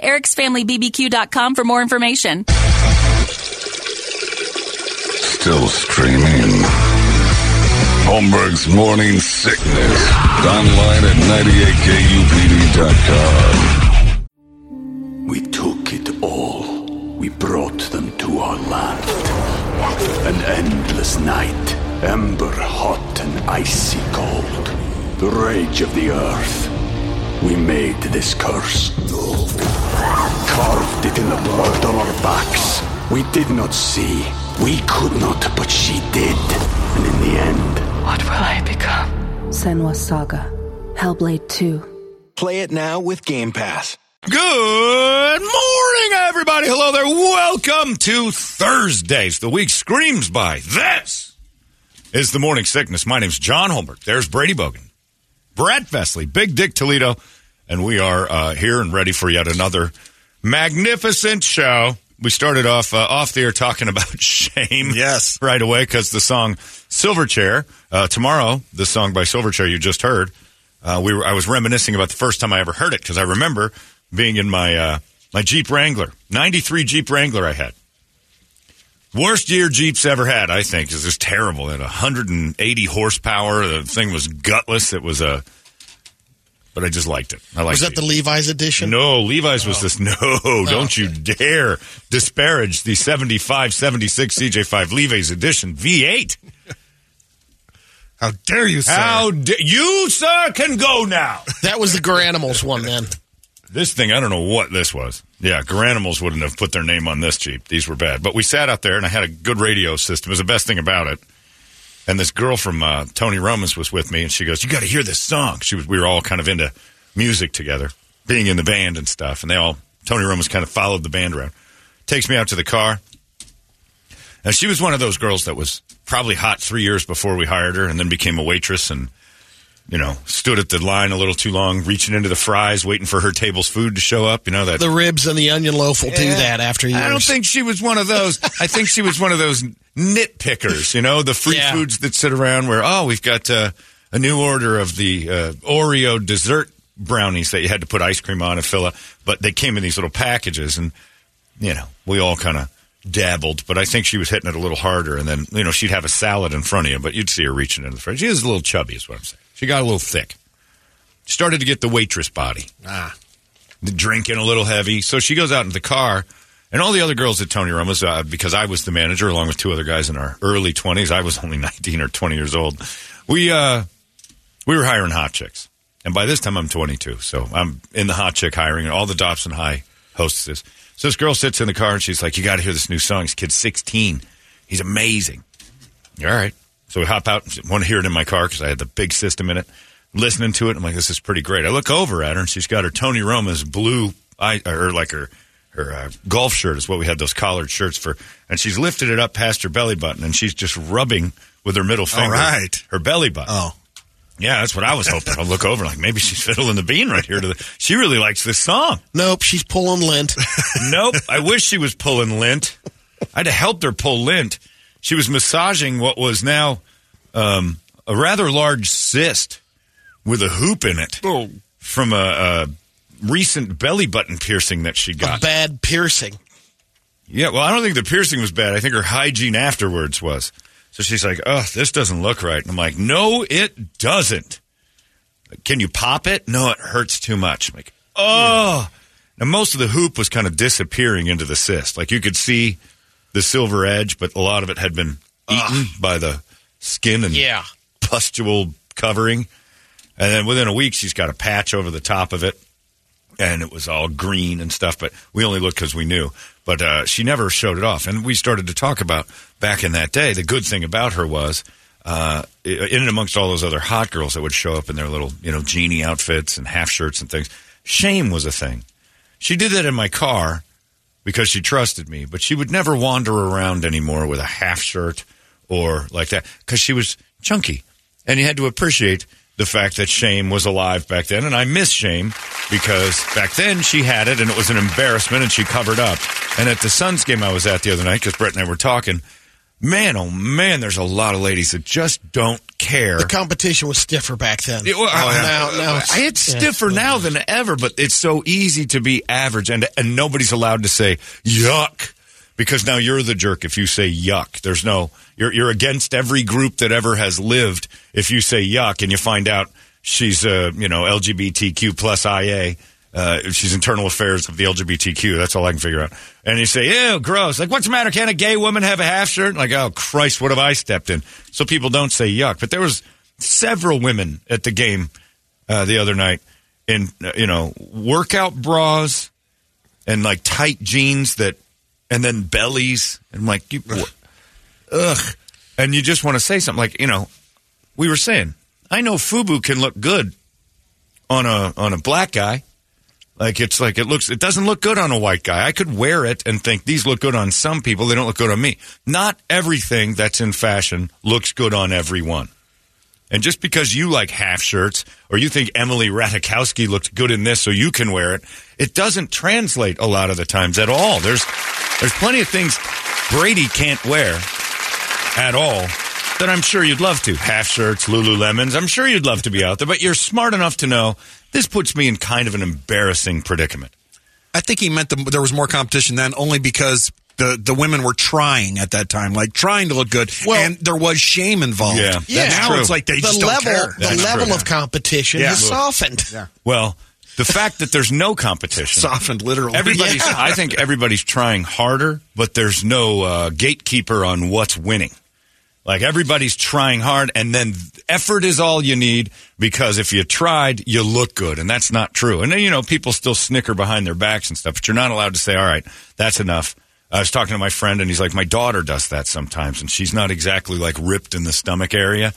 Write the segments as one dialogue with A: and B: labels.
A: ericsfamilybbq.com for more information.
B: Still streaming. Holmberg's Morning Sickness. Online at 98kupd.com.
C: We took it all. We brought them to our land. An endless night, ember hot and icy cold. The rage of the earth. We made this curse. Carved it in the blood on our backs. We did not see. We could not, but she did. And in the end,
D: What will I become?
E: Senwa Saga, Hellblade 2.
F: Play it now with Game Pass.
G: Good morning, everybody. Hello there. Welcome to Thursdays. The week screams by. This is the morning sickness. My name's John Holmberg. There's Brady Bogan, Brad Vesley, Big Dick Toledo, and we are uh, here and ready for yet another magnificent show. We started off uh, off the air talking about shame. Yes, right away because the song Silverchair. Uh, tomorrow, the song by Silverchair you just heard. Uh, we were, I was reminiscing about the first time I ever heard it because I remember being in my uh, my Jeep Wrangler, '93 Jeep Wrangler I had. Worst year Jeeps ever had, I think, is just terrible. At 180 horsepower, the thing was gutless. It was a, but I just liked it. I liked
H: Was that
G: it.
H: the Levi's edition? Oh.
G: No, Levi's was this. No, don't you dare disparage the 75, 76 CJ5 Levi's edition V8.
H: How dare you,
G: How d- you, sir, can go now.
H: That was the Granimals one, man.
G: This thing, I don't know what this was. Yeah, Granimals wouldn't have put their name on this Jeep. These were bad. But we sat out there and I had a good radio system. It was the best thing about it. And this girl from uh, Tony Romas was with me and she goes, You got to hear this song. She was, we were all kind of into music together, being in the band and stuff. And they all, Tony Romas kind of followed the band around. Takes me out to the car. And she was one of those girls that was probably hot three years before we hired her and then became a waitress and you know, stood at the line a little too long, reaching into the fries, waiting for her table's food to show up. You know that.
H: The ribs and the onion loaf will do that after years.
G: I don't think she was one of those. I think she was one of those nitpickers. You know, the free
H: Yeah.
G: foods that sit around where oh, we've got uh, a new order of the uh, Oreo dessert brownies that you had to put ice cream on and fill up, but they came in these little packages, and you know, we all kind of dabbled. But I think she was hitting it a little harder, and then you know, she'd have a salad in front of you, but you'd see her reaching into the fridge. She was a little chubby, is what I'm saying. She got a little thick. Started to get the waitress body
H: Ah,
G: drinking a little heavy. So she goes out into the car, and all the other girls at Tony Roma's, uh, because I was the manager along with two other guys in our early 20s. I was only 19 or 20 years old. We, uh, we were hiring hot chicks. And by this time, I'm 22. So I'm in the hot chick hiring, and all the Dobson High hostesses. So this girl sits in the car, and she's like, You got to hear this new song. This kid's 16. He's amazing. All right. So we hop out. Want to hear it in my car because I had the big system in it. Listening to it, I'm like, this is pretty great. I look over at her and she's got her Tony Roma's blue, eye, or like her her uh, golf shirt is what we had those collared shirts for, and she's lifted it up past her belly button and she's just rubbing with her middle finger
H: Oh, right.
G: her belly button.
H: oh.
G: Yeah, that's what I was hoping. I'll look over like maybe she's fiddling the bean right here. To the, she really likes this song.
H: Nope, she's pulling lint.
G: Nope. I wish she was pulling lint. I'd have helped her pull lint. She was massaging what was now um, a rather large cyst with a hoop in it from a, a recent belly button piercing that she
H: A
G: got.
H: bad piercing.
G: Yeah, well, I don't think the piercing was bad. I think her hygiene afterwards was. So she's like, "Oh, this doesn't look right." And I'm like, "No, it doesn't. Can you pop it? No, it hurts too much." I'm like, "Oh." Now most of the hoop was kind of disappearing into the cyst. Like you could see the silver edge, but a lot of it had been eaten by the skin and
H: Yeah.
G: pustule covering. And then within a week, she's got a patch over the top of it. and it was all green and stuff. But we only looked because we knew. But uh, she never showed it off, and we started to talk about back in that day. The good thing about her was. Uh, in and amongst all those other hot girls that would show up in their little, you know, genie outfits and half shirts and things, shame was a thing. She did that in my car because she trusted me, but she would never wander around anymore with a half shirt or like that because she was chunky. And you had to appreciate the fact that shame was alive back then. And I miss shame because back then she had it and it was an embarrassment and she covered up. And at the Suns game I was at the other night, because Brett and I were talking, man, oh man, there's a lot of ladies that just don't care.
H: The competition was stiffer back then.
G: Yeah, well,
H: Now-
G: uh,
H: Oh, now, now
G: uh, it's, stiffer now than ever, but it's so easy to be average, and and nobody's allowed to say yuck because now you're the jerk if you say yuck. There's no you're you're against every group that ever has lived if you say yuck, and you find out she's uh you know LGBTQ plus IA. Uh, she's internal affairs of the LGBTQ. That's all I can figure out. And you say, ew, gross. Like, what's the matter? Can a gay woman have a half shirt? Like, oh, Christ, what have I stepped in? So people don't say yuck. But there was several women at the game uh, the other night in uh, you know workout bras and like tight jeans that and then bellies and like you ugh and you just want to say something like you know we were saying I know FUBU can look good on a on a black guy like it's like it looks it doesn't look good on a white guy I could wear it and think these look good on some people they don't look good on me not everything that's in fashion looks good on everyone and just because you like half shirts or you think Emily Ratajkowski looked good in this so you can wear it, it doesn't translate a lot of the times at all. There's there's plenty of things Brady can't wear at all that I'm sure you'd love to. Half shirts, Lululemons, I'm sure you'd love to be out there, but you're smart enough to know this puts me in kind of an embarrassing predicament.
D: I think he meant the, there was more competition then, only because the the women were trying at that time, like trying to look good,
H: Well-
D: and there was shame involved.
G: Yeah,
H: Yeah.
G: that's
D: now
G: true.
D: it's like they
H: the
D: just
H: level,
D: don't care.
H: the
G: That's
H: level
G: true.
H: of competition
G: Yeah.
H: has softened.
G: Well, the fact that there's no competition
D: Softened literally.
G: Everybody's, I think everybody's trying harder, but there's no uh, gatekeeper on what's winning. Like everybody's trying hard, and then effort is all you need because if you tried, you look good, and that's not true. And then, you know, people still snicker behind their backs and stuff, but you're not allowed to say, "All right, that's enough." I was talking to my friend, and he's like, "My daughter does that sometimes, and she's not exactly like ripped in the stomach area."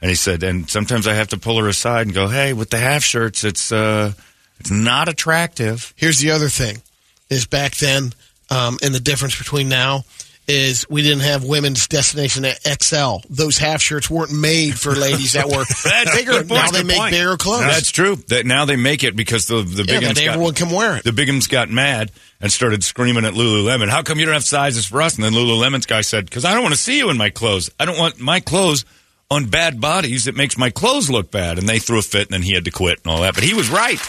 G: And he said, "And sometimes I have to pull her aside and go, hey, with the half shirts, it's uh, it's not attractive.'"
H: Here's the other thing: is back then, um, and the difference between now is we didn't have women's destination at XL. Those half shirts weren't made for ladies that were
G: That's a
H: bigger.
G: good
H: Now
G: point.
H: they
G: Good
H: make
G: point.
H: bigger clothes.
G: That's true. That now they make it because the the
H: yeah,
G: Biggums
H: but everyone
G: got
H: can wear it.
G: the Biggums got mad and started screaming at Lululemon. How come you don't have sizes for us? And then Lululemon's guy said, "Because I don't want to see you in my clothes. I don't want my clothes on bad bodies. It makes my clothes look bad." And they threw a fit, and then he had to quit and all that. But he was right.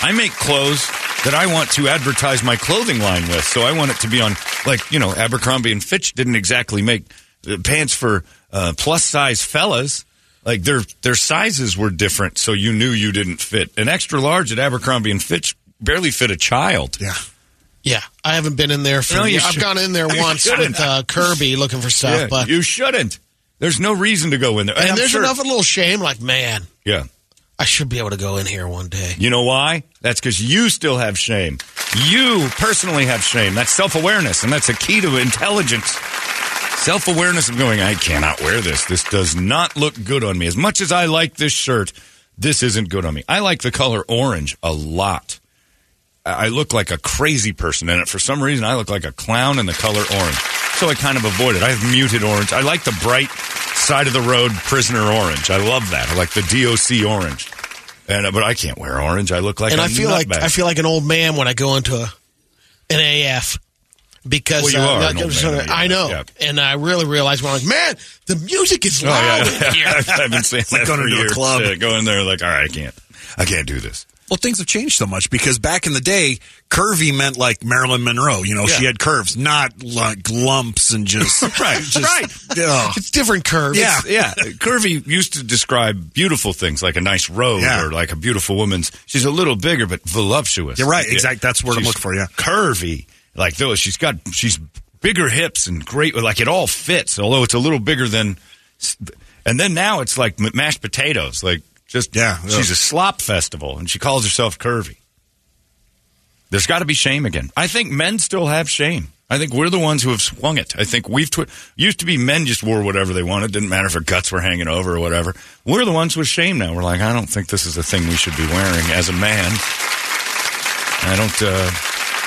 G: I make clothes that I want to advertise my clothing line with. So I want it to be on, like, you know, Abercrombie and Fitch didn't exactly make uh, pants for uh, plus size fellas. Like their their sizes were different, so you knew you didn't fit. An extra large at Abercrombie and Fitch barely fit a child. Yeah,
H: Yeah, I haven't been in there for.
G: No, you
H: I've
G: should-
H: gone in there
G: You
H: once
G: shouldn't.
H: with uh, Kirby looking for stuff, but
G: you shouldn't. There's no reason to go in there.
H: and
G: I'm
H: there's
G: sure-
H: enough of a little shame. Like, man,
G: Yeah,
H: I should be able to go in here one day.
G: you know why? That's because you still have shame. You personally have shame. That's self awareness, and that's a key to intelligence. Self awareness of going, I cannot wear this. This does not look good on me. As much as I like this shirt, this isn't good on me. I like the color orange a lot. I I look like a crazy person in it. For some reason, I look like a clown in the color orange. So I kind of avoid it. I have muted orange. I like the bright side of the road prisoner orange. I love that. I like the DOC orange. And uh, but I can't wear orange. I look like
H: and
G: I
H: I feel like I feel like an old man when I go into a, an AF because
G: Well, you
H: uh,
G: are
H: not-
G: an old
H: just-
G: man in the
H: I
G: AF,
H: know,
G: yeah. Oh,
H: and I really realized when I was like, man, the music is loud. in here.
G: I've been saying that
D: going
G: for
D: into a
G: years.
D: club.
G: Yeah, go in there like, all right, I can't, I can't do this.
D: Well, things have changed so much because back in the day, curvy meant like Marilyn Monroe. You know, she had curves, not like lumps and just
G: Right,
D: just, Oh,
G: right.
D: ugh.
H: It's different curves.
D: Yeah.
G: yeah. Curvy used to describe beautiful things like a nice robe
D: Yeah.
G: or like a beautiful woman's. She's a little bigger, but voluptuous.
D: You're right. Exact- that's the word I'm
G: She's
D: looking for, yeah.
G: Curvy. Like, though, she's got, she's bigger hips and great, like it all fits, although it's a little bigger than, and then now it's like m- mashed potatoes. Like, Just
D: Yeah, yeah.
G: she's a slop festival, and she calls herself curvy. There's got to be shame again. I think men still have shame. I think we're the ones who have swung it. I think we've twi- used to be men just wore whatever they wanted. Didn't matter if their guts were hanging over or whatever. We're the ones with shame now. We're like, I don't think this is the thing we should be wearing as a man. I don't. Uh,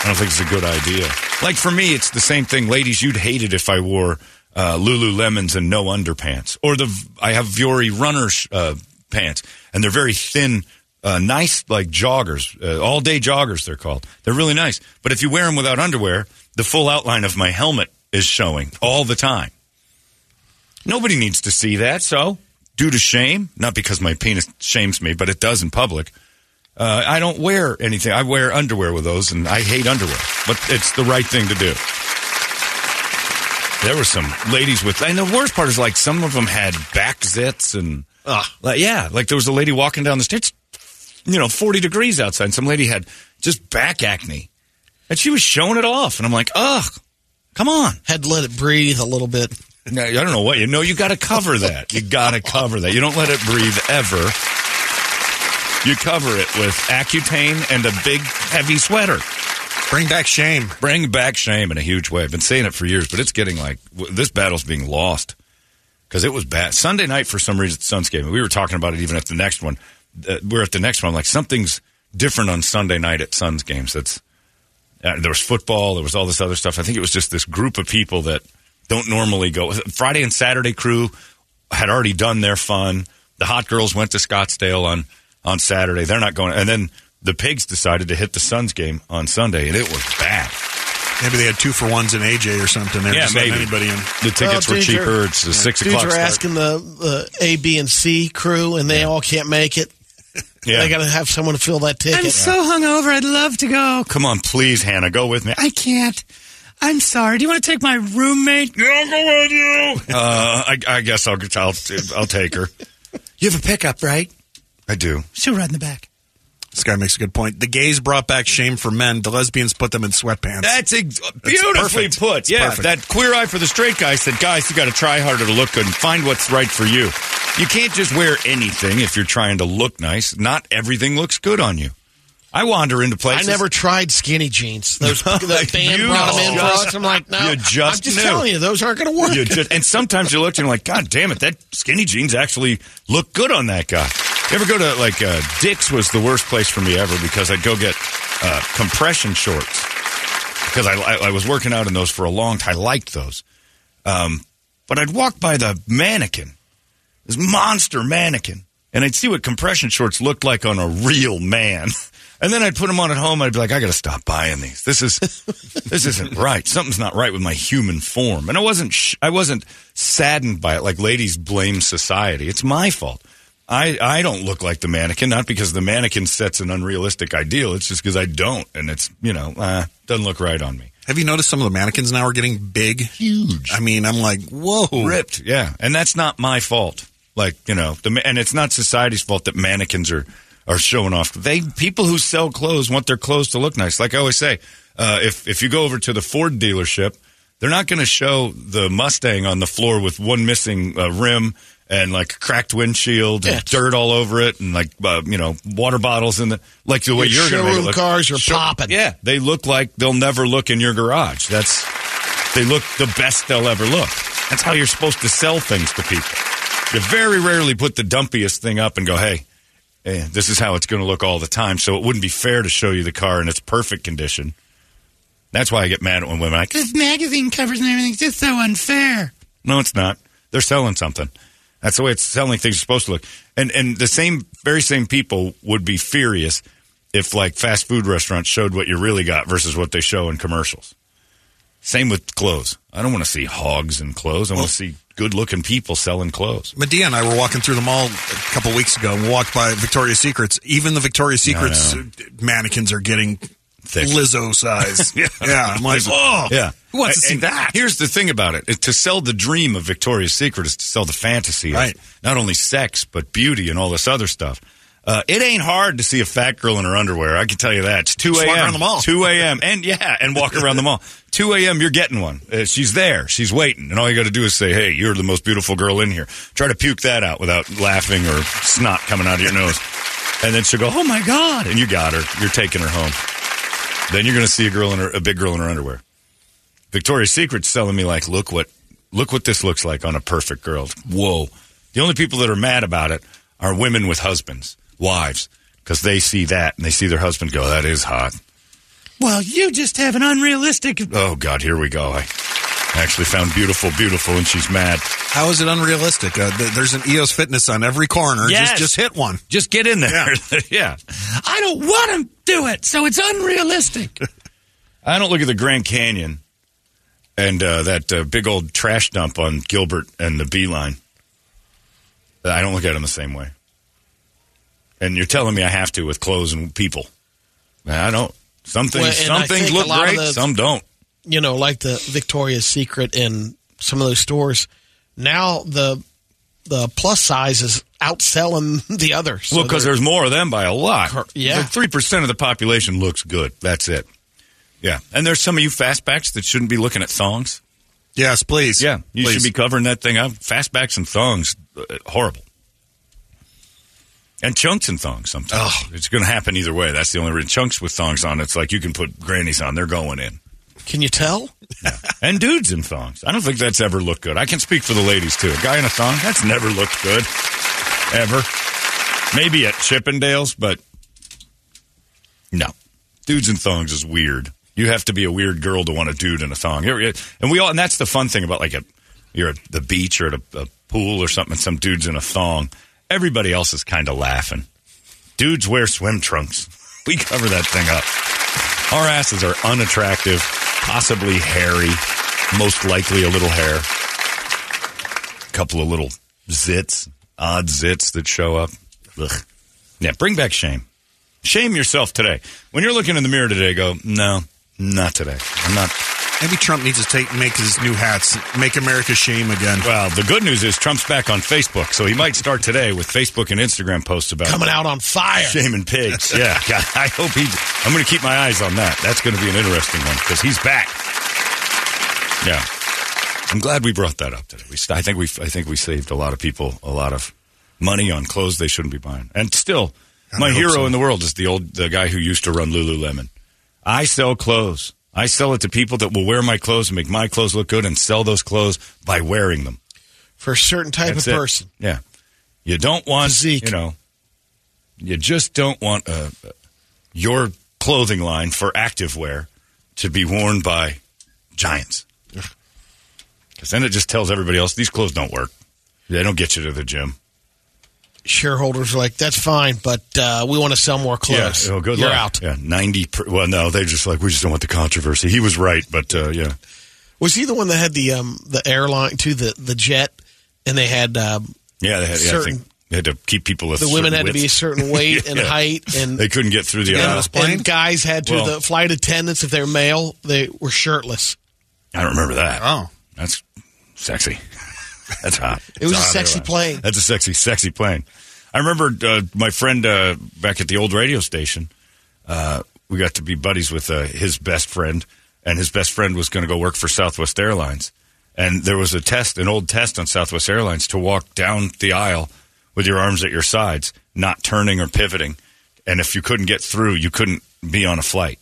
G: I don't think it's a good idea. Like for me, it's the same thing. Ladies, you'd hate it if I wore uh, Lululemons and no underpants, or the I have Viore runner sh- uh, pants, and they're very thin, uh, nice like joggers, uh, all day joggers. They're called. They're really nice. But if you wear them without underwear, the full outline of my helmet is showing all the time. Nobody needs to see that. So, due to shame, not because my penis shames me, but it does in public. Uh, I don't wear anything. I wear underwear with those, and I hate underwear, but it's the right thing to do. There were some ladies with, and the worst part is like some of them had back zits and,
H: Ah.
G: like, yeah, like there was a lady walking down the street, it's, you know, 40 degrees outside, and some lady had just back acne, and she was showing it off, and I'm like, ugh, come on.
H: Had to let it breathe a little bit.
G: No, I don't know what you know. You got to cover that. You got to cover that. You don't let it breathe ever. You cover it with Accutane and a big heavy sweater.
D: Bring back shame.
G: Bring back shame in a huge way. I've been saying it for years, but it's getting like w- this battle's being lost because it was bad. Sunday night for some reason, the Suns game. We were talking about it even at the next one. Uh, we're at the next one. I'm like something's different on Sunday night at Suns games. That's uh, there was football, there was all this other stuff. I think it was just this group of people that don't normally go. Friday and Saturday crew had already done their fun. The hot girls went to Scottsdale on on Saturday. They're not going. And then the pigs decided to hit the Suns game on Sunday, and it was bad.
D: Maybe they had two for ones in AJ or something. They were
G: Yeah,
D: just letting
G: maybe.
D: Anybody in.
G: The tickets
H: Well,
G: were
H: oh, dudes are-
G: cheaper. It's the six
H: Dudes
G: o'clock.
H: are
G: start.
H: asking the uh, A, B, and C crew, and they all can't make it.
G: Yeah.
H: They got to have someone to fill that ticket.
G: hungover. I'd love to go. Come on, please, Hannah, go with me. I can't. I'm sorry. Do you want to take my roommate? Yeah, I'll go with you. Uh, I, I guess I'll, I'll I'll take her. You have a pickup, right? I do. She'll ride in the back.
D: This guy makes a good point. The gays brought back shame for men. The lesbians put them in sweatpants.
G: That's ex- beautifully
D: perfect.
G: put.
D: It's
G: yeah,
D: perfect.
G: that queer eye for the straight guy said, guys, you got to try harder to look good and find what's right for you. You can't just wear anything if you're trying to look nice. Not everything looks good on you. I wander into
H: I
G: places.
H: never tried skinny jeans. Those that band
G: You
H: brought them in for
G: just-
H: us. I'm like, no,
G: you just
H: I'm just
G: knew.
H: telling you, those aren't going to work.
G: You just- and sometimes you look and you're like, God damn it, that skinny jeans actually look good on that guy. You ever go to like uh, Dick's was the worst place for me ever because I'd go get uh, compression shorts because I, I, I was working out in those for a long time. I liked those, um, but I'd walk by the mannequin, this monster mannequin, and I'd see what compression shorts looked like on a real man. And then I'd put them on at home. And I'd be like, I got to stop buying these. This is this isn't right. Something's not right with my human form. And I wasn't sh- I wasn't saddened by it. Like ladies blame society. It's my fault. I, I don't look like the mannequin, not because the mannequin sets an unrealistic ideal. It's just because I don't, and it's you know uh, doesn't look right on me.
D: Have you noticed some of the mannequins now are getting big? Huge. I mean, I'm like, whoa.
G: ripped. Yeah, and that's not my fault. Like you know, the, ma- and it's not society's fault that mannequins are are showing off. They people who sell clothes want their clothes to look nice. Like I always say, uh, if if you go over to the Ford dealership, they're not going to show the Mustang on the floor with one missing uh, rim and like cracked windshield and dirt all over it and like uh, you know water bottles in the like the way
H: Your
G: you're going to
H: showroom
G: look.
H: cars are popping.
G: Yeah, they look like they'll never look in your garage. That's they look the best they'll ever look. That's how you're supposed to sell things to people. You very rarely put the dumpiest thing up and go, "Hey, eh, this is how it's going to look all the time." So it wouldn't be fair to show you the car in its perfect condition. That's why I get mad at when women are like this magazine covers and everything's just so unfair. No, it's not. They're selling something. That's the way it's selling things are supposed to look. And and the same very same people would be furious if like fast food restaurants showed what you really got versus what they show in commercials. Same with clothes. I don't want to see hogs in clothes. I want to see good looking people selling clothes.
D: Medea and I were walking through the mall a couple weeks ago and walked by Victoria's Secrets. Even the Victoria's Secrets mannequins are getting
G: Thick.
D: Lizzo size. yeah. I'm like, oh,
G: Yeah.
D: Who wants to see
G: And- and
D: that?
G: Here's the thing about it. it. To sell the dream of Victoria's Secret is to sell the fantasy
D: Right.
G: of not only sex, but beauty and all this other stuff. Uh, it ain't hard to see a fat girl in her underwear. I can tell you that. It's 2
D: Just
G: a.m.
D: walk around the mall.
G: 2 a.m. And yeah, and walk around the mall. 2 a.m., you're getting one. Uh, she's there. She's waiting. And all you got to do is say, hey, you're the most beautiful girl in here. Try to puke that out without laughing or snot coming out of your nose. And then she'll go, oh my God. And you got her. You're taking her home. Then you're going to see a girl in her, a big girl in her underwear. Victoria's Secret's selling me like, look what, look what this looks like on a perfect girl. Whoa! The only people that are mad about it are women with husbands, wives, because they see that and they see their husband go, "That is hot." Well, you just have an unrealistic. Oh God, here we go. I actually found beautiful, beautiful, and she's mad.
D: How is it unrealistic? Uh, th- there's an EOS Fitness on every corner.
G: Yes.
D: Just, just hit one.
G: Just get in there. Yeah. I don't want to do it, so it's unrealistic. I don't look at the Grand Canyon and uh, that uh, big old trash dump on Gilbert and the Beeline. I don't look at them the same way. And you're telling me I have to with clothes and people. I don't. Some things,
H: Well, and
G: some
H: I
G: things
H: think a
G: look
H: lot of
G: great,
H: the-
G: some don't.
H: you know, like the Victoria's Secret and some of those stores. Now the the plus size is outselling the other. So
G: well, because
H: they're-
G: there's more of them by a lot.
H: Cor- yeah.
G: three percent of the population looks good. That's it. Yeah, and there's some of you fastbacks that shouldn't be looking at thongs.
D: Yes, please.
G: Yeah, you
D: please.
G: should be covering that thing up. Fastbacks and thongs, uh, horrible. And chunks and thongs sometimes. It's going to happen either way. That's the only reason. Chunks with thongs on, it's like you can put grannies on. They're going in.
H: can you tell?
G: And dudes in thongs. I don't think that's ever looked good. I can speak for the ladies, too. A guy in a thong, that's never looked good. Ever. Maybe at Chippendales, but no. Dudes in thongs is weird. You have to be a weird girl to want a dude in a thong. You're- you're- And we all, and that's the fun thing about like a, you're at the beach or at a, a pool or something, and some dude's in a thong. Everybody else is kind of laughing. Dudes wear swim trunks. We cover that thing up. Our asses are unattractive, possibly hairy, most likely a little hair, a couple of little zits, odd zits that show up. Ugh. Yeah, bring back shame. Shame yourself today. When you're looking in the mirror today, go, no, not today. I'm not.
D: Maybe Trump needs to take make his new hats, make America shame again.
G: Well, the good news is Trump's back on Facebook, so he might start today with Facebook and Instagram posts about
H: Coming out on fire.
G: Shaming pigs. Yeah. God, I hope he. I'm going to keep my eyes on that. That's going to be an interesting one because he's back. Yeah. I'm glad we brought that up today. We, st- I think we. I think we saved a lot of people a lot of money on clothes they shouldn't be buying. And still, my
D: hope
G: hero
D: so.
G: in the world is the old the guy who used to run Lululemon. I sell clothes. I sell it to people that will wear my clothes and make my clothes look good and sell those clothes by wearing them.
H: For a certain type
G: That's
H: of
G: it.
H: person.
G: Yeah. You don't want
H: Physique.
G: You know, you just don't want uh, your clothing line for activewear to be worn by giants. Because then it just tells everybody else these clothes don't work. They don't get you to the gym.
H: Shareholders are like, that's fine, but uh, we want to sell more clothes.
G: Oh, good
H: You're
G: luck.
H: out.
G: Yeah, ninety. Per- well, no, they just like we just don't want the controversy. He was right, but uh, yeah,
H: Was he the one that had the um, the airline to the the jet, and they had um,
G: yeah. They had, yeah, I
H: Certain-
G: think they had to keep people. A
H: the women
G: certain
H: had to be a
G: width.
H: certain weight and
G: Yeah.
H: height, and
G: They couldn't get through the
D: Yeah.
G: aisle.
D: plane?
H: and guys had to
G: Well-
H: the flight attendants if they're male, they were shirtless.
G: I don't remember that.
D: Oh.
G: That's sexy. That's hot.
H: It was
G: It's
H: a
G: hot
H: sexy
G: otherwise.
H: plane.
G: That's a sexy, sexy plane. I remember uh, my friend uh, back at the old radio station. Uh, we got to be buddies with uh, his best friend, and his best friend was going to go work for Southwest Airlines. And there was a test, an old test on Southwest Airlines to walk down the aisle with your arms at your sides, not turning or pivoting. And if you couldn't get through, you couldn't be on a flight.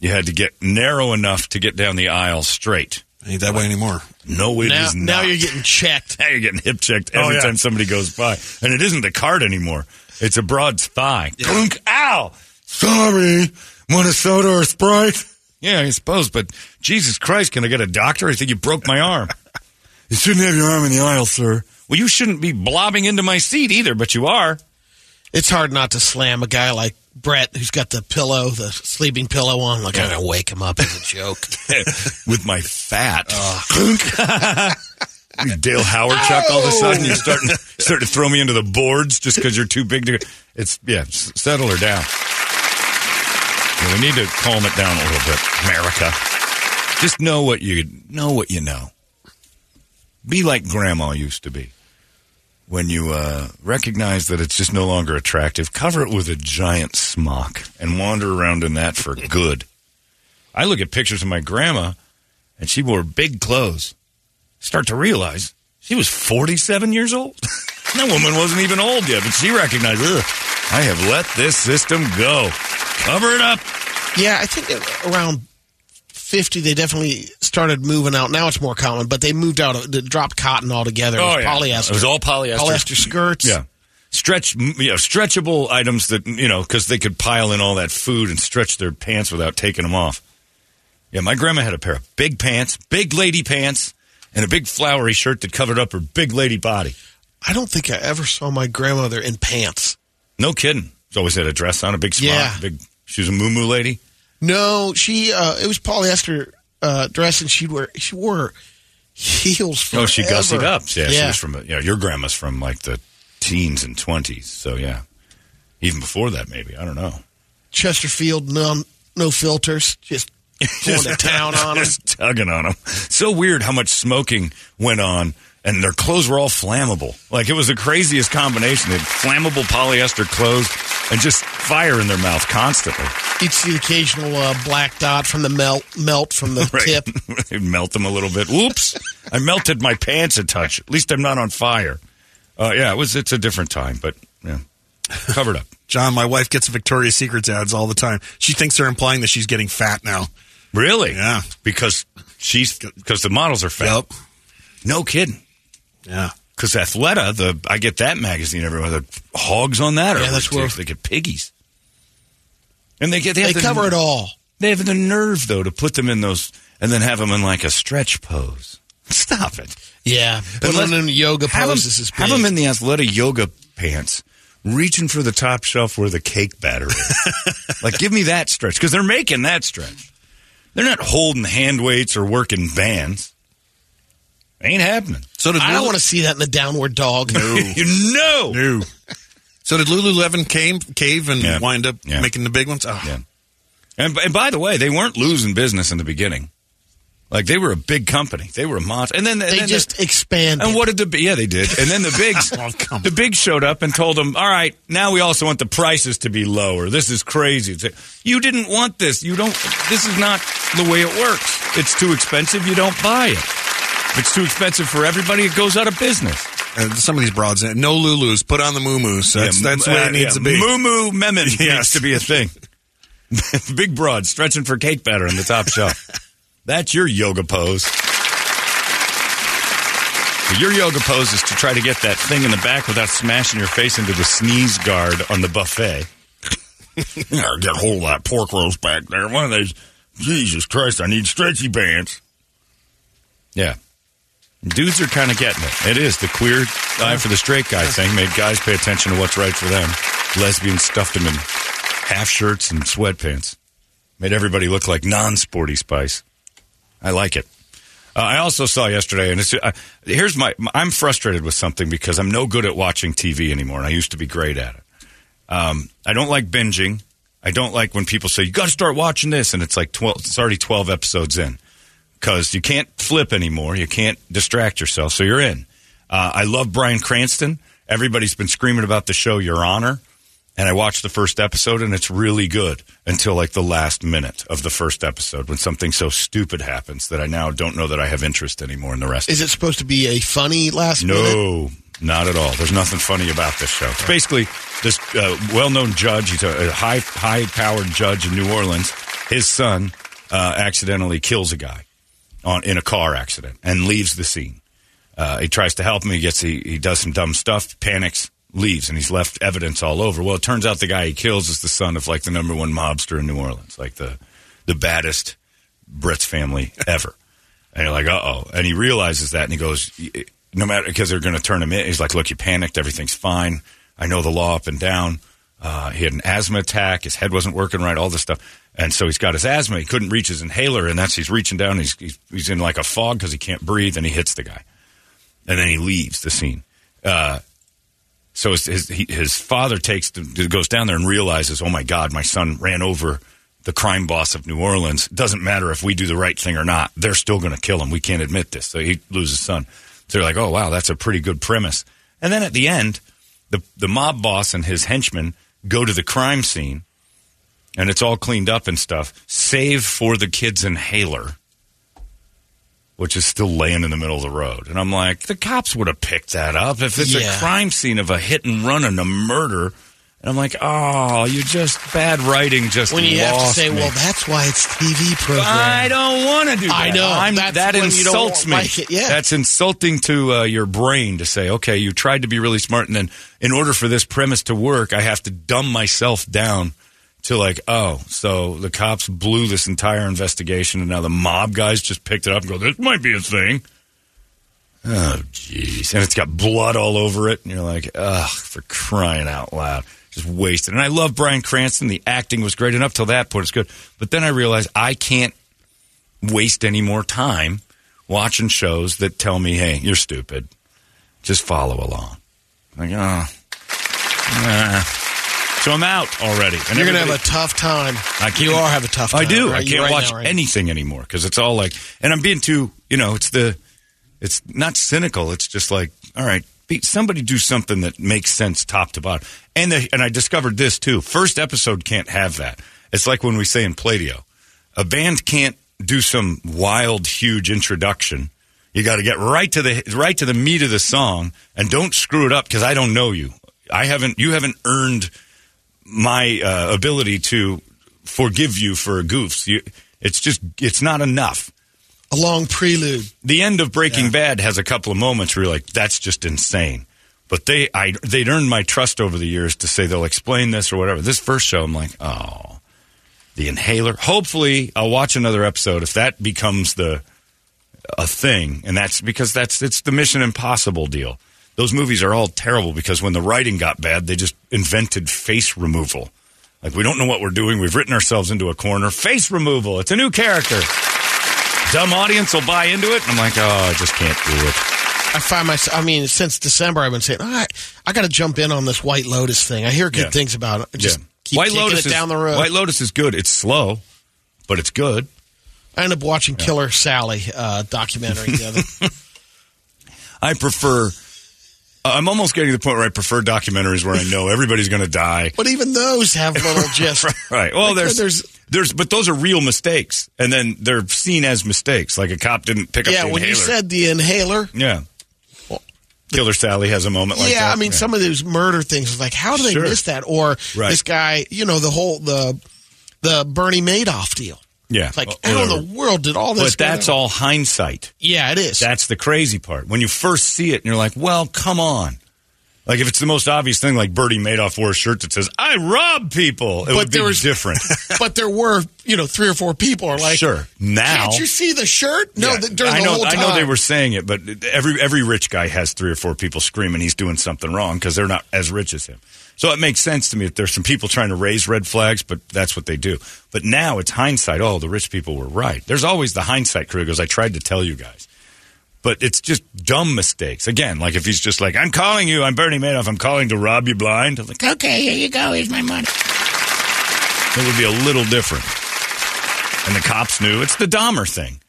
G: You had to get narrow enough to get down the aisle straight.
D: Ain't that way anymore.
G: No, it is
H: now,
G: not.
H: now you're getting checked.
G: Now you're getting hip checked every
D: Oh, yeah.
G: time somebody goes by, and it isn't the card anymore. It's a broad's thigh. Clunk, ow! Sorry, want a soda or Sprite? Yeah, I suppose, but Jesus Christ, can I get a doctor? I think you broke my arm. you shouldn't have your arm in the aisle, sir. Well, you shouldn't be blobbing into my seat either, but you are.
H: It's hard not to slam a guy like Brett, who's got the pillow, the sleeping pillow on. Like I'm gonna wake him up as a joke.
G: with my fat. Dale Howard chuck all of a sudden you're starting starting to throw me into the boards just because you're too big to it's yeah s- settle her down Yeah, we need to calm it down a little bit America just know what you know what you know be like grandma used to be when you uh, recognize that it's just no longer attractive, cover it with a giant smock and wander around in that for good. I look at pictures of my grandma, and she wore big clothes. Start to realize she was 47 years old. that woman wasn't even old yet, but she recognized, Ugh, I have let this system go. Cover it up.
H: Yeah, I think it- around 50, they definitely started moving out. Now it's more common, but they moved out, of- they dropped cotton altogether. It was polyester.
G: Oh, It was all polyester.
H: Polyester skirts.
G: Yeah. Stretch, m- yeah, stretchable items that, you know, because they could pile in all that food and stretch their pants without taking them off. Yeah, my grandma had a pair of big pants, big lady pants, and a big flowery shirt that covered up her big lady body.
H: I don't think I ever saw my grandmother in pants.
G: No kidding. She always had a dress on, a big smock,
H: Yeah.
G: big. She was a moo lady.
H: No, she, uh, it was polyester uh, dress, and she'd wear, she wore heels forever.
G: Oh, she gussied up. Yeah, she
H: Yeah.
G: was from. You know, your grandma's from like the teens and twenties. So yeah, even before that, maybe I don't know.
H: Chesterfield, none, no filters, just going to town on them.
G: Just tugging on them. So weird how much smoking went on, and their clothes were all flammable. Like it was the craziest combination. They had flammable polyester clothes and just fire in their mouth constantly.
H: You'd see the occasional uh, black dot from the melt, melt from the tip.
G: It'd melt them a little bit. Whoops! I melted my pants a touch. At least I'm not on fire. Uh, yeah, it was. It's a different time, but yeah, covered up.
D: John, my wife gets Victoria's Secrets ads all the time. She thinks they're implying that she's getting fat now.
G: Really?
D: Yeah.
G: Because she's because the models are fat.
D: Yep.
G: No kidding.
D: Yeah.
G: Because Athleta, the I get that magazine everywhere. The hogs on that are
H: Yeah, that's where-
G: ridiculous. they get piggies. And they get they,
H: They
G: have the-
H: cover it all.
G: They have the nerve though to put them in those and then have them in like a stretch pose. Stop it.
H: Yeah, put
G: Unless-
H: on in yoga
G: Have 'em-
H: poses is
G: Have
H: big.
G: them in the Athleta yoga pants. Reaching for the top shelf where the cake batter is. like, give me that stretch because they're making that stretch. They're not holding hand weights or working bands. Ain't happening.
D: So did
H: I don't
D: Lulu-
H: want to see that in the downward dog.
G: you know.
D: No. So did Lululemon came, cave and
G: Yeah.
D: wind up
G: Yeah.
D: making the big ones? Oh.
G: Yeah. And, and by the way, they weren't losing business in the beginning. Like they were a big company. They were a monster. And then and
H: They
G: then
H: just expand.
G: and what did the b- yeah they did. And then the bigs
D: Oh, come
G: the bigs showed up and told them, "All right, now we also want the prices to be lower. This is crazy. It's- You didn't want this. You don't. This is not the way it works. It's too expensive. You don't buy it. If it's too expensive for everybody, it goes out of business.
D: Uh, some of these broads, uh, no Lulus, put on the moo-moos. That's,
G: Yeah,
D: that's the way
G: uh,
D: it needs
G: yeah,
D: to be.
G: Moo moo memon needs
D: Yes.
G: to be a thing. Big broad stretching for cake batter on the top shelf. That's your yoga pose. But Your yoga pose is to try to get that thing in the back without smashing your face into the sneeze guard on the buffet. You know, get a whole lot of pork roast back there. One of those, Jesus Christ, I need stretchy pants. Yeah. Dudes are kind of getting it. It is the queer eye for the straight guy thing made guys pay attention to what's right for them. Lesbians stuffed them in half shirts and sweatpants. Made everybody look like non sporty spice. I like it. Uh, I also saw yesterday, and it's, uh, here's my, my- I'm frustrated with something because I'm no good at watching TV anymore, and I used to be great at it. Um, I don't like binging. I don't like when people say you got to start watching this, and it's like twelve. It's already twelve episodes in because you can't flip anymore. You can't distract yourself, so you're in. Uh, I love Brian Cranston. Everybody's been screaming about the show Your Honor, and I watched the first episode, and it's really good until like the last minute of the first episode when something so stupid happens that I now don't know that I have interest anymore in the rest. of
H: Is it supposed to be a funny last minute?
G: no, not at all. There's nothing funny about this show. It's basically this uh, well-known judge, he's a, a high, high-powered judge in New Orleans. His son uh, accidentally kills a guy on in a car accident and leaves the scene. Uh, he tries to help him. He gets he, he does some dumb stuff, panics, leaves, and he's left evidence all over. Well, it turns out the guy he kills is the son of like the number one mobster in New Orleans, like the the baddest Brett's family ever. and you're like, uh oh. And he realizes that and he goes, y- no matter, because they're going to turn him in. He's like, look, you panicked. Everything's fine. I know the law up and down. Uh, he had an asthma attack. His head wasn't working right, all this stuff. And so he's got his asthma. He couldn't reach his inhaler. And that's, he's reaching down. He's, he's, he's in like a fog because he can't breathe and he hits the guy. And then he leaves the scene. Uh, so his his, he, his father takes goes down there and realizes, oh my God, my son ran over the crime boss of New Orleans. Doesn't matter if we do the right thing or not; they're still going to kill him. We can't admit this. So he loses his son. So they're like, oh wow, that's a pretty good premise. And then at the end, the, the mob boss and his henchmen go to the crime scene and it's all cleaned up and stuff, save for the kid's inhaler, which is still laying in the middle of the road. And I'm like, the cops would have picked that up if it's
H: Yeah.
G: a crime scene of a hit and run and a murder. And I'm like, oh, you just bad writing just
H: When you have to
G: lost
H: say,
G: me.
H: well, that's why it's TV program.
G: I don't want to do that.
H: I know.
G: I'm,
H: That's
G: that
H: when you don't
G: insults me.
H: like it. Yeah.
G: That's insulting to uh, your brain to say, okay, you tried to be really smart, and then in order for this premise to work, I have to dumb myself down to like, oh, so the cops blew this entire investigation, and now the mob guys just picked it up and go, this might be a thing. Oh, jeez. And it's got blood all over it. And you're like, ugh, for crying out loud. Just wasted. And I love Brian Cranston. The acting was great. And up till that point, it's good. But then I realized I can't waste any more time watching shows that tell me, hey, you're stupid. Just follow along. Like, oh. nah. So I'm out already. And
H: You're gonna have
G: everybody-
H: a tough time.
G: I can't-
H: You are have a tough time.
G: I do.
H: right?
G: I
H: You
G: can't
H: right
G: watch
H: now, right?
G: anything anymore because it's all like, and I'm being too, you know, it's the, it's not cynical. It's just like, all right, be, somebody do something that makes sense top to bottom. And the, and I discovered this too. First episode can't have that. It's like when we say in Play-Doh, a band can't do some wild, huge introduction. You got to get right to the right to the meat of the song and don't screw it up because I don't know you. I haven't. You haven't earned my uh, ability to forgive you for goofs. You, it's just, it's not enough.
H: A long prelude.
G: The end of Breaking Bad has a couple of moments where you're like, that's just insane. But they, I, they'd earned my trust over the years to say they'll explain this or whatever. This first show, I'm like, oh, the inhaler. Hopefully, I'll watch another episode if that becomes the a thing, and that's because that's it's the Mission Impossible deal. Those movies are all terrible because when the writing got bad, they just invented face removal. Like we don't know what we're doing. We've written ourselves into a corner. Face removal. It's a new character. Dumb audience will buy into it, and I'm like, oh, I just can't do it.
H: I find myself. I mean, since December, I've been saying, "All right, I got to jump in on this White Lotus thing. I hear good
G: Yeah.
H: things about it. I Just
G: Yeah.
H: keep kicking it
G: is,
H: down the road.
G: White Lotus is good. It's slow, but it's good.
H: I ended up watching Killer Sally uh, documentary the other.
G: I prefer. I'm almost getting to the point where I prefer documentaries where I know everybody's going to die.
H: but even those have little just
G: Right. Well,
H: Like,
G: there's,
H: there's-
G: there's but those are real mistakes, and then they're seen as mistakes. Like a cop didn't pick
H: yeah.
G: up the
H: When you
G: inhaler.
H: said the inhaler,
G: yeah, Killer Sally has a moment like
H: yeah,
G: that.
H: I mean, some of those murder things is like, how do they
G: Sure.
H: miss that? Or
G: Right.
H: this guy, you know, the whole the the Bernie Madoff deal.
G: yeah,
H: It's like,
G: Or-
H: how in
G: whatever.
H: the world did all this?
G: But that's
H: go down?
G: all hindsight.
H: Yeah, it is.
G: That's the crazy part. When you first see it, and you're like, "Well, come on." Like if it's the most obvious thing, like Bertie Madoff wore a shirt that says "I rob people," it
H: But
G: would be
H: there was-
G: different.
H: but there were, you know, three or four people are like,
G: sure, now
H: Can't you see the shirt? No,
G: Yeah,
H: the, during
G: I know,
H: the whole
G: I
H: time.
G: know they were saying it, but every every rich guy has three or four people screaming he's doing something wrong because they're not as rich as him. So it makes sense to me that there's some people trying to raise red flags, but that's what they do. But now it's hindsight. Oh, the rich people were right. There's always the hindsight crew goes, I tried to tell you guys. But it's just dumb mistakes. Again, like if he's just like, I'm calling you, I'm Bernie Madoff, I'm calling to rob you blind. I'm like, okay, here you go, here's my money. It would be a little different. And the cops knew. It's the Dahmer thing.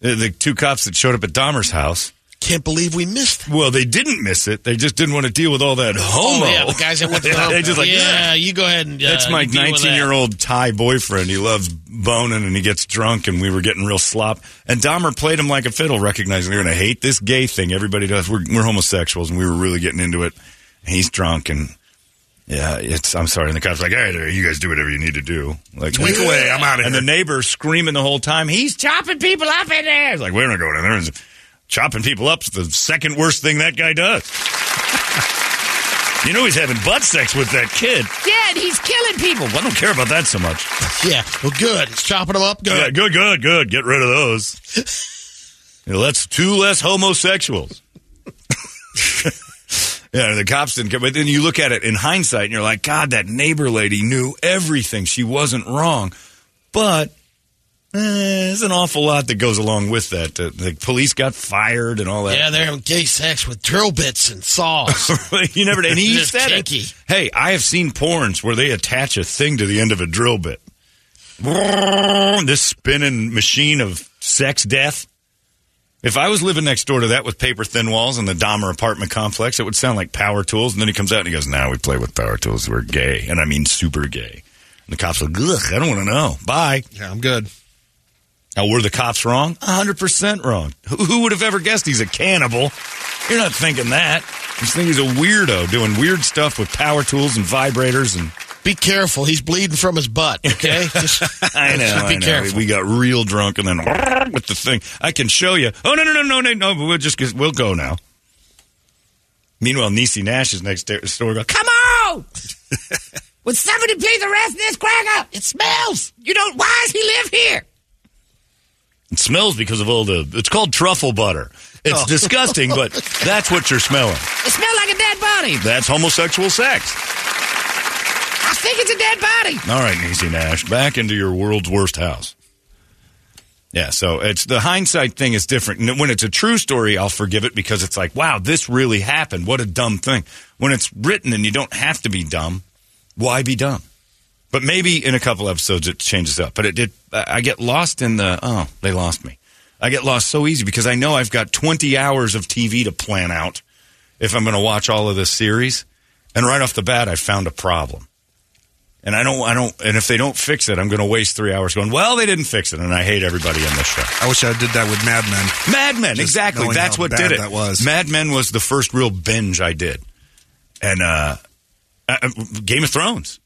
G: The, the two cops that showed up at Dahmer's house.
H: Can't believe we missed that.
G: Well, they didn't miss it. They just didn't want to deal with all that homo.
H: Oh, yeah, the guys that went to the
G: Yeah, they just like,
H: yeah,
G: yeah.
H: you go ahead and. Uh,
G: That's my
H: deal with that."
G: 19 year old Thai boyfriend. He loves boning and he gets drunk, and we were getting real slop. And Dahmer played him like a fiddle, recognizing they're going to hate this gay thing everybody does. We're, we're homosexuals, and we were really getting into it. And he's drunk, and yeah, it's. I'm sorry. And the cops like, hey, there, you guys do whatever you need to do. Like,
D: Tweak away. I'm outta
G: And
D: here.
G: the neighbor screaming the whole time, he's chopping people up in there. It's like, we're not going in there. It's- chopping people up's the second worst thing that guy does. You know he's having butt sex with that kid. Yeah, and he's killing people. Well, I don't care about that so much.
H: Yeah, well, good. It's chopping them up.
G: Yeah,
H: Good.
G: good, good, good. Get rid of those. You know, that's two less homosexuals. yeah, the cops didn't come. But then you look at it in hindsight and you're like, God, that neighbor lady knew everything. She wasn't wrong. But eh, there's an awful lot that goes along with that. The, the police got fired and all that.
H: Yeah, they're having gay sex with drill bits and saws.
G: you never and he
H: Just
G: said
H: kinky.
G: it. Hey, I have seen porns where they attach a thing to the end of a drill bit. This spinning machine of sex death. If I was living next door to that with paper thin walls in the Dahmer apartment complex, it would sound like power tools. And then he comes out and he goes, "Now we play with power tools. We're gay, and I mean super gay." And the cops are like, "Ugh, I don't want to know. Bye."
D: Yeah, I'm good.
G: Now, were the cops wrong? 100% wrong. Who, who would have ever guessed he's a cannibal? You're not thinking that. You just think he's a weirdo doing weird stuff with power tools and vibrators and.
H: Be careful. He's bleeding from his butt. Okay. Just,
G: I know.
H: Just be
G: I know.
H: careful.
G: We got real drunk and then with the thing. I can show you. Oh no no no no no no! But we'll just we'll go now. Meanwhile, Niecy Nash is next door. Go, Come on!
I: Would somebody please arrest this cracker? It smells. You don't. Why does he live here?
G: It smells because of all the. It's called truffle butter.
H: Oh.
G: It's disgusting, but that's what you're smelling.
I: It smells like a dead body.
G: That's homosexual sex.
I: I think it's a dead body.
G: All right, Niecy Nash, back into your world's worst house. Yeah, so it's the hindsight thing is different. And When it's a true story, I'll forgive it because it's like, wow, this really happened. What a dumb thing. When it's written and you don't have to be dumb, why be dumb? But maybe in a couple episodes it changes up. But it did. I I get lost in the oh, they lost me. I get lost so easy because I know I've got 20 hours of TV to plan out if I'm going to watch all of this series. And right off the bat, I found a problem. And I don't, I don't, and if they don't fix it, I'm going to waste three hours going, well, they didn't fix it. And I hate everybody in this show.
D: I wish I did that with Mad Men.
G: Mad Men,
D: Just
G: exactly.
D: knowing
G: That's
D: how
G: what
D: bad
G: did it.
D: that was.
G: Mad Men was the first real binge I did, and uh, uh, uh, Game of Thrones.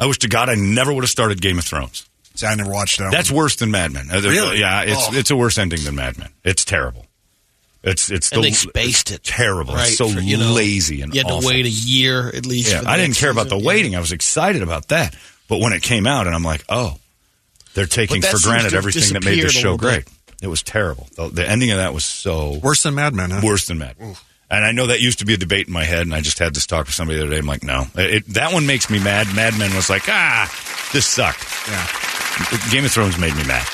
G: I wish to God I never would have started Game of Thrones.
D: See, I never watched that.
G: That's worse than Mad Men. Uh, the-
D: Really?
G: Yeah, it's
D: Oh.
G: it's a worse ending than Mad Men. It's terrible. It's it's
H: and
G: the,
H: they spaced it.
G: terrible.
H: Right,
G: it's so
H: for, you know,
G: lazy and
H: You had
G: awful.
H: to wait a year at least.
G: Yeah,
H: for the
G: I didn't
H: next
G: care about the
H: season.
G: waiting. I was excited about that. But when it came out, and I'm like, oh, they're taking
H: that
G: for
H: seems to
G: granted
H: have
G: everything that made
H: disappeared a
G: this show
H: little
G: great.
H: bit.
G: It was terrible. The, the ending of that was so
D: worse than Mad Men. Huh?
G: worse than
H: Uh,
G: Mad. Men. And I know that used to be a debate in my head, and I just had this talk with somebody the other day. I'm like, no, it, that one makes me mad. Mad Men was like, ah, this sucked.
D: Yeah.
G: Game of Thrones made me mad.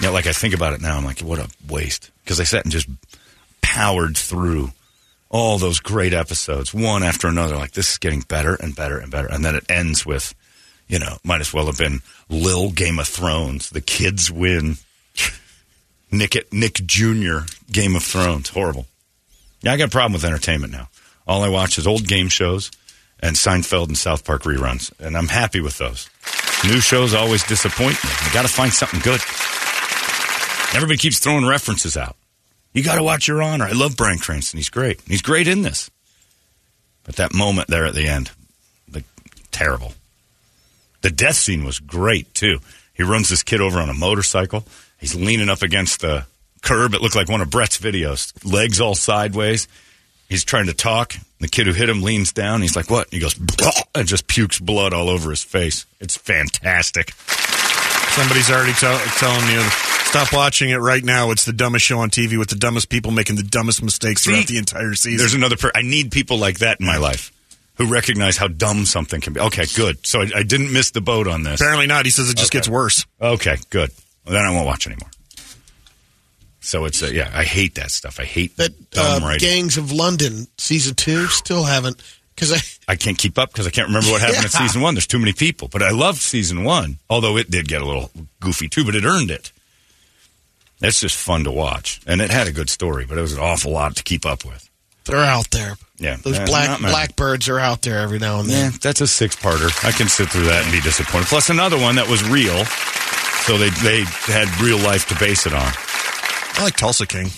G: Yeah, like I think about it now, I'm like, what a waste. Because I sat and just powered through all those great episodes, one after another. Like this is getting better and better and better, and then it ends with, you know, might as well have been Lil Game of Thrones. The kids win. Nick Nick Jr. Game of Thrones, horrible. Yeah, I got a problem with entertainment now. All I watch is old game shows and Seinfeld and South Park reruns, and I'm happy with those. New shows always disappoint me. I got to find something good. Everybody keeps throwing references out. You got to watch Your Honor. I love Brian Cranston. He's great. He's great in this. But that moment there at the end, like terrible. The death scene was great too. He runs this kid over on a motorcycle. He's leaning up against the curb. It looked like one of Brett's videos. Legs all sideways. He's trying to talk. The kid who hit him leans down. He's like, "What?" He goes, "Bleh," and just pukes blood all over his face. It's fantastic.
D: Somebody's already tell telling you stop watching it right now. It's the dumbest show on TV with the dumbest people making the dumbest mistakes throughout the entire season.
G: There's another. Per- I need people like that in my life who recognize how dumb something can be. Okay, good. So I, I didn't miss the boat on this.
D: Apparently not. He says it just gets worse.
G: Okay, good. Well, then I won't watch anymore. So it's uh, yeah. I hate that stuff. I hate
H: That
G: dumb
H: uh,
G: writing.
H: Gangs of London season two still haven't because I
G: I can't keep up because I can't remember what happened in
H: Yeah.
G: season one. There's too many people. But I loved season one, although it did get a little goofy too, but it earned it. That's just fun to watch. And it had a good story, but it was an awful lot to keep up with.
H: they're out there.
G: Yeah.
H: those
G: Yeah,
H: black
G: not many.
H: blackbirds are out there every now and then.
G: Yeah, that's a six parter. I can sit through that and be disappointed. Plus another one that was real. So they they had real life to base it on.
D: I like Tulsa King.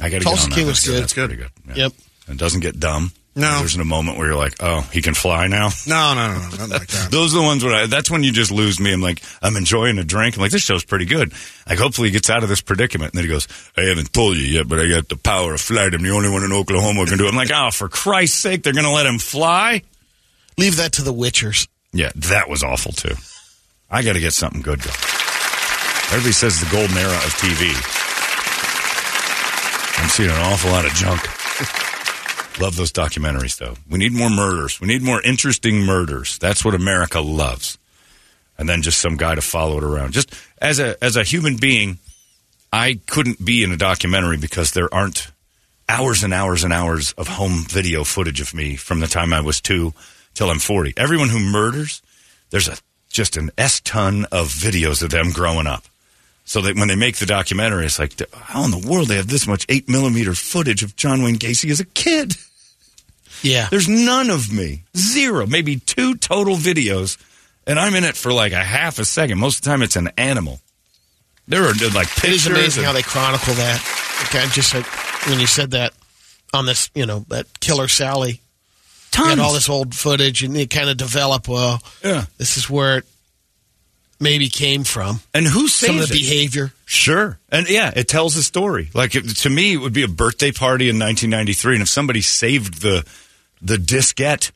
G: I got to get
H: Tulsa
G: on that.
H: King was
G: That's
H: good.
G: That's good. Pretty good. Yeah.
H: Yep.
G: It doesn't get dumb.
D: No.
G: There's a moment where you're like, oh, he can fly now.
D: No, no, no, no, nothing like that.
G: Those are the ones where I, that's when you just lose me. I'm like, I'm enjoying a drink. I'm like, this show's pretty good. Like, hopefully he gets out of this predicament. And then he goes, I haven't told you yet, but I got the power of flight. I'm the only one in Oklahoma who can do it. I'm like, oh, for Christ's sake, they're going to let him fly?
H: Leave that to the Witchers.
G: Yeah, that was awful too. I got to get something good going. Everybody says the golden era of TV. I'm seeing an awful lot of junk. Love those documentaries though. We need more murders. We need more interesting murders. That's what America loves. And then just some guy to follow it around. Just as a as a human being, I couldn't be in a documentary because there aren't hours and hours and hours of home video footage of me from the time I was two till I'm 40. Everyone who murders, there's a just an S ton of videos of them growing up. So that when they make the documentary, it's like, how in the world they have this much eight millimeter footage of John Wayne Gacy as a kid?
H: Yeah.
G: There's none of me. Zero. Maybe two total videos. And I'm in it for like a half a second. Most of the time, it's an animal. There are like pictures.
H: It is amazing
G: and-
H: how they chronicle that. Okay, just like when you said that on this, you know, that Killer Sally.
G: Tons.
H: And all this old footage, and it kind of develop. Well,
G: Yeah.
H: this is where it maybe came from.
G: And who saves
H: Some of the
G: it?
H: behavior.
G: Sure. And yeah, it tells a story. Like it, to me, it would be a birthday party in 1993. And if somebody saved the, the diskette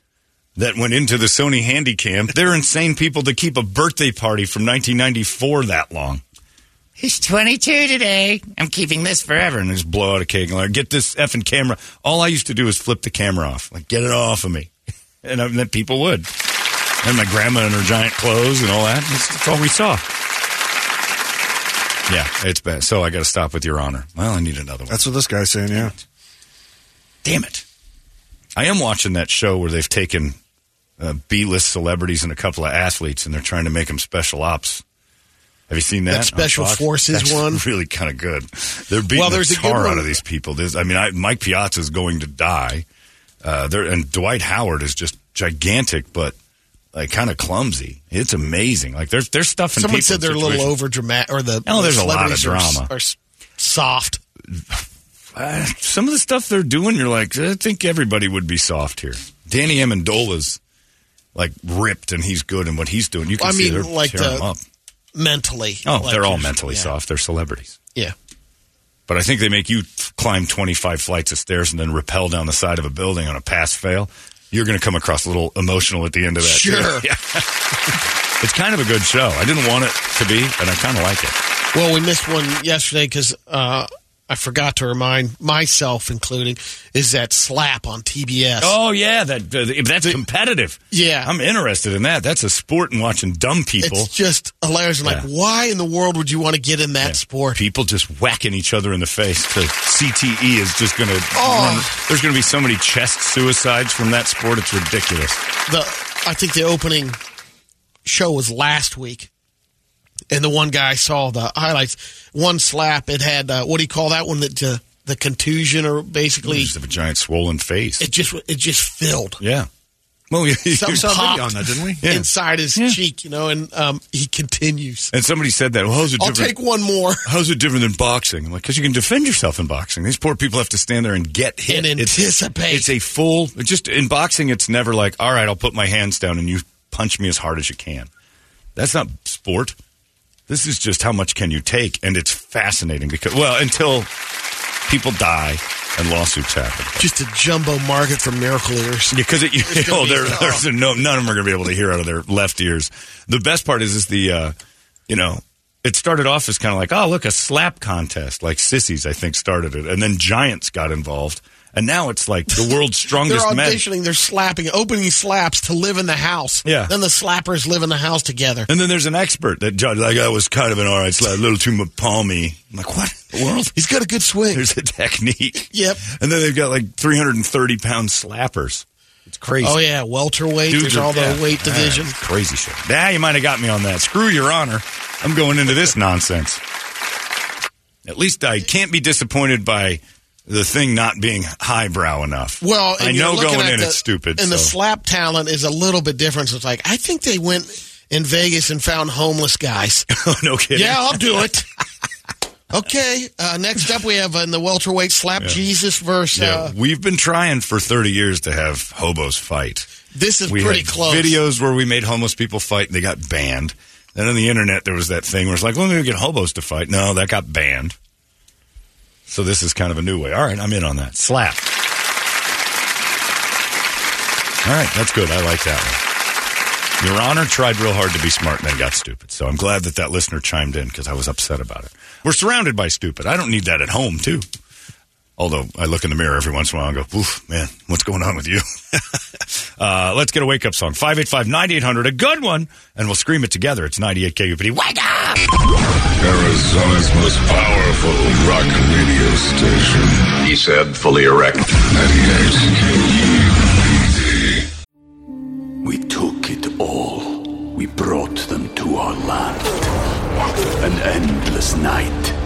G: that went into the Sony Handycam, they're insane people to keep a birthday party from 1994 that long. He's 22 today. I'm keeping this forever. And just blow out a cake and like, get this effing camera. All I used to do is flip the camera off. Like, get it off of me. And, I, and then people would. And my grandma in her giant clothes and all that. That's, that's all we saw. Yeah, it's bad. So I got to stop with Your Honor. Well, I need another one.
D: That's what this guy's saying, yeah.
G: Damn it. I am watching that show where they've taken uh, B list celebrities and a couple of athletes and they're trying to make them special ops. Have you seen that?
H: That
G: on
H: Special
G: Fox?
H: Forces
G: That's
H: one?
G: really kind of good. They're beating
H: Well,
G: the
H: there's a good
G: tar out
H: one.
G: of these people. There's, I mean, I, Mike Piazza's going to die. Uh, there and Dwight Howard is just gigantic, but like kind of clumsy. It's amazing. Like there's there's stuff in
H: Someone
G: people
H: said they're a little
G: situations-
H: over dramatic, or the
G: Oh, there's
H: the
G: a lot of
H: celebrities are s-
G: drama.
H: Are, s- soft.
G: Uh, some of the stuff they're doing, you're like, I think everybody would be soft here. Danny Amendola's like ripped, and he's good in what he's doing. You can
H: I
G: see
H: mean,
G: they're
H: like
G: tearing
H: the-
G: him up.
H: mentally.
G: Oh,
H: Like,
G: they're all
H: there's-
G: mentally
H: yeah.
G: soft. They're celebrities,
H: Yeah.
G: but I think they make you t- climb 25 flights of stairs and then rappel down the side of a building on a pass fail. You're going to come across a little emotional at the end of that. too.
H: Sure.
G: Yeah. it's kind of a good show. I didn't want it to be, and I kind of like it.
H: Well, we missed one yesterday because uh, I forgot to remind myself, including, is that slap on TBS.
G: Oh yeah, that uh, if that's competitive.
H: Yeah.
G: I'm interested in that. That's a sport in watching dumb people.
H: It's just hilarious. I'm like,
G: Yeah.
H: why in the world would you want to get in that
G: Yeah.
H: sport?
G: People just whacking each other in the face. The CTE is just going to.
H: Oh.
G: There's going to be so many chest suicides from that sport. It's ridiculous.
H: The I think the opening show was last week, and the one guy saw the highlights. One slap. It had uh, what do you call that one? That uh, the contusion or basically
G: Just have a giant swollen face.
H: it just it just filled.
G: yeah. Well, you, you
H: Something
D: saw a video
H: popped
D: on that, didn't we?
G: Yeah.
H: Inside his
G: Yeah.
H: cheek, you know, and um, he continues.
G: and somebody said that. Well, how's it
H: I'll
G: different?
H: take one more.
G: how's it different than boxing? I'm like, because you can defend yourself in boxing. These poor people have to stand there and get hit.
H: And
G: It's-
H: anticipate.
G: It's, a full. Just in boxing, it's never like, all right, I'll put my hands down and you punch me as hard as you can. That's not sport. This is just how much can you take, and it's fascinating because well, until people die and lawsuits happen.
H: Just a jumbo market for miracle ears.
G: Because it, you
H: There's gonna
D: oh,
G: know,
H: be
G: there,
H: some-
G: there's no none of them are going to be able to hear out of their left ears. The best part is, is the, uh, you know, it started off as kind of like, oh look, a slap contest. Like sissies, I think, started it, and then giants got involved, and now it's like the world's
H: They're
G: strongest men.
H: auditioning, they're slapping, opening slaps to live in the house.
G: Yeah.
H: Then the slappers live in the house together.
G: And then there's an expert that judge like I was kind of an all right slap, a little too mu- palmy. I'm like, what in the world?
H: He's got a good swing.
G: There's a technique.
H: Yep.
G: And then they've got like 330 pound slappers. It's crazy.
H: oh, yeah. Welterweight.
G: Dudes
H: there's
G: are-
H: all the
G: yeah.
H: weight division.
G: Ah, crazy shit. Yeah, you might have got me on that. Screw your honor. I'm going into this nonsense. At least I can't be disappointed by the thing not being highbrow enough.
H: Well, and
G: I
H: you're
G: know
H: looking
G: going
H: at
G: in
H: the-
G: it's stupid.
H: And the
G: so.
H: slap talent is a little bit different. It's like, I think they went in Vegas and found homeless guys.
G: no kidding.
H: yeah, I'll do it. Okay. Uh, next up, we have uh, in the welterweight slap Jesus versus.
G: Yeah,
H: Uh,
G: we've been trying for 30 years to have hobos fight.
H: this is
G: we
H: pretty
G: had
H: close.
G: videos where we made homeless people fight and they got banned. Then on the internet there was that thing where it's like, well, maybe we get hobos to fight. No, that got banned. So this is kind of a new way. All right, I'm in on that. Slap. All right, that's good. I like that one. Your Honor tried real hard to be smart and then got stupid. So I'm glad that that listener chimed in because I was upset about it. We're surrounded by stupid. I don't need that at home, too. Although I look in the mirror every once in a while and go, oof, man, what's going on with you? uh, let's get a wake up song 585 9800, a good one, and we'll scream it together. It's 98 KUPD. Wake up!
B: Arizona's most powerful rock radio station. He said, fully erect. 98 KUPD.
C: We took it all. We brought them to our land. An endless night,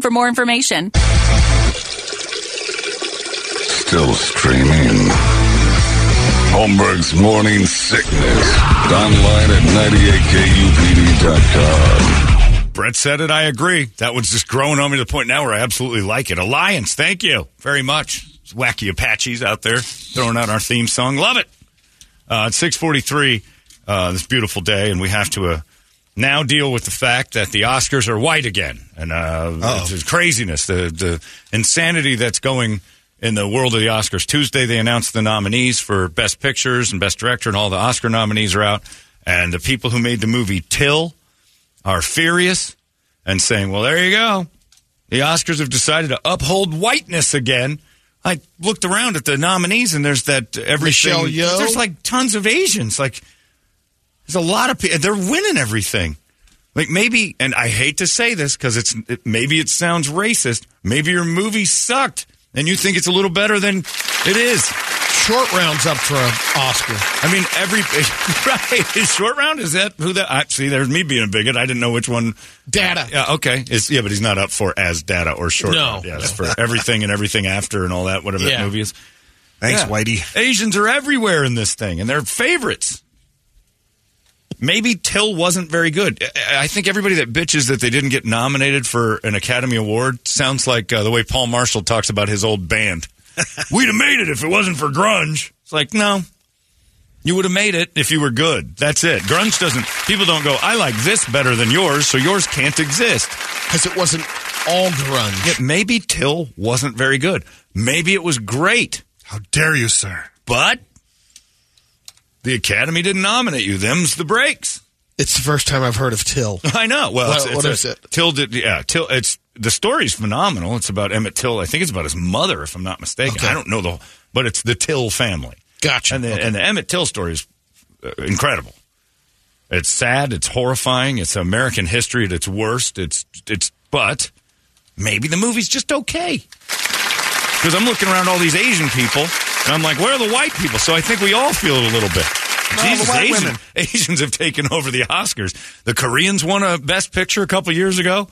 A: for more information.
B: Still streaming. Holmberg's Morning Sickness. Online at 98kupd.com.
G: Brett said it. I agree. That one's just growing on me to the point now where I absolutely like it. Alliance, thank you very much. It's wacky Apaches out there throwing out our theme song. Love it. Uh, it's 643 uh, this beautiful day, and we have to uh, now deal with the fact that the Oscars are white again. And uh, it's just craziness, the, the insanity that's going in the world of the Oscars. Tuesday, they announced the nominees for Best Pictures and Best Director, and all the Oscar nominees are out. And the people who made the movie Till are furious and saying, well, there you go. The Oscars have decided to uphold whiteness again. I looked around at the nominees, and there's that everything.
H: Michelle Yeoh.
G: There's like tons of Asians. Like, there's a lot of people. They're winning everything. Like maybe, and I hate to say this because it's it, maybe it sounds racist. Maybe your movie sucked, and you think it's a little better than it is.
H: Short rounds up for an Oscar.
G: I mean, every right is short round. Is that who that? I, see, there's me being a bigot. I didn't know which one.
H: Data.
G: Yeah. Okay. It's, yeah, but he's not up for as data or short.
H: No.
G: round. Yeah, it's for everything and everything after and all that. Whatever that
H: Yeah.
G: movie is.
D: Thanks,
G: Yeah.
D: Whitey.
G: Asians are everywhere in this thing, and they're favorites. Maybe Till wasn't very good. I- I think everybody that bitches that they didn't get nominated for an Academy Award sounds like uh, the way Paul Marshall talks about his old band. We'd have made it if it wasn't for grunge. It's like, no. You would have made it if you were good. That's it. Grunge doesn't, people don't go, I like this better than yours, so yours can't exist.
H: Because it wasn't all grunge.
G: Yet maybe Till wasn't very good. Maybe it was great
D: How dare you, sir?
G: but the Academy didn't nominate you. Them's the breaks.
H: It's the first time I've heard of Till.
G: I know. Well,
H: What-
G: it's, it's
H: what
G: a-
H: is it?
G: Till did, yeah, Till. It's the story's phenomenal. It's about Emmett Till. I think it's about his mother, if I'm not mistaken.
H: Okay.
G: I don't know the, but it's the Till family.
H: Gotcha.
G: And the,
H: Okay.
G: and the Emmett Till story is uh, incredible. It's sad. It's horrifying. It's American history at its worst. It's it's but maybe the movie's just okay. Because I'm looking around all these Asian people, and I'm like, where are the white people? So I think we all feel it a little bit.
D: the white
G: Asian-
D: women.
G: Asians have taken over the Oscars. The Koreans won a Best Picture a couple years ago.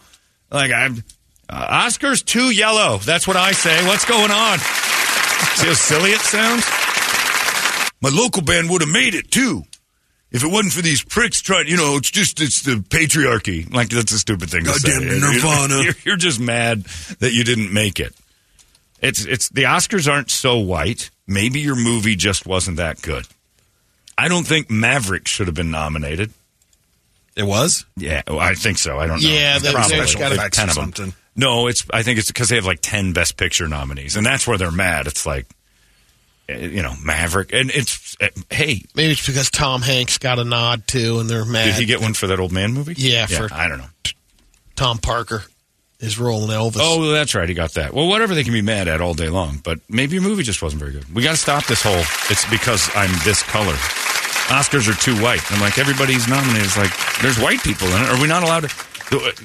G: Like I'm, uh, Oscars too yellow. That's what I say. What's going on? See how silly it sounds. My local band would have made it too. If it wasn't for these pricks trying, you know, it's just it's the patriarchy. Like that's a stupid thing to say.
D: Goddamn Nirvana.
G: You're, you're just mad that you didn't make it. It's it's the Oscars aren't so white. Maybe your movie just wasn't that good. I don't think Maverick should have been nominated.
D: It was?
G: Yeah, well, I think so. I don't know.
H: Yeah, they-
G: Probably.
H: they've gotta
G: Like
D: fix something.
G: No, it's. I think it's because they have like ten Best Picture nominees, and that's where they're mad. It's like, eh, you know, Maverick, and it's eh, hey,
H: Maybe it's because Tom Hanks got a nod too, and they're mad.
G: did he get one for that old man movie?
H: Yeah, for-
G: I don't know.
H: Tom Parker is rolling Elvis.
G: Oh, well, that's right. He got that. Well, whatever they can be mad at all day long, but maybe your movie just wasn't very good. We got to stop this whole. It's because I'm this color. Oscars are too white. I'm like everybody's nominated. It's like there's white people in it. Are we not allowed to?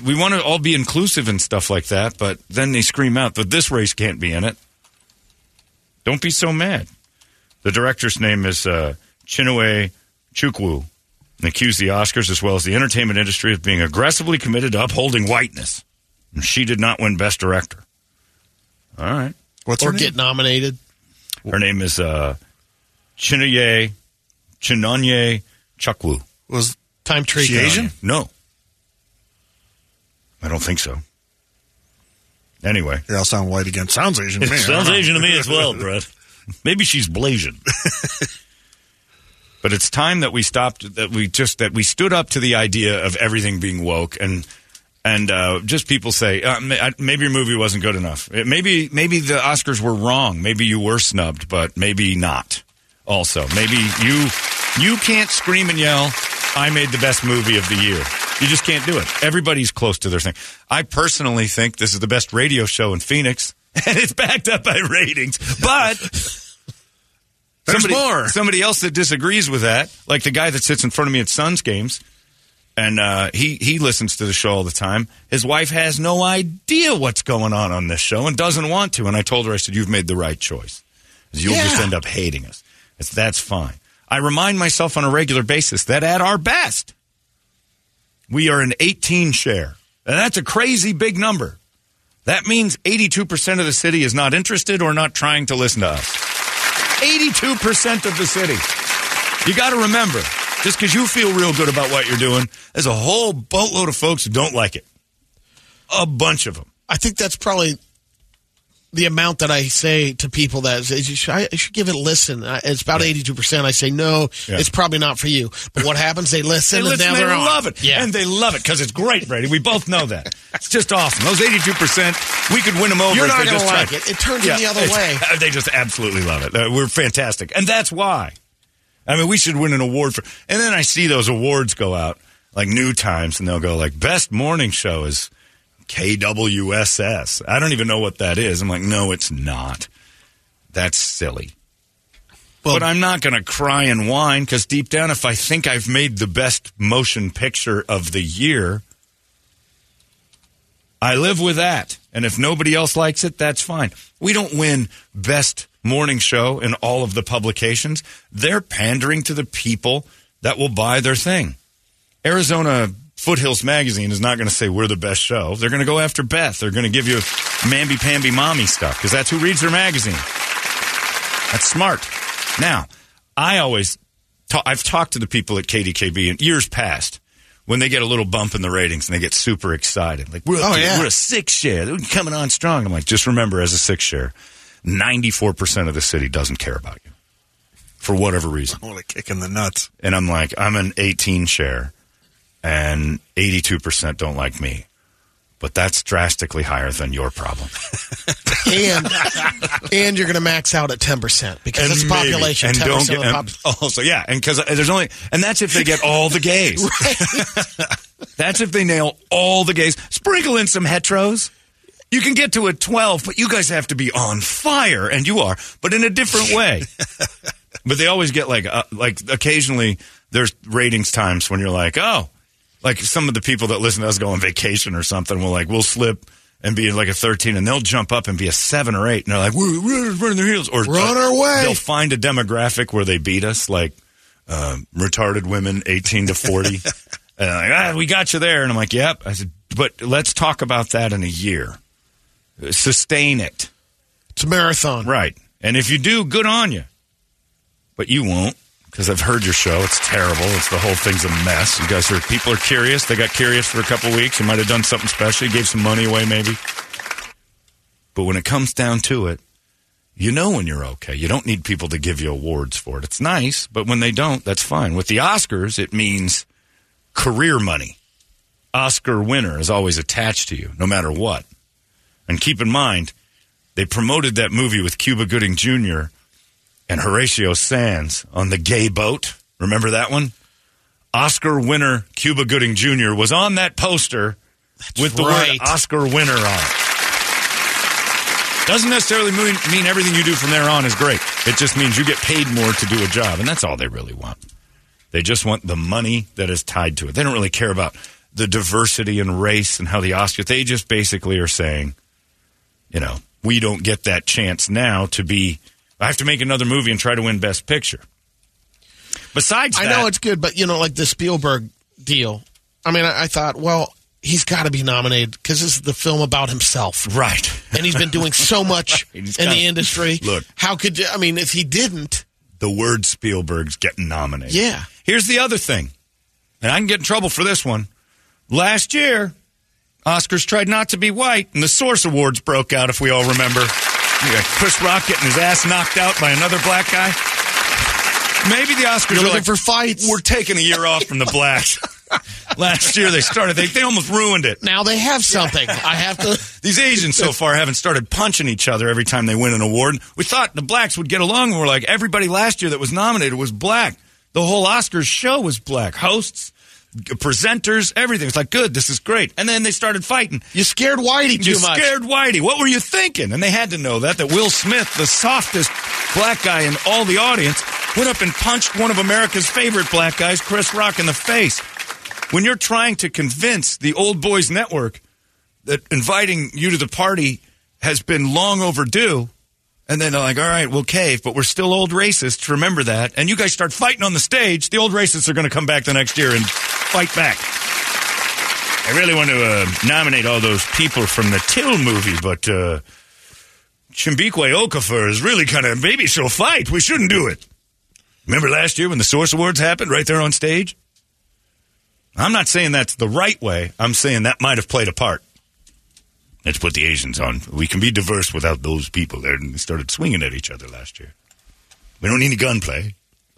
G: We want to all be inclusive and stuff like that, but then they scream out that this race can't be in it. Don't be so mad. The director's name is uh, Chinue Chukwu and accused the Oscars as well as the entertainment industry of being aggressively committed to upholding whiteness. And she did not win Best Director. All right.
D: What's
H: or
D: her
H: get
D: name?
H: nominated.
G: Her name is uh, Chinue Chinonye Chukwu.
D: Was
H: Time tree.
D: She Asian?
G: No. I don't think so. Anyway.
D: Here, I'll sound white again. Sounds Asian to me.
G: It sounds Asian to me as well, Brett. Maybe she's Blasian. but it's time that we stopped. That we just that we stood up to the idea of everything being woke and and uh, just people say uh, ma- I- maybe your movie wasn't good enough. It- maybe maybe the Oscars were wrong. Maybe you were snubbed, but maybe not. Also, maybe you you can't scream and yell. I made the best movie of the year. You just can't do it. Everybody's close to their thing. I personally think this is the best radio show in Phoenix, and it's backed up by ratings. But
D: There's
G: somebody,
D: more.
G: Somebody else that disagrees with that, like the guy that sits in front of me at Suns games, and uh, he he listens to the show all the time. His wife has no idea what's going on on this show and doesn't want to. And I told her, I said, "You've made the right choice. 'Cause You'll just
H: Yeah.
G: end up hating us. It's, that's fine." I remind myself on a regular basis that at our best, we are an 18 share, and that's a crazy big number. That means 82% of the city is not interested or not trying to listen to us. 82% of the city. You got to remember, just because you feel real good about what you're doing, there's a whole boatload of folks who don't like it. A bunch of them.
H: I think that's probably the amount that I say to people that is, is you should, I should give it a listen. I- It's about eighty-two percent. I say no,
G: Yeah.
H: it's probably not for you. But what happens? They listen.
G: They,
H: and
G: listen,
H: now
G: they
H: they're on.
G: love it.
H: Yeah,
G: And they love it because it's great, Brady. We both know that. it's just awesome. Those 82%, we could win them over
H: You're
G: if
H: not
G: they
H: gonna
G: just tried.
H: like it. It turns in the other
G: it's- They just absolutely love it. Uh, We're fantastic. And that's why. I mean, we should win an award for. And then I see those awards go out, like New Times, and they'll go, like, best morning show is KWSS. I don't even know what that is. I'm like, no, it's not. That's silly. but I'm not going to cry and whine because deep down, if I think I've made the best motion picture of the year, I live with that. And if nobody else likes it, that's fine. We don't win best morning show in all of the publications. They're pandering to the people that will buy their thing. Arizona Foothills Magazine is not going to say we're the best show. They're going to go after Beth. They're going to give you mamby pamby mommy stuff because that's who reads their magazine. That's smart. Now, I always, ta- I've talked to the people at KDKB in years past when they get a little bump in the ratings and they get super excited. Like, we're, up
H: Oh,
G: to-
H: yeah.
G: we're a six share. We're coming on strong. I'm like, just remember as a six share, 94% of the city doesn't care about you for whatever reason.
D: I want to kick in the nuts.
G: And I'm like, I'm an 18 share and 82% don't like me. But that's drastically higher than your problem.
H: and and you're going to max out at ten percent because it's
G: maybe-
H: population. 10% of the
G: and
H: pop-
G: also yeah, and because there's only and that's if they get all the gays. that's if they nail all the gays. Sprinkle in some heteros. You can get to a twelve, but you guys have to be on fire, and you are, but in a different way. but they always get like uh, like occasionally there's ratings times when you're like oh like some of the people that listen to us go on vacation or something will like we'll slip and be like a 13 and they'll jump up and be a 7 or 8 and they're like we're, we're running their heels or
H: We're on our way.
G: they'll find a demographic where they beat us like um, retarded women 18 to 40 and like ah, we got you there and i'm like yep i said but let's talk about that in a year sustain it
H: it's a marathon.
G: Right. And if you do, good on you. But you won't because I've heard your show. It's terrible. It's the whole thing's a mess. You guys are people are curious. They got curious for a couple weeks. You might have done something special. You gave some money away, maybe. But when it comes down to it, you know when you're okay. You don't need people to give you awards for it. It's nice, but when they don't, that's fine. With the Oscars, it means career money. Oscar winner is always attached to you, no matter what. And keep in mind, they promoted that movie with Cuba Gooding Jr. and Horatio Sands on the gay boat. Remember that one? Oscar winner Cuba Gooding Jr. was on that poster with the
H: right.
G: word Oscar winner on it. Doesn't necessarily mean, mean everything you do from there on is great. It just means you get paid more to do a job, and that's all they really want. They just want the money that is tied to it. They don't really care about the diversity and race and how the Oscar. They just basically are saying, you know, we don't get that chance now to be. I have to make another movie and try to win Best Picture. Besides,
H: I
G: that,
H: know it's good, but you know, like the Spielberg deal. I mean, I, I thought, well, he's got to be nominated because this is the film about himself,
G: right.
H: and he's been doing so much in
G: He's
H: the
G: gotta-
H: industry.
G: Look.
H: how could you? I mean, if he didn't,
G: the word Spielberg's getting nominated.
H: Yeah.
G: Here's the other thing, and I can get in trouble for this one. Last year, Oscars tried not to be white, and the Source Awards broke out, if we all remember. Yeah, Chris Rock getting his ass knocked out by another black guy. Maybe the Oscars
H: You're
G: are
H: looking
G: like,
H: for fights.
G: We're taking a year off from the blacks. Last year they started. They, they almost ruined it.
H: Now they have something. I have to.
G: These Asians so far haven't started punching each other every time they win an award. We thought the blacks would get along. and We're like, everybody last year that was nominated was black. The whole Oscars show was black. Hosts, g- presenters, everything. It's like, good, this is great. And then they started fighting.
H: You scared Whitey too
G: you
H: much.
G: scared Whitey. What were you thinking? And they had to know that, that Will Smith, the softest black guy in all the audience, went up and punched one of America's favorite black guys, Chris Rock, in the face. When you're trying to convince the Old Boys Network that inviting you to the party has been long overdue, and then they're like, all right, we'll cave, but we're still old racists. Remember that. And you guys start fighting on the stage, the old racists are going to come back the next year and fight back. I really want to uh, nominate all those people from the Till movie, but uh, Chimbikwe Okafor is really kind of maybe she'll fight. We shouldn't do it. Remember last year when the Source Awards happened right there on stage? I'm not saying that's the right way. I'm saying that might have played a part. Let's put the Asians on. We can be diverse without those people. They're- They started swinging at each other last year. We don't need any gunplay.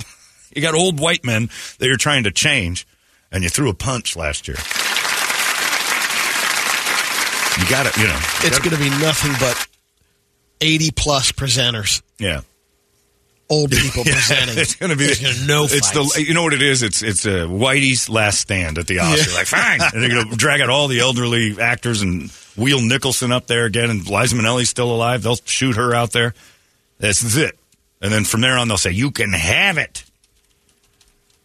G: you got old white men that you're trying to change, and you threw a punch last year. You got to, you know. you
H: It's
G: gotta-
H: going to be nothing but eighty plus presenters,
G: Yeah.
H: old people presenting.
G: It's going to be
H: There's gonna be no
G: It's
H: fights.
G: the you know what it is. It's it's uh, Whitey's last stand at the Oscar. Like fine, and they're going to drag out all the elderly actors and wheel Nicholson up there again, and Liza Minnelli's still alive. They'll shoot her out there. This is it. And then from there on, they'll say you can have it.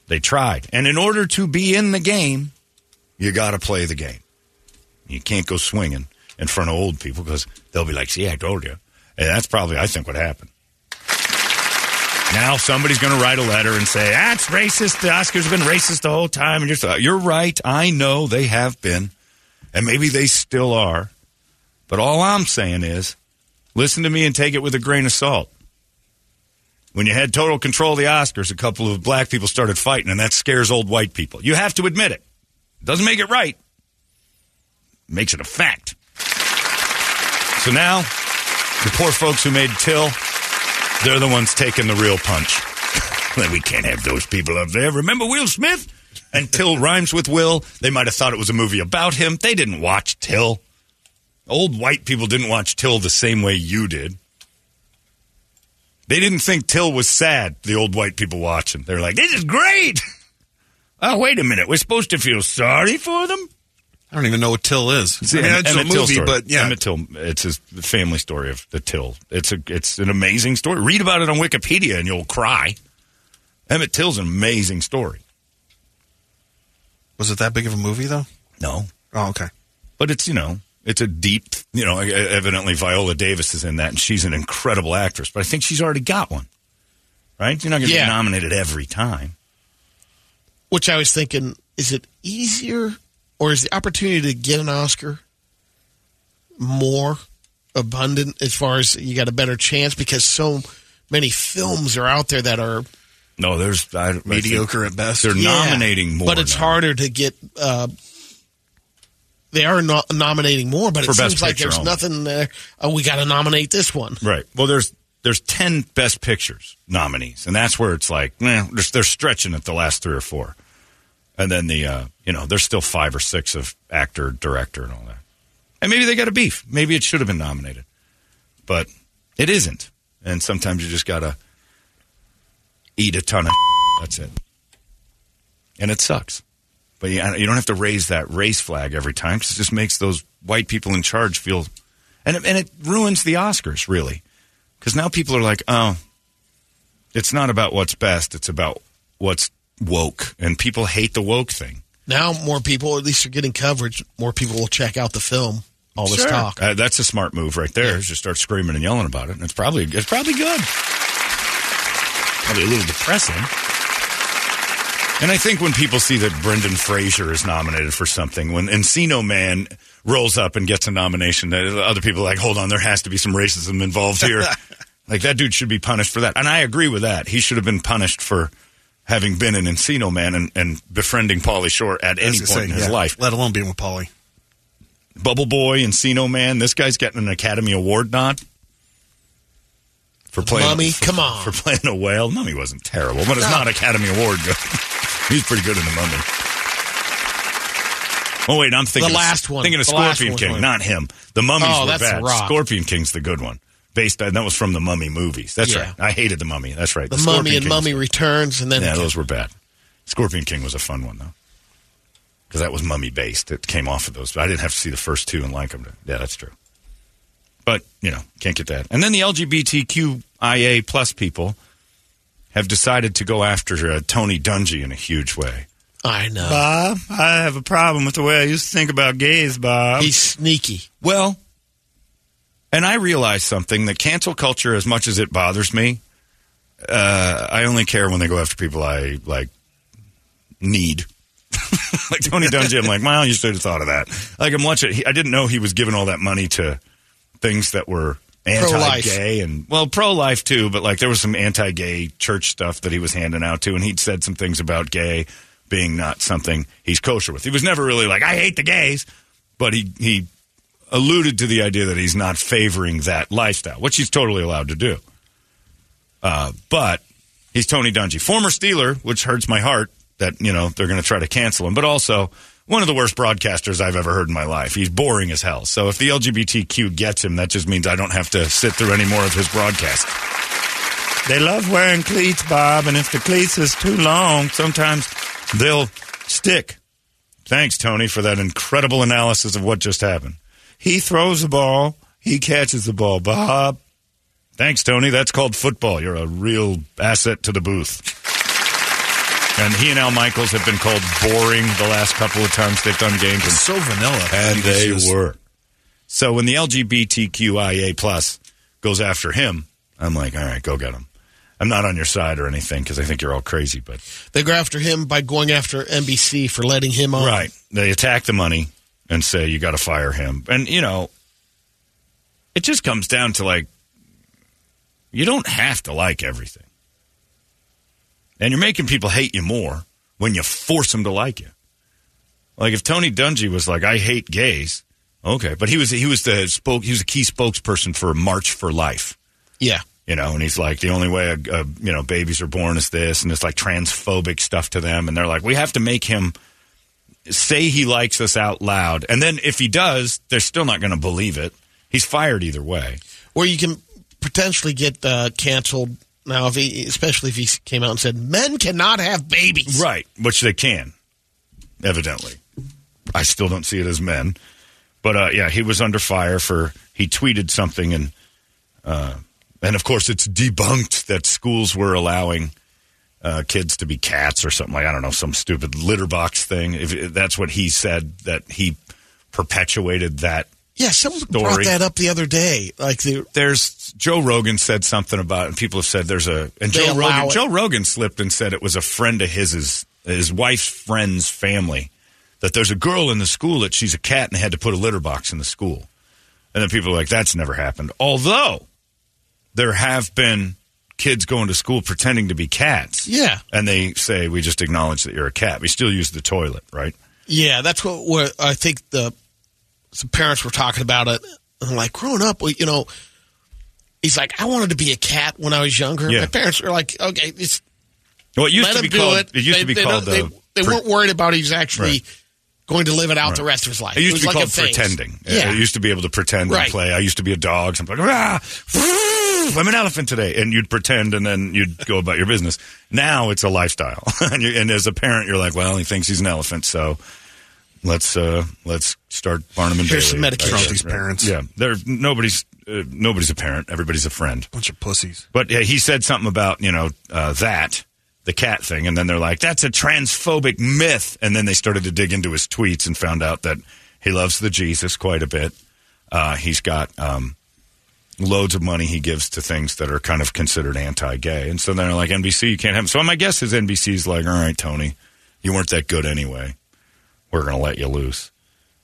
G: They tried, and in order to be in the game, you got to play the game. You can't go swinging in front of old people because they'll be like, "See, I told you." And that's probably, I think, what happened. Now somebody's going to write a letter and say that's racist. The Oscars have been racist the whole time. And you're, so- you're right. I know they have been, and maybe they still are. But all I'm saying is, listen to me and take it with a grain of salt. When you had total control of the Oscars, a couple of black people started fighting, and that scares old white people. You have to admit it. Doesn't make it right. Makes it a fact. So now, the poor folks who made Till they're the ones taking the real punch. Like, we can't have those people up there. Remember Will Smith? And Till rhymes with Will. They might have thought it was a movie about him. They didn't watch Till. Old white people didn't watch Till the same way you did. They didn't think Till was sad, the old white people watching. They're like, this is great. Oh, wait a minute. We're supposed to feel sorry for them?
D: I don't even know what Till is. I mean,
G: Emmett
D: it's a
G: Till
D: movie,
G: story.
D: but yeah.
G: Emmett Till. It's his the family story of the Till. It's a it's an amazing story. Read about it on Wikipedia and you'll cry. Emmett Till's an amazing story.
D: was it that big of a movie though?
G: No,
D: Oh, okay.
G: but it's you know it's a deep you know e- evidently Viola Davis is in that and she's an incredible actress. But I think she's already got one. Right? You're not going to
H: Yeah.
G: be nominated every time.
H: Which I was thinking, is it easier or is the opportunity to get an Oscar more abundant as far as you got a better chance because so many films are out there that are
G: No, there's I, I think
D: Mediocre at best.
G: They're
H: Yeah,
G: nominating more,
H: but it's
G: now.
H: harder to get. Uh, they are no- nominating more, but
G: For
H: it
G: Best
H: seems like
G: Picture
H: there's
G: only.
H: nothing there. Oh, we got to nominate this one.
G: Right. Well, there's there's ten best pictures nominees, and that's where it's like, eh, they're, they're stretching it the last three or four, and then the uh, you know there's still five or six of actor, director, and all that, and maybe they got a beef. Maybe it should have been nominated, but it isn't. And sometimes you just gotta eat a ton of. That's it, and it sucks. But you, you don't have to raise that race flag every time because it just makes those white people in charge feel, and it, and it ruins the Oscars really, because now people are like, oh, it's not about what's best, it's about what's woke, and people hate the woke thing.
H: Now more people, or at least are getting coverage. More people will check out the film. All this talk.
G: Uh, that's a smart move right there. Is just start screaming and yelling about it, and it's probably it's probably good. Probably a little depressing. And I think when people see that Brendan Fraser is nominated for something, when Encino Man rolls up and gets a nomination, that other people are like, hold on, there has to be some racism involved here. like that dude should be punished for that. And I agree with that. He should have been punished for having been an Encino Man and, and befriending Pauly Shore at
D: I
G: any
D: was
G: point
D: gonna
G: in
D: say,
G: his
D: yeah,
G: life.
D: let alone being with Polly.
G: Bubble Boy, Encino Man. This guy's getting an Academy Award nod. for playing
H: Mummy,
G: for-
H: come on.
G: for playing a whale. Mummy wasn't terrible, but it's not Academy Award good. He's pretty good in the Mummy. Oh wait, I'm thinking
H: The
G: of-
H: last one.
G: Thinking of
H: The last
G: Scorpion
H: one.
G: King, not him. The Mummies
H: Oh,
G: were
H: that's
G: bad.
H: The Rock.
G: Scorpion King's the good one. Based on that was from the Mummy movies. That's
H: Yeah.
G: right. I hated the Mummy. That's right.
H: The,
G: Scorpion
H: Mummy and
G: King's-
H: Mummy Returns, and then
G: Yeah, those were bad. Scorpion King was a fun one though, because that was mummy based. It came off of those. But I didn't have to see the first two and like them. To, yeah, that's true. But you know, can't get that. And then the LGBTQIA plus people have decided to go after uh, Tony Dungy in a huge way.
H: I know
G: Bob, I have a problem with the way I used to think about gays, Bob.
H: he's sneaky.
G: Well, and I realize something that cancel culture, as much as it bothers me, uh, I only care when they go after people I like need. like Tony Dungy, I'm like, well, you should have thought of that. Like I'm watching. He, I didn't know he was giving all that money to things that were anti-gay and well, pro-life too. But like there was some anti-gay church stuff that he was handing out to, and he'd said some things about gay being not something he's kosher with. He was never really like, I hate the gays, but he he alluded to the idea that he's not favoring that lifestyle, which he's totally allowed to do. Uh, but he's Tony Dungy, former Steeler, which hurts my heart that you know they're going to try to cancel him, but also one of the worst broadcasters I've ever heard in my life. He's boring as hell. So if the LGBTQ gets him, that just means I don't have to sit through any more of his broadcast. They love wearing cleats, Bob, and if the cleats is too long, sometimes they'll stick. Thanks, Tony, for that incredible analysis of what just happened. He throws the ball, he catches the ball, Bob. Thanks, Tony. That's called football. You're a real asset to the booth. And he and Al Michaels have been called boring the last couple of times they've done games. And
D: So vanilla.
G: and they
D: It's just-
G: were. So when the LGBTQIA plus goes after him, I'm like, all right, go get him. I'm not on your side or anything because I think you're all crazy, but
H: They go after him by going after NBC for letting him on.
G: right, they attack the money and say you got to fire him, and you know, it just comes down to like, you don't have to like everything, and you're making people hate you more when you force them to like you. Like if Tony Dungy was like, "I hate gays," okay, but he was he was the spoke he was a key spokesperson for March for Life,
H: Yeah.
G: you know, and he's like, "The only way a, a, you know babies are born is this," and it's like transphobic stuff to them, and they're like, "We have to make him say he likes us out loud," and then if he does, they're still not going to believe it. He's fired either way.
H: Where you can potentially get uh, canceled now, if he, especially if he came out and said, men cannot have babies.
G: Right, which they can, evidently. I still don't see it as men, but uh, yeah, he was under fire for he tweeted something and uh, and of course it's debunked that schools were allowing uh, kids to be cats or something like I don't know some stupid litter box thing. If, if that's what he said that he perpetuated that
H: Yeah, someone
G: Story.
H: brought that up the other day. Like the
G: there's Joe Rogan said something about, and people have said there's a and
H: They
G: Joe
H: allow
G: Rogan
H: it.
G: Joe Rogan slipped and said it was a friend of his his, his wife's friend's family that there's a girl in the school that she's a cat and had to put a litter box in the school, and then people are like that's never happened. Although there have been kids going to school pretending to be cats,
H: yeah,
G: and they say we just acknowledge that you're a cat. We still use the toilet, right?
H: yeah, that's what where I think the some parents were talking about it. And like growing up, we- you know, he's like, I wanted to be a cat when I was younger.
G: Yeah.
H: My parents were like, okay, it's
G: Well, it used
H: let
G: to
H: him
G: be
H: do
G: called
H: it.
G: it used
H: they,
G: to be
H: they
G: called
H: don't-
G: the
H: they, they
G: pre-
H: weren't worried about he's actually
G: Right.
H: going to live it out the
G: Right.
H: rest of his life.
G: It used to be
H: was like
G: called
H: a phase.
G: pretending. Uh,
H: Yeah,
G: I used to be able to pretend
H: Right.
G: and play. I used to be a dog. So I'm like, ah, I'm an elephant today. And you'd pretend and then you'd go about your business. Now it's a lifestyle. and, you, and as a parent, you're like, well, he thinks he's an elephant. So let's uh, let's start Barnum and
H: Here's
G: Bailey.
H: some medication.
D: Trumpy's parents.
G: Yeah. They're, nobody's, uh, nobody's a parent. Everybody's a friend.
D: Bunch of pussies.
G: But yeah, he said something about you know uh, that the cat thing, and then they're like, "That's a transphobic myth." And then they started to dig into his tweets and found out that he loves the Jesus quite a bit. Uh, he's got um, loads of money he gives to things that are kind of considered anti-gay, and so they're like, "NBC, you can't have." Him. So my guess is NBC's like, "All right, Tony, you weren't that good anyway. We're going to let you loose."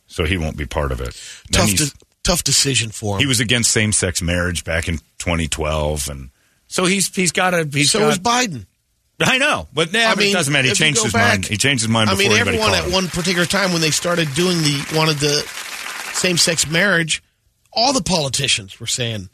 G: So he won't be part of it. Then
H: tough,
G: he's-
H: de- tough decision for him.
G: he was against same-sex marriage back in 2012, and so he's he's got a he's
H: so
G: got,
H: was Biden.
G: I know, but nah,
H: I
G: but it
H: mean,
G: doesn't matter. He
H: if you
G: changed
H: go
G: his
H: back-
G: mind. He changed his mind
H: I
G: before
H: mean,
G: anybody
H: everyone
G: called
H: at
G: him.
H: one particular time when they started doing the wanted the same sex marriage, all the politicians were saying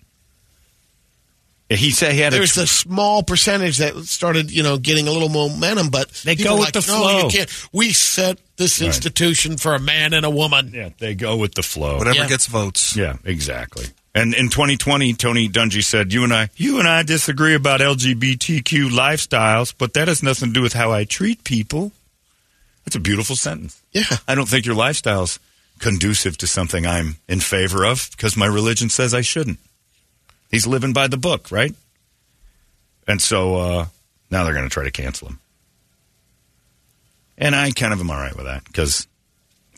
G: He said he had a
H: There's a small percentage that started, you know, getting a little momentum, but
G: They
H: people
G: go
H: are
G: with
H: like,
G: the
H: no,
G: flow."
H: You can't. We set this
G: Right.
H: institution for a man and a woman.
G: Yeah, they go with the flow.
D: Whatever
H: Yeah.
D: gets votes.
G: Yeah, exactly. And in 2020, Tony Dungy said, "You and I, you and I disagree about LGBTQ lifestyles, but that has nothing to do with how I treat people." That's a beautiful sentence.
H: Yeah.
G: I don't think your lifestyle's conducive to something I'm in favor of because my religion says I shouldn't. He's living by the book, right? And so uh, now they're going to try to cancel him. And I kind of am all right with that because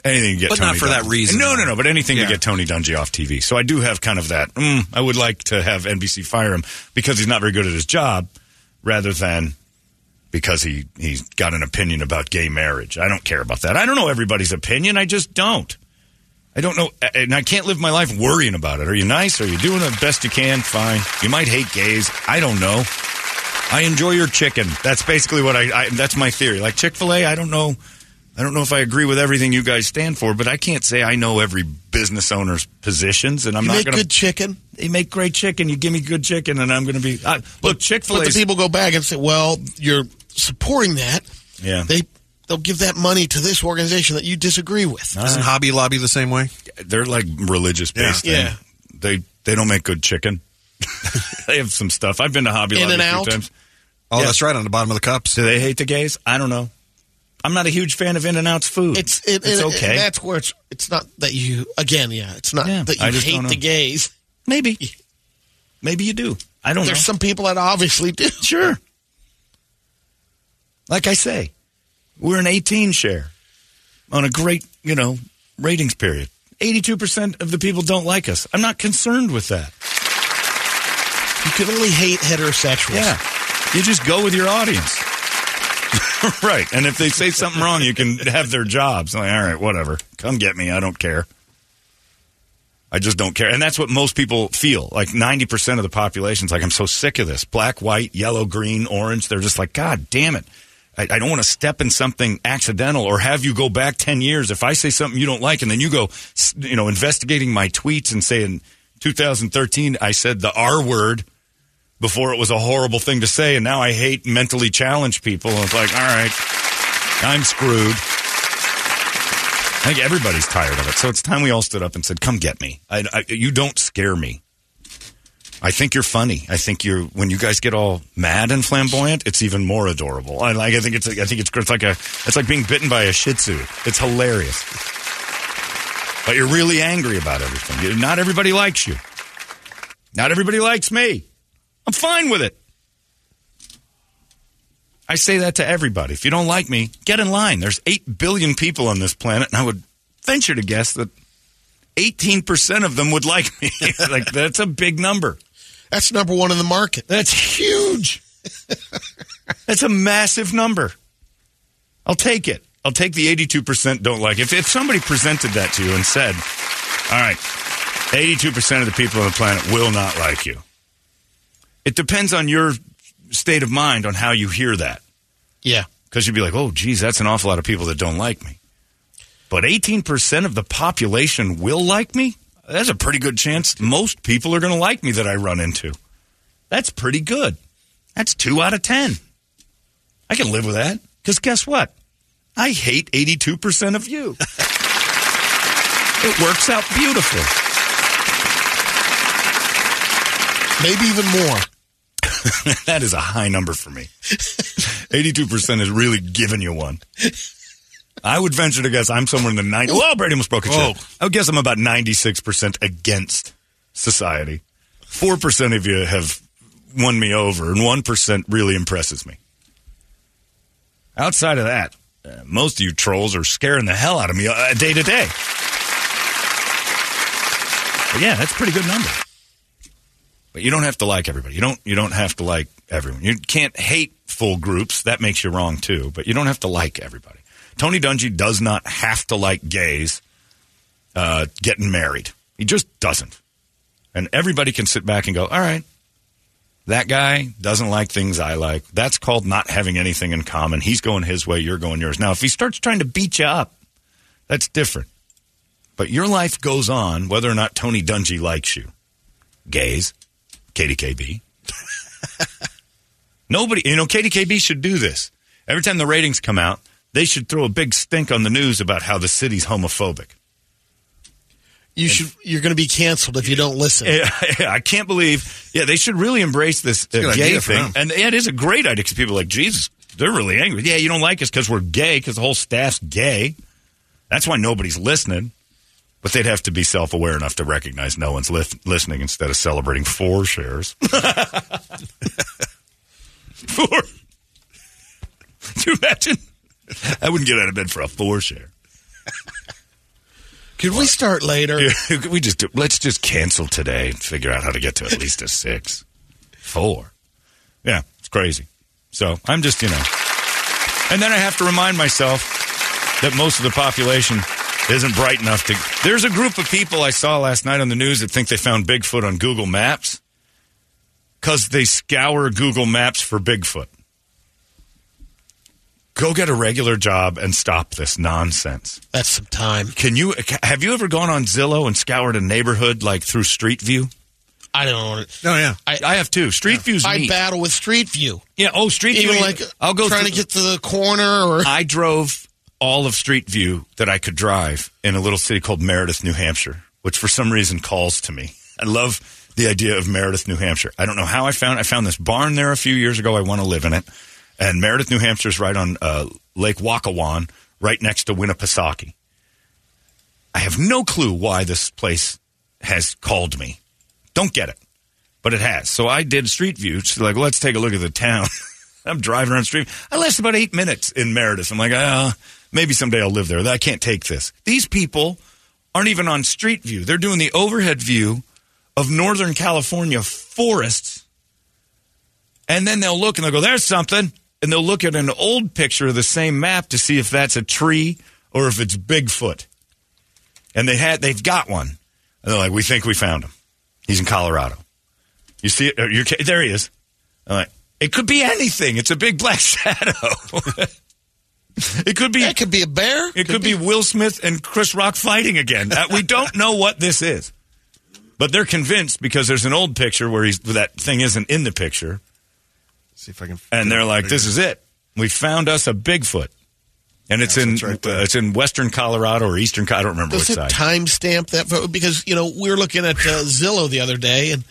G: anything to get
D: But not
G: Tony
D: for that
G: Dungy-
D: reason.
G: No, no, no. But anything
D: Yeah.
G: to get Tony Dungy off TV. So I do have kind of that. Mm, I would like to have NBC fire him because he's not very good at his job, rather than because he he's got an opinion about gay marriage. I don't care about that. I don't know everybody's opinion. I just don't. I don't know, and I can't live my life worrying about it. Are you nice? Are you doing the best you can? Fine. You might hate gays. I don't know. I enjoy your chicken. That's basically what I. I that's my theory. Like Chick Fil A, I don't know. I don't know if I agree with everything you guys stand for, but I can't say I know every business owner's positions, and I'm
H: You
G: not
H: make
G: going
H: good
G: to.
H: chicken,
G: They make great chicken. You give me good chicken, and I'm going to be. I, look, Chick Fil
H: but the
G: A.
H: people go back and say, "Well, you're supporting that."
G: Yeah.
H: they they'll give that money to this organization that you disagree with.
D: Isn't Hobby Lobby the same way?
G: they're like religious based.
H: Yeah. Yeah.
G: They they don't make good chicken. they have some stuff. I've been to Hobby
H: In
G: Lobby
H: and
G: a few
H: out?
G: times.
D: Oh,
G: Yeah.
D: that's right on the bottom of the cups.
G: Do they hate the gays? I don't know. I'm not a huge fan of In and Out's food.
H: It's it,
G: it's
H: it-
G: okay.
H: that's where it's it's not that you again. Yeah, it's not
G: Yeah,
H: that
G: I
H: you
G: just don't
H: hate
G: know.
H: the gays.
G: maybe maybe you do. I don't
H: There's
G: know.
H: some people that obviously do.
G: sure. Like I say, we're an 18 share on a great you know ratings period. 82% of the people don't like us. I'm not concerned with that.
H: You can only hate heterosexuals.
G: Yeah. You just go with your audience. right. And if they say something wrong, you can have their jobs. Like, all right, whatever. Come get me. I don't care. I just don't care. And that's what most people feel. Like 90% of the population's like, I'm so sick of this. Black, white, yellow, green, orange. They're just like, God damn it. I, I don't want to step in something accidental or have you go back 10 years. If I say something you don't like and then you go, s- you know, investigating my tweets and saying, 2013, I said the R word before it was a horrible thing to say, and now I hate mentally challenged people. And it's like, all right, I'm screwed. I think everybody's tired of it. So it's time we all stood up and said, come get me. I, I, you don't scare me. I think you're funny. I think you're when you guys get all mad and flamboyant, it's even more adorable. I like. I think it's. I think it's. It's like a. It's like being bitten by a Shih Tzu. It's hilarious. But you're really angry about everything. You- Not everybody likes you. Not everybody likes me. I'm fine with it. I say that to everybody. If you don't like me, get in line. There's 8 billion people on this planet, and I would venture to guess that 18% of them would like me. like, that's a big number.
H: That's number one in the market.
G: That's huge. That's a massive number. I'll take it. I'll take the 82% don't like. If, if somebody presented that to you and said, all right, 82% of the people on the planet will not like you, it depends on your state of mind on how you hear that.
H: Yeah.
G: Because you'd be like, oh, geez, that's an awful lot of people that don't like me. But 18% of the population will like me? That's a pretty good chance most people are going to like me that I run into. That's pretty good. That's two out of 10. I can live with that. Because guess what? I hate 82% of you. it works out beautifully.
H: Maybe even more.
G: that is a high number for me. 82% is really giving you one. I would venture to guess I'm somewhere in the 90s. Whoa, Brady almost broke a chair.
H: Oh.
G: I would guess I'm about 96% against society. 4% of you have won me over, and 1% really impresses me. Outside of that, uh, most of you trolls are scaring the hell out of me uh, day to day. But yeah, that's a pretty good number. But you don't have to like everybody. You don't you don't have to like everyone. You can't hate full groups. That makes you wrong too, but you don't have to like everybody. Tony Dungy does not have to like gays uh, getting married. He just doesn't. And everybody can sit back and go, "All right. That guy doesn't like things I like. That's called not having anything in common. He's going his way, you're going yours." Now, if he starts trying to beat you up, that's different. But your life goes on whether or not Tony Dungy likes you. Gays. KDKB. Nobody, you know, KDKB should do this. Every time the ratings come out, they should throw a big stink on the news about how the city's homophobic.
H: You should. You're going to be canceled if you don't listen.
G: I can't believe. Yeah, they should really embrace this uh,
D: a good
G: gay
D: idea for
G: thing.
D: them.
G: And yeah, it is a great idea because people are like, Jesus, they're really angry. Yeah, you don't like us because we're gay because the whole staff's gay. That's why nobody's listening. But they'd have to be self aware enough to recognize no one's lif- listening instead of celebrating four shares. four. Can you imagine? I wouldn't get out of bed for a four share.
H: Could we start later?
G: Yeah, we just do, let's just cancel today and figure out how to get to at least a six, four. Yeah, it's crazy. So I'm just you know, and then I have to remind myself that most of the population isn't bright enough to. There's a group of people I saw last night on the news that think they found Bigfoot on Google Maps because they scour Google Maps for Bigfoot. Go get a regular job and stop this nonsense.
H: That's some time.
G: Can you have you ever gone on Zillow and scoured a neighborhood like through Street View?
H: I don't want it.
D: Oh, yeah.
G: I have too. Street View's
H: I
G: neat.
H: battle with Street View.
G: yeah. Oh, Street
H: Even
G: View.
H: like
G: I'll go
H: trying
G: through-
H: to get to the corner or
G: I drove all of Street View that I could drive in a little city called Meredith, New Hampshire, which for some reason calls to me. I love the idea of Meredith, New Hampshire. I don't know how I found. I found this barn there a few years ago. I want to live in it. And Meredith, New Hampshire is right on uh, Lake Wakawan, right next to Winnipesaukee. I have no clue why this place has called me. Don't get it, but it has. So I did Street View. She's like, let's take a look at the town. I'm driving around Street. I lasted about eight minutes in Meredith. I'm like, ah, maybe someday I'll live there. I can't take this. These people aren't even on Street View. They're doing the overhead view of Northern California forests. And then they'll look and they'll go, there's something. And they'll look at an old picture of the same map to see if that's a tree or if it's Bigfoot and they had they've got one. And they're like, we think we found him. He's in Colorado. You see it? Uh, Your, ca- there he is. I'm like, it could be anything. It's a big black shadow. it could be.
H: that could be a bear.
G: It could be Will Smith and Chris Rock fighting again. Uh, we don't know what this is, but they're convinced because there's an old picture where he's that thing isn't in the picture,
D: See if I can.
G: and they're like, "This is it. We found us a Bigfoot." And it's
D: Yeah,
G: in
D: it's right there.
G: uh, it's in western Colorado or eastern. Co- I don't remember
H: Does
G: which
H: it
G: side.
H: timestamp that photo? Because you know we were looking at uh, Zillow the other day and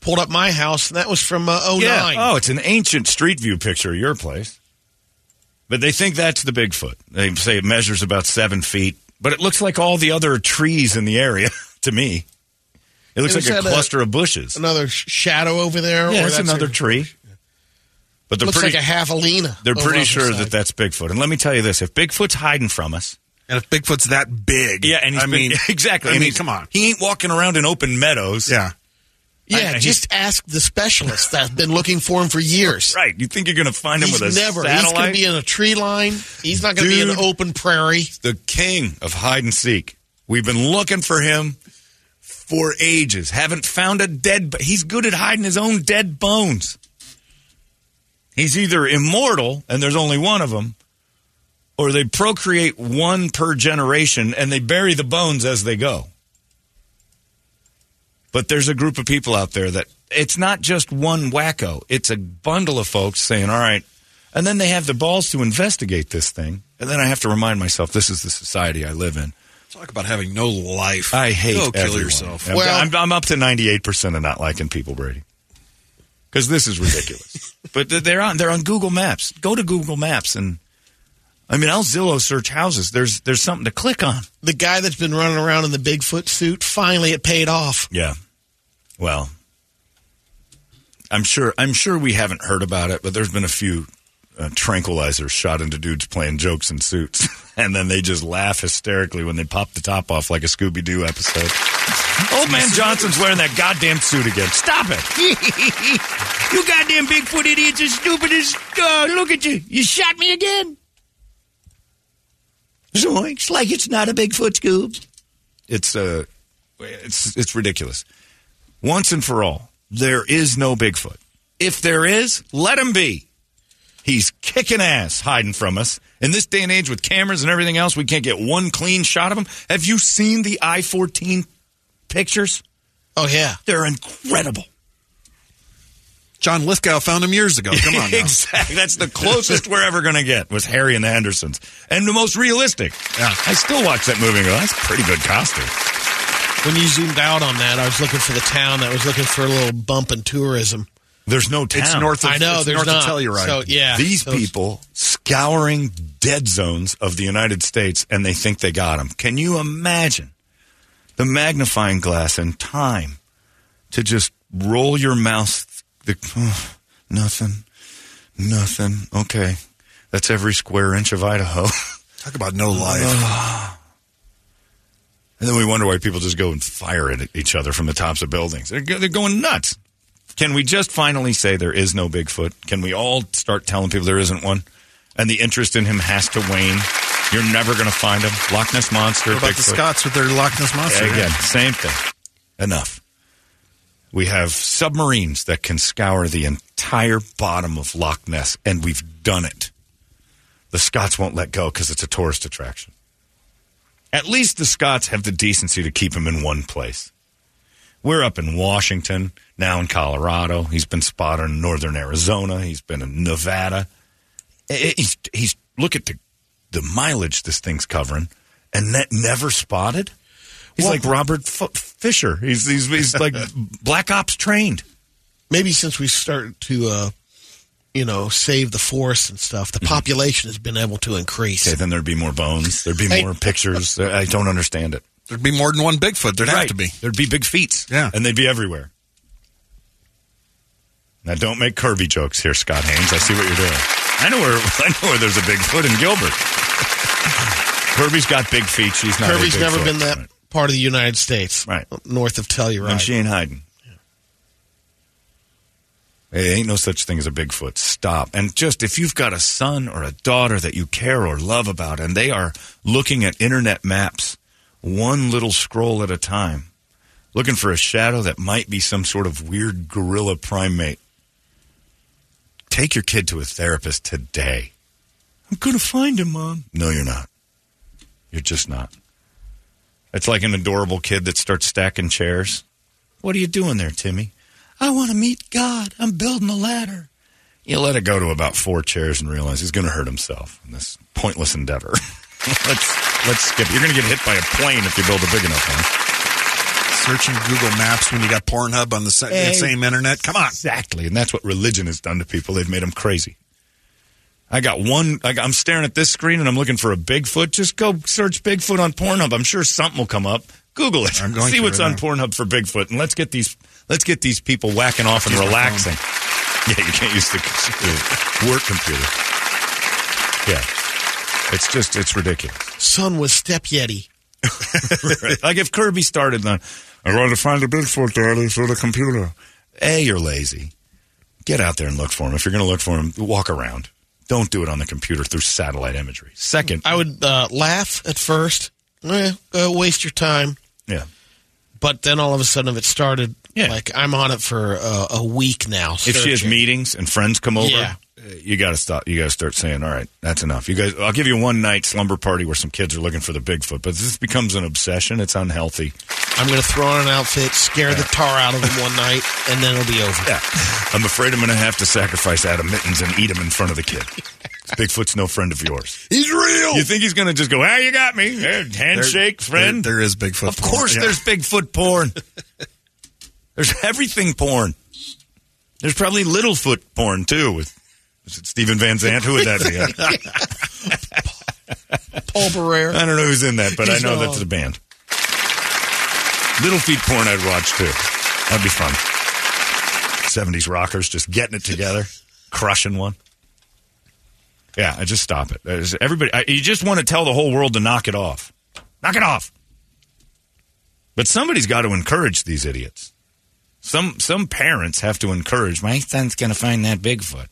H: pulled up my house, and that was from uh, 09.
G: Yeah. Oh, it's an ancient street view picture of your place. But they think that's the Bigfoot. They say it measures about seven feet, but it looks like all the other trees in the area to me. It looks
H: It was
G: like a
H: at a-
G: cluster of bushes.
H: Another sh- shadow over there.
G: yeah,
H: or
G: that's another tree. But they're
H: looks
G: pretty,
H: like a javelina.
G: they're
H: over
G: pretty
H: on the
G: sure
H: side.
G: that that's Bigfoot. And let me tell you this: if Bigfoot's hiding from us,
D: And if Bigfoot's that big.
G: yeah, and he's
D: I
G: been-
D: mean,
G: exactly.
D: I
G: and
D: mean,
G: he's-
D: come on.
G: he ain't walking around in open meadows.
D: Yeah.
G: I-
H: Yeah,
G: I-
H: just ask the specialist that's been looking for him for years.
G: right. You think you're going to find him
H: He's
G: with a
H: never.
G: satellite?
H: He's going to be in a tree line. He's not going to be in
G: Dude.
H: an open prairie.
G: the king of hide and seek. We've been looking for him for ages. Haven't found a dead. b- He's good at hiding his own dead bones. He's either immortal, and there's only one of them, or they procreate one per generation and they bury the bones as they go. But there's a group of people out there that it's not just one wacko, it's a bundle of folks saying, all right, and then they have the balls to investigate this thing. And then I have to remind myself this is the society I live in.
D: Talk about having no life.
G: I hate
D: Go kill
G: everyone.
D: yourself.
G: I'm,
H: Well-
G: I'm, I'm up to 98% of not liking people, Brady. Because this is ridiculous. but th- they're on they're on Google Maps. Go to Google Maps and I mean, I'll Zillow search houses. There's there's something to click on.
H: The guy that's been running around in the Bigfoot suit, finally it paid off.
G: Yeah. Well, I'm sure. I'm sure we haven't heard about it, but there's been a few uh, tranquilizers shot into dudes playing jokes in suits, and then they just laugh hysterically when they pop the top off like a Scooby Doo episode. Old man Johnson's wearing that goddamn suit again. Stop it! you goddamn Bigfoot idiots are stupid as. Uh, look at you! You shot me again. Zoinks! Like it's not a Bigfoot Scoob. It's uh, it's it's ridiculous. Once and for all, there is no Bigfoot. If there is, let him be. He's kicking ass hiding from us. In this day and age with cameras and everything else, we can't get one clean shot of him. Have you seen the I 14 pictures?
H: Oh yeah,
G: They're incredible.
D: John Lithgow found him years ago. Come on. now.
G: exactly. That's the closest we're ever going to get was Harry and the Hendersons, and the most realistic.
D: Yeah.
G: I still watch that movie. and go, That's a pretty good costume.
H: When you zoomed out on that, I was looking for the town that was looking for a little bump in tourism.
G: There's no town.
D: It's north of,
H: I know
D: it's
H: there's
D: north
H: not.
D: of Telluride.
H: So yeah,
G: These
H: those-
G: people scouring dead zones of the United States, and they think they got them. Can you imagine the magnifying glass and time to just roll your mouth? The, "Oh, nothing, nothing. Okay, that's every square inch of Idaho.
D: Talk about no life.
G: And then we wonder why people just go and fire at each other from the tops of buildings. They're, go- they're going nuts. Can we just finally say there is no Bigfoot? Can we all start telling people there isn't one? And the interest in him has to wane. You're never going to find him. Loch Ness Monster,
D: What about the
G: Bigfoot.
D: Scots with their Loch Ness
G: Yeah,
D: monster?
G: again, same thing. Enough. We have submarines that can scour the entire bottom of Loch Ness, and we've done it. The Scots won't let go because it's a tourist attraction. At least the Scots have the decency to keep him in one place. We're up in Washington, now in Colorado. He's been spotted in northern Arizona. He's been in Nevada. Eh, eh, He's, he's look at the, the mileage this thing's covering, and that never spotted. He's
H: Well-
G: like Robert F- Fisher. He's, he's, he's like Black Ops trained.
H: maybe since we started to, uh, you know, save the forests and stuff,
G: Mm-hmm.
H: the population has been able to increase.
G: Okay, then there'd be more bones. There'd be
H: Hey.
G: more pictures. I don't understand it.
D: There'd be more than one Bigfoot. There'd have to be.
G: There'd be big feet.
D: Yeah.
G: And they'd be everywhere. Now, don't make curvy jokes here, Scott Haynes. I see what you're doing. I know where I know where there's a big foot in Gilbert. Kirby's got big feet. She's not. a
H: Kirby's
G: big
H: never
G: foot.
H: been that
G: Right.
H: part of the United States,
G: Right.
H: North of Telluride.
G: And she ain't hiding. Hey, ain't no such thing as a Bigfoot. Stop. And just if you've got a son or a daughter that you care or love about, and they are looking at internet maps one little scroll at a time, looking for a shadow that might be some sort of weird gorilla primate, take your kid to a therapist today. I'm going to find him, Mom. No, you're not. You're just not. It's like an adorable kid that starts stacking chairs. What are you doing there, Timmy? I want to meet God. I'm building a ladder. You let it go to about four chairs and realize he's going to hurt himself in this pointless endeavor. let's let's skip. You're going to get hit by a plane if you build a big enough one.
D: Searching Google Maps when you got Pornhub on the sa- that same internet. Come on.
G: Exactly, and that's what religion has done to people. They've made them crazy. I got one. I got, I'm staring at this screen and I'm looking for a Bigfoot. Just go search Bigfoot on Pornhub. I'm sure something will come up. Google it.
D: I'm going
G: See
D: to
G: what's
D: right
G: on
D: now.
G: Pornhub for Bigfoot, and let's get these let's get these people whacking off and
D: Use my
G: relaxing. Yeah, you can't use the, the work computer. Yeah, it's just it's ridiculous.
H: Son was Step Yeti.
G: like if Kirby started on, I want to find a Bigfoot, Daddy, through the computer. A, you're lazy. Get out there and look for him. If you're going to look for him, walk around. Don't do it on the computer through satellite imagery. Second,
H: I would uh, laugh at first, eh, uh, waste your time.
G: yeah,
H: But then all of a sudden, if it started,
G: Yeah.
H: like I'm on it for uh, a week now.
G: if she has
H: searching.
G: meetings and friends come over,
H: Yeah.
G: uh, you got to stop. You got to start saying, "All right, that's enough." You guys, I'll give you one night slumber party where some kids are looking for the Bigfoot, but this becomes an obsession. It's unhealthy.
H: I'm going to throw on an outfit, scare the tar out of them one night, and then it'll be over.
G: Yeah. I'm afraid I'm going to have to sacrifice Adam Mittens and eat him in front of the kid. Bigfoot's no friend of yours.
D: He's real.
G: You think he's going to just go, ah, you got me. Eh, Handshake, friend.
D: There, there is Bigfoot.
G: of course there's Bigfoot porn. there's everything porn. There's probably Littlefoot porn, too. With, is it Stephen Van Zandt? Who would that be?
H: Paul Barrera.
G: I don't know who's in that, but I
H: He's
G: know
H: not.
G: that's a band. Little Feet porn I'd watch, too. That'd be fun. 70s rockers just getting it together, crushing one. Yeah, I just stop it. There's- Everybody, I, you just want to tell the whole world to knock it off. Knock it off. But somebody's got to encourage these idiots. Some some parents have to encourage. My son's going to find that Bigfoot.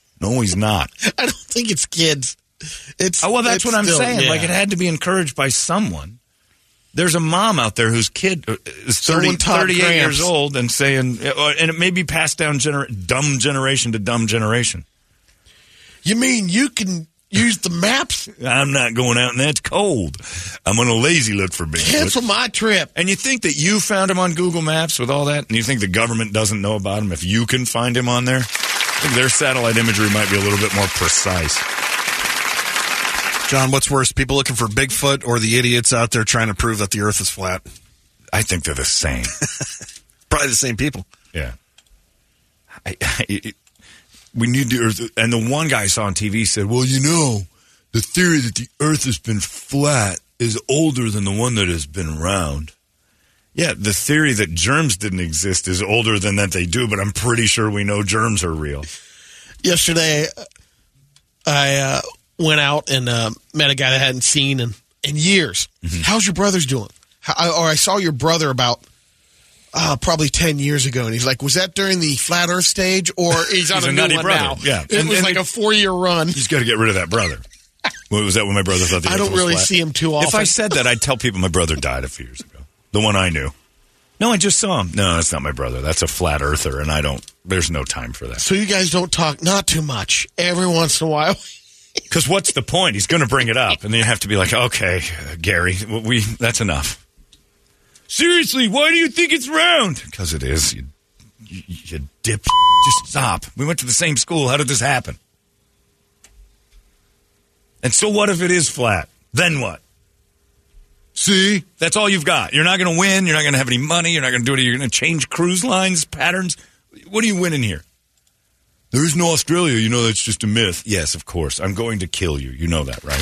G: no, he's not.
H: I don't think it's kids. It's
G: Oh, well, that's
H: it's
G: what I'm
H: still-
G: saying.
H: yeah.
G: Like, it had to be encouraged by someone. There's a mom out there whose kid uh, is 30,
H: Someone taught
G: 38 years
H: Gramps.
G: old and saying, uh, and it may be passed down gener- dumb generation to dumb generation.
H: You mean you can use the maps.
G: I'm not going out, and that's cold. I'm on a lazy look for Bigfoot.
H: Cancel my trip.
G: And you think that you found him on Google Maps with all that? And you think the government doesn't know about him if you can find him on there? I think their satellite imagery might be a little bit more precise.
D: John, what's worse, people looking for Bigfoot or the idiots out there trying to prove that the Earth is flat?
G: I think they're the same.
D: Probably the same people.
G: yeah. I, I, it, we need the Earth. And the one guy I saw on TV said, well, you know, the theory that the Earth has been flat is older than the one that has been round. Yeah, the theory that germs didn't exist is older than that they do, but I'm pretty sure we know germs are real.
H: yesterday I uh, went out and uh, met a guy that I hadn't seen in, in years. How's your brother's doing? How, I- or I saw your brother about uh, probably 10 years ago, and he's like, Was that during the flat earth stage? Or he's on
G: He's
H: a,
G: a
H: new
G: nutty
H: one
G: brother,
H: now.
G: yeah.
H: It
G: And-
H: was
G: and
H: like
G: it-
H: a four year run.
G: You just got to get rid of that brother. What was that when my brother thought the
H: I
G: Earth
H: don't
G: was
H: really
G: flat?
H: see him too often.
G: If I said that, I'd tell people my brother died a few years ago. The one I knew. No, I just saw him. No, that's not my brother. That's a flat earther, and I don't. There's no time for that.
H: So you guys don't talk, not too much. Every once in a while,
G: Because what's the point? He's going to bring it up, and then you have to be like, okay, uh, Gary, w- we that's enough. Seriously, why do you think it's round? Because it is. You, you, you dip. Just stop. We went to the same school. How did this happen? And so, what if it is flat? Then what? See, that's all you've got. You're not going to win. You're not going to have any money. You're not going to do it. You're going to change cruise lines, patterns. What are you winning here? There is no Australia. You know that's just a myth. Yes, of course. I'm going to kill you. You know that, right?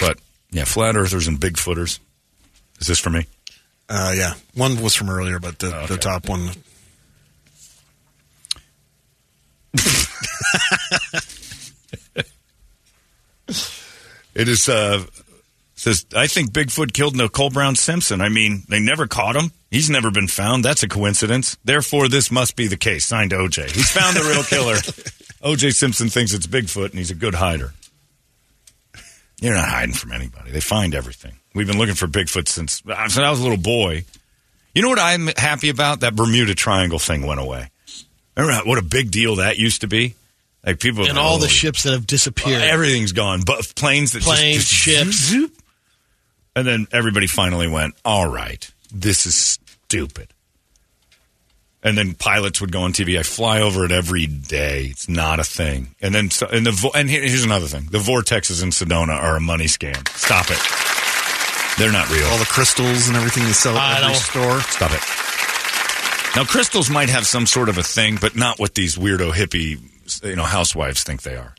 G: But yeah, flat earthers and big footers. Is this for me?
D: Uh, yeah. One was from earlier, but the, the top one.
G: It is. Uh, says I think Bigfoot killed Nicole Brown Simpson. I mean, they never caught him. He's never been found. That's a coincidence. Therefore, this must be the case. Signed OJ. He's found the real killer. OJ Simpson thinks it's Bigfoot, and he's a good hider. You're not hiding from anybody. They find everything. We've been looking for Bigfoot since, uh, since I was a little boy. You know what I'm happy about? That Bermuda Triangle thing went away. Remember how- what a big deal that used to be? Like people
H: and all the
G: Oh,
H: ships that have disappeared.
G: uh, everything's gone. But planes that just-
H: Planes,
G: just,
H: ships.
G: zoop, zoop. and then everybody finally went, "All right, this is stupid." And then pilots would go on TV. I fly over it every day. It's not a thing. And then so, and the vo- and here- here's another thing: the vortexes in Sedona are a money scam. Stop it. They're not real.
D: All the crystals and everything they sell
H: I
D: at every
H: don't-
D: store.
G: Stop it. Now, crystals might have some sort of a thing, but not what these weirdo hippie, you know, housewives think they are.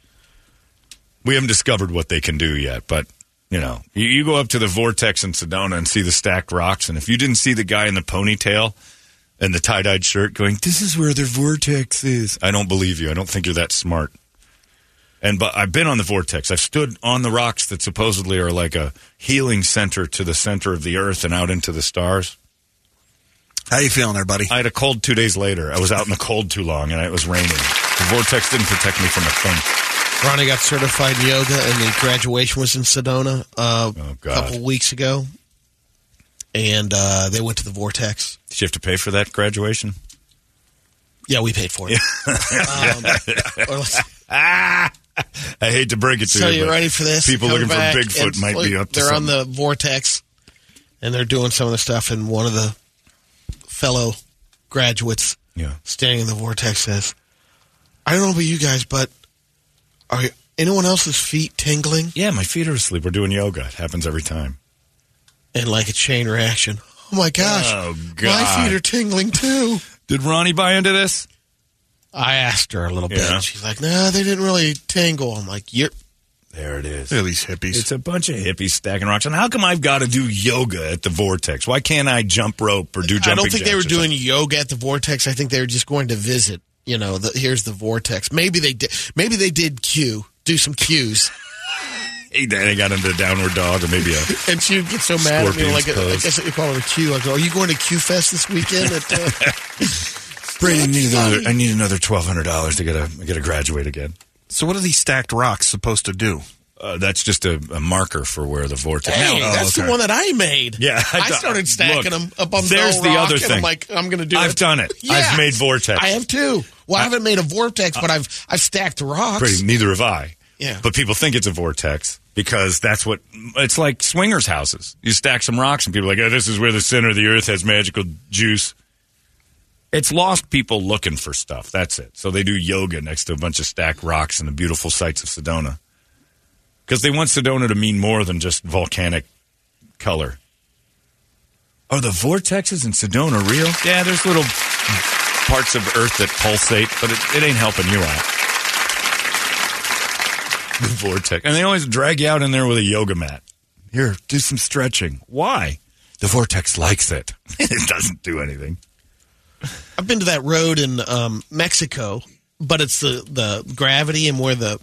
G: We haven't discovered what they can do yet, but you know, you, you go up to the vortex in Sedona and see the stacked rocks, and if you didn't see the guy in the ponytail and the tie-dyed shirt going, "This is where the vortex is," I don't believe you. I don't think you're that smart. And but I've been on the vortex. I've stood on the rocks that supposedly are like a healing center to the center of the earth and out into the stars.
D: How you feeling there, buddy?
G: I had a cold two days later. I was out in the cold too long, and it was raining. The vortex didn't protect me from a thing.
H: Ronnie got certified in yoga, and the graduation was in Sedona uh,
G: Oh,
H: a
G: God.
H: couple weeks ago. And uh, they went to the vortex.
G: Did you have to pay for that graduation?
H: Yeah, we paid for it. um, or let's
G: Ah! I hate to break it to
H: so
G: you.
H: you
G: but
H: ready for this?
G: People
H: Come
G: looking
H: back,
G: for
H: and
G: Bigfoot might be up to
H: They're on
G: something.
H: the vortex, and they're doing some of the stuff. And one of the fellow graduates
G: Yeah.
H: standing in the vortex says, "I don't know about you guys, but are anyone else's feet tingling?"
G: Yeah, my feet are asleep. We're doing yoga. It happens every time.
H: and like a chain reaction. Oh my gosh.
G: Oh,
H: My
G: God.
H: feet are tingling too.
G: Did Ronnie buy into this?
H: I asked her a little bit.
G: Yeah.
H: and She's like, no, they didn't really tingle. I'm like, you're.
G: There it is.
D: Look at these hippies.
G: It's a bunch of hippies stacking rocks. And how come I've got to do yoga at the vortex? Why can't I jump rope or do jumping
H: I don't think they were
G: jacks or something?
H: doing yoga at the vortex. I think they were just going to visit. You know, the, here's the vortex. Maybe they did. Maybe they did cue, do some cues,
G: Hey, They got into downward dog or maybe a.
H: and she would get so mad at me.
G: Scorpion's
H: Like, I
G: pose.
H: guess you call it a cue. I go, are you going to Q Fest this weekend? At, uh,
G: Brady, I need another. I need another twelve hundred dollars to get a get a graduate again.
D: So, what are these stacked rocks supposed to do?
G: Uh, that's just a, a marker for where the vortex.
H: Hey,
G: No,
H: that's
G: okay.
H: the one that I made.
G: Yeah,
H: I,
G: thought-
H: started stacking
G: look,
H: them up on
G: There's
H: Bell
G: the
H: Rock,
G: other
H: and
G: thing.
H: I'm like, I'm going to do
G: I've
H: it.
G: done it.
H: Yeah.
G: I've made vortex.
H: I have too. Well, I, haven't made a vortex, but I've I've stacked rocks.
G: Pretty, neither have I.
H: Yeah.
G: But people think it's a vortex because that's what it's like swingers' houses. You stack some rocks and people are like, oh, this is where the center of the earth has magical juice. It's lost people looking for stuff. That's it. So they do yoga next to a bunch of stacked rocks in the beautiful sights of Sedona because they want Sedona to mean more than just volcanic color. Are the vortexes in Sedona real? Yeah, there's little parts of Earth that pulsate, but it, it ain't helping you out the vortex. And they always drag you out in there with a yoga mat. Here, do some stretching. Why? The vortex likes it. it doesn't do anything.
H: I've been to that road in um, Mexico, but it's the the gravity and where the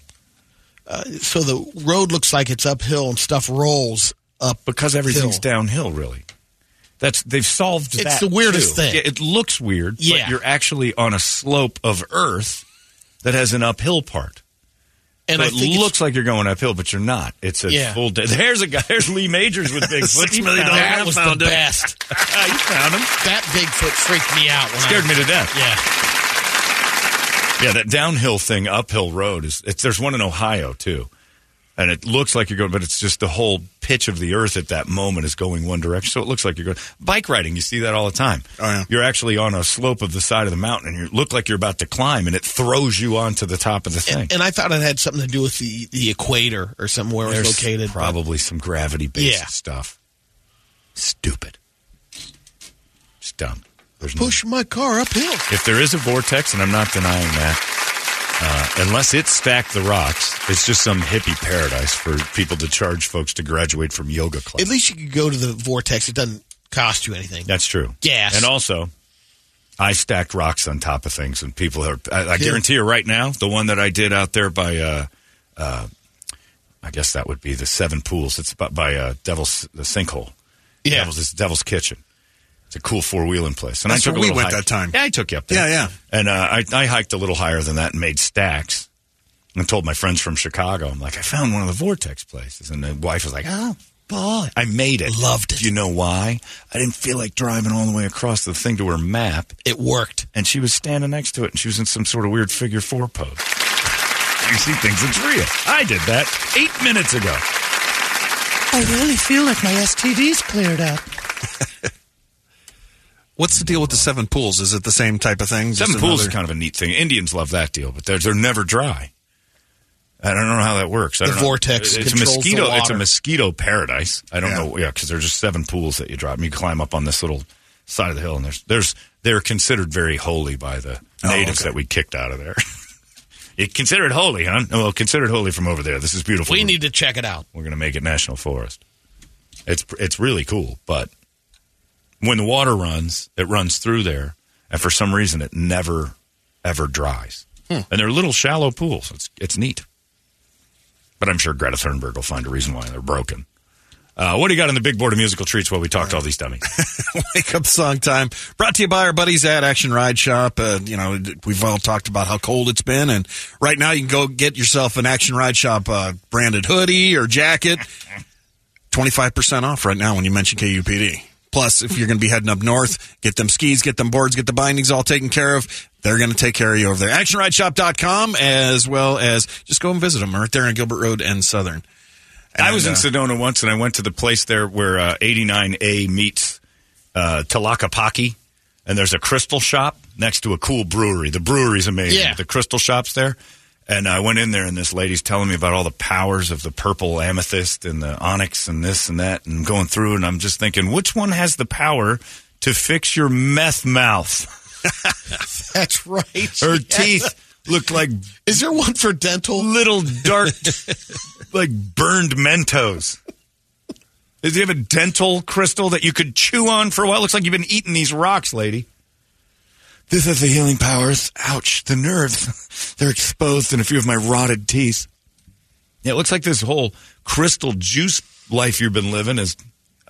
H: uh, so the road looks like it's uphill and stuff rolls up
G: Because everything's
H: hill.
G: downhill, really. That's they've solved
H: It's
G: that,
H: the weirdest
G: too.
H: thing.
G: Yeah, it looks weird,
H: Yeah.
G: but you're actually on a slope of earth that has an uphill part.
H: and
G: So
H: I
G: it
H: think it's-
G: looks like you're going uphill, but you're not. It's a
H: Yeah.
G: full day. There's a guy. There's Lee Majors with Bigfoot.
D: Six
G: You found
D: million
G: him.
H: that
G: I
H: was the
G: found him.
H: best.
G: you found him.
H: that Bigfoot freaked me out. When
G: Scared
H: I,
G: me to death.
H: Yeah,
G: Yeah, that downhill thing, uphill road is. It's, there's one in Ohio too, and it looks like you're going, but it's just the whole pitch of the earth at that moment is going one direction. So it looks like you're going bike riding. You see that all the time.
D: Oh, yeah.
G: You're actually on a slope of the side of the mountain, and you look like you're about to climb, and it throws you onto the top of the thing.
H: and, and I thought it had something to do with the the equator or something where it
G: There's
H: was located. but-
G: probably some gravity based
H: Yeah.
G: stuff. Stupid. Just dumb. There's no-
H: Push my car uphill.
G: if there is a vortex, and I'm not denying that, uh, unless it stacked the rocks, it's just some hippie paradise for people to charge folks to graduate from yoga class.
H: At least you could go to the vortex. It doesn't cost you anything.
G: That's true.
H: Gas.
G: And also, I stacked rocks on top of things, and people are. I, I guarantee you right now, the one that I did out there by, uh, uh, I guess that would be the Seven Pools. It's by, by uh, Devil's the Sinkhole.
H: Yeah.
G: Devil's, it's Devil's Kitchen. It's a cool four wheeling place. And
D: That's
G: I took
D: where
G: a
D: we
G: little
D: went
G: hike.
D: that time.
G: Yeah, I took you up there.
D: Yeah, yeah.
G: And uh, I, I hiked a little higher than that and made stacks. And told my friends from Chicago, I'm like, I found one of the vortex places. And the wife was like, oh, boy. I made it.
H: Loved it.
G: Do you know why? I didn't feel like driving all the way across the thing to her map.
H: It worked.
G: And she was standing next to it and she was in some sort of weird figure four pose. And she thinks it's real. I did that eight minutes ago.
H: I really feel like my STD's cleared up.
D: What's the deal with the seven pools? Is it the same type of thing?
G: Seven pools is kind of a neat thing. Indians love that deal, but they're, they're never dry. I don't know how that works. I
H: The
G: don't know.
H: vortex
G: It's a
H: controls the
G: mosquito. It's a
H: water.
G: mosquito paradise. I don't
D: Yeah.
G: know. Yeah, because there's just seven pools that you drop. And you climb up on this little side of the hill, and there's there's they're considered very holy by the
D: Oh,
G: natives
D: okay.
G: that we kicked out of there. it considered holy, huh? Well, considered holy from over there. This is beautiful.
H: We
G: We're-
H: need to check it out.
G: We're going to make it national forest. It's it's really cool, but when the water runs, it runs through there, and for some reason, it never ever dries. And they're little shallow pools. It's it's neat. But I'm sure Greta Thunberg will find a reason why they're broken. Uh, what do you got on the big board of musical treats while we talked to all these dummies?
D: wake up song time. Brought to you by our buddies at Action Ride Shop. Uh, you know, we've all talked about how cold it's been, and right now you can go get yourself an Action Ride Shop uh, branded hoodie or jacket. Twenty five percent off right now when you mention KUPD. Plus, if you're going to be heading up north, get them skis, get them boards, get the bindings all taken care of. They're going to take care of you over there. ActionRideShop.com, as well as just go and visit them right there on Gilbert Road and Southern.
G: I was in
D: And, uh,
G: Sedona once, and I went to the place there where uh, 89A meets uh, Talakapaki, and there's a crystal shop next to a cool brewery. The brewery's amazing.
H: Yeah.
G: The crystal shop's there. And I went in there, and this lady's telling me about all the powers of the purple amethyst and the onyx and this and that, and going through, and I'm just thinking, which one has the power to fix your meth mouth?
H: That's right.
G: Her teeth look like
H: Is there one for dental?
G: little dark, like burned Mentos. Does he have a dental crystal that you could chew on for a while? Looks like you've been eating these rocks, lady. This is the healing powers. Ouch, the nerves. They're exposed in a few of my rotted teeth. Yeah, it looks like this whole crystal juice life you've been living is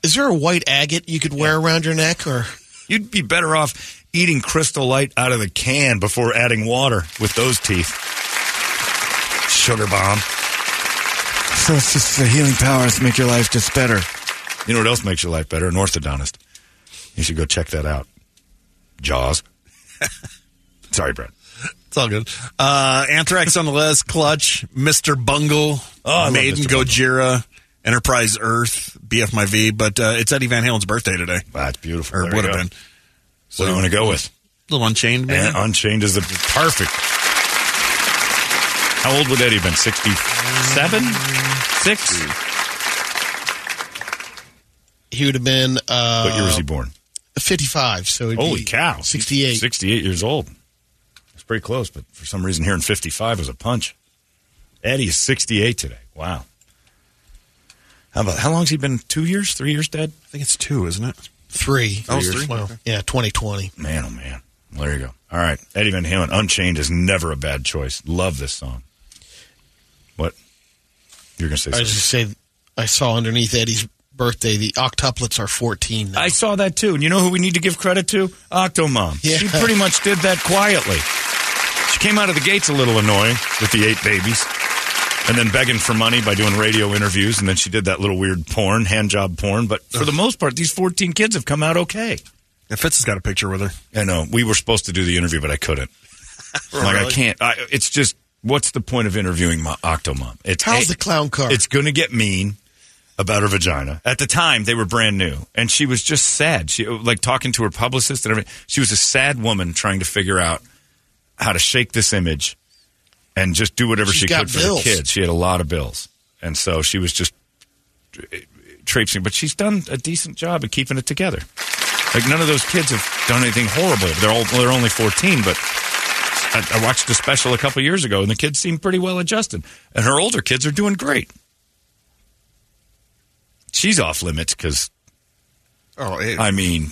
H: Is there a white agate you could wear around your neck or
G: You'd be better off eating Crystal Light out of the can before adding water with those teeth. Sugar bomb.
J: solstice, the healing powers make your life just better.
G: You know what else makes your life better? An orthodontist. You should go check that out. Jaws. Sorry, Brett.
D: It's all good. Uh, Anthrax on the list, Clutch, Mr. Bungle,
G: Oh, I love
D: Maiden
G: Mr. Bungle.
D: Gojira, Enterprise Earth, BF My V, but uh, it's Eddie Van Halen's birthday today.
G: Wow, that's Ah, beautiful.
D: Or
G: There you
D: would have
G: go.
D: been.
G: So what do you want to go with?
D: Little Unchained, man.
G: And Unchained is the perfect. How old would Eddie have been? 67? Six?
H: He would have been uh,
G: what year was he born?
H: 55, so he'd
G: Holy
H: be
G: cow.
H: 68.
G: 68 years old. It's pretty close, but for some reason hearing 55 was a punch. Eddie is 68 today. Wow. How about how long's he been? Two years? Three years dead?
D: I think it's two, isn't it?
H: Three.
D: Oh, it's three?
H: Well,
D: Okay.
H: yeah, 2020.
G: Man, oh man. Well, there you go. All right. Eddie Van Halen, Unchained is never a bad choice. Love this song. What? You're going to say
H: I
G: something.
H: just say I saw underneath Eddie's birthday the octuplets are 14 now.
G: I saw that too. And you know who we need to give credit to? Octomom.
H: Yeah.
G: She pretty much did that quietly. She came out of the gates a little annoying with the eight babies and then begging for money by doing radio interviews. And then she did that little weird porn, hand job porn. But for the most part, these 14 kids have come out okay.
D: And Fitz has got a picture with her.
G: I know. We were supposed to do the interview, but I couldn't. Like, I
D: Really?
G: can't. I, it's just, what's the point of interviewing my Octomom? It's
H: How's
G: a-
H: the clown car?
G: it's going to get mean about her vagina. At the time, they were brand new, and she was just sad. She like talking to her publicist and everything. She was a sad woman trying to figure out how to shake this image and just do whatever
H: She's
G: she
H: got
G: could
H: bills.
G: for the kids. She had a lot of bills, and so she was just traipsing. But she's done a decent job of keeping it together. Like none of those kids have done anything horrible. They're all they're only fourteen, but I, I watched a special a couple years ago, and the kids seem pretty well adjusted, and her older kids are doing great. She's off limits because
D: Oh, it,
G: I mean,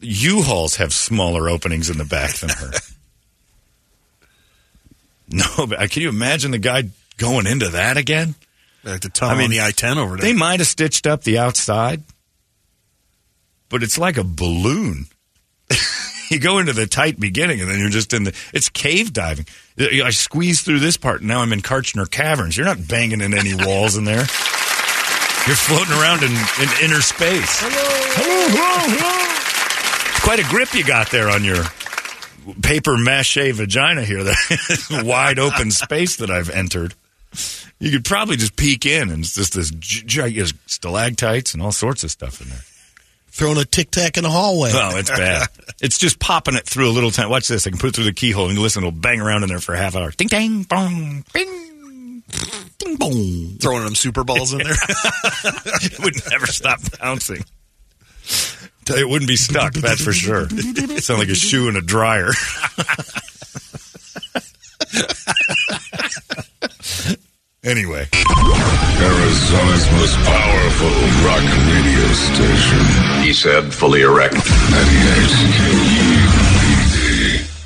G: U-Hauls have smaller openings in the back than her. no, but uh, can you imagine the guy going into that again?
D: like the tunnel
G: I mean,
D: on the I 10 over there.
G: They might have stitched up the outside, but it's like a balloon. you go into the tight beginning, and then you're just in the. It's cave diving. I squeezed through this part, and now I'm in Karchner Caverns. You're not banging in any walls in there. You're floating around in, in inner space. Hello, hello, hello. It's quite a grip you got there on your paper mache vagina here. That wide open space that I've entered. You could probably just peek in, and it's just this gi- gi- stalactites and all sorts of stuff in there.
H: Throwing a tic tac in the hallway.
G: Oh, it's bad. it's just popping it through a little time. Watch this. I can put it through the keyhole and listen. It'll bang around in there for a half hour. Ding, dang, bong, bing, ding, bong.
D: throwing them super balls in there.
G: It would never stop bouncing. It wouldn't be stuck, that's for sure. It sounded like a shoe in a dryer. anyway.
B: Arizona's most powerful rock radio station. He said, fully erect. 98 KUPD.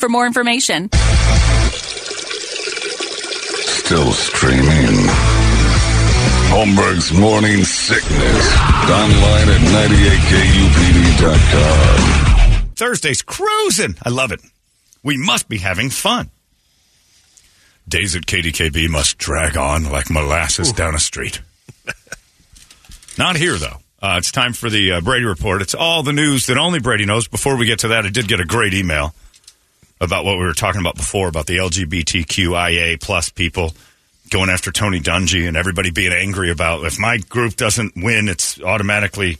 A: for more information.
B: Still streaming. Holmberg's Morning Sickness. Online at 98kupd.com.
G: Thursday's cruising. I love it. We must be having fun. Days at KDKB must drag on like molasses down a street. Not here, though. Uh, it's time for the uh, Brady Report. It's all the news that only Brady knows. Before we get to that, I did get a great email about what we were talking about before about the LGBTQIA plus people going after Tony Dungy and everybody being angry about if my group doesn't win, it's automatically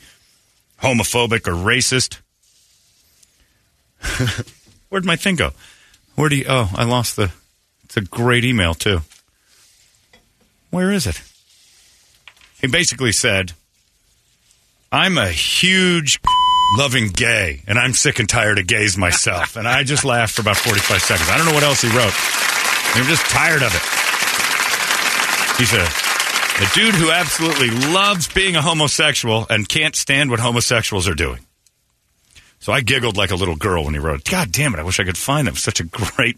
G: homophobic or racist. Where'd my thing go? Where do you? Oh, I lost the. It's a great email too. Where is it? He basically said, "I'm a huge loving gay, and I'm sick and tired of gays myself." and I just laughed for about forty-five seconds. I don't know what else he wrote. I'm just tired of it. He's a The dude who absolutely loves being a homosexual and can't stand what homosexuals are doing. So I giggled like a little girl when he wrote it. God damn it, I wish I could find him. Such a great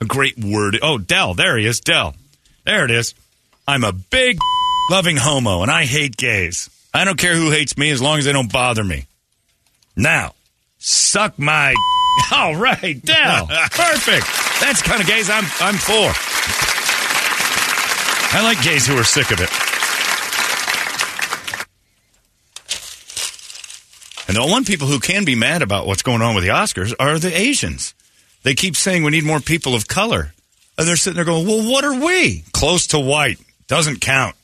G: a great word. Oh, Dell, there he is, Dell. There it is. I'm a big loving homo and I hate gays. I don't care who hates me as long as they don't bother me. Now, suck my All right, Dell. Perfect. That's the kind of gays I'm I'm for. I like gays who are sick of it. And the one people who can be mad about what's going on with the Oscars are the Asians. They keep saying we need more people of color. And they're sitting there going, well, what are we? Close to white. Doesn't count.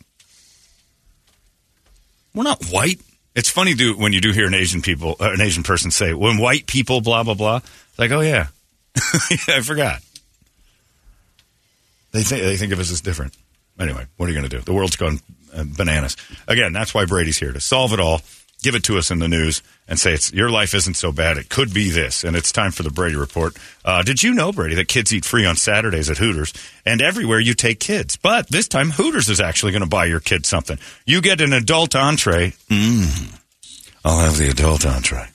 G: We're not white. It's funny do, when you do hear an Asian people, uh, an Asian person say, when white people, blah, blah, blah. It's like, oh, yeah. I forgot. They think, they think of us as different. Anyway, what are you going to do? The world's gone uh, bananas. Again, that's why Brady's here to solve it all, give it to us in the news, and say it's your life isn't so bad. It could be this, and it's time for the Brady report. Uh, did you know, Brady, that kids eat free on Saturdays at Hooters and everywhere you take kids? But this time, Hooters is actually going to buy your kid something. You get an adult entree. Mm. I'll have the adult entree.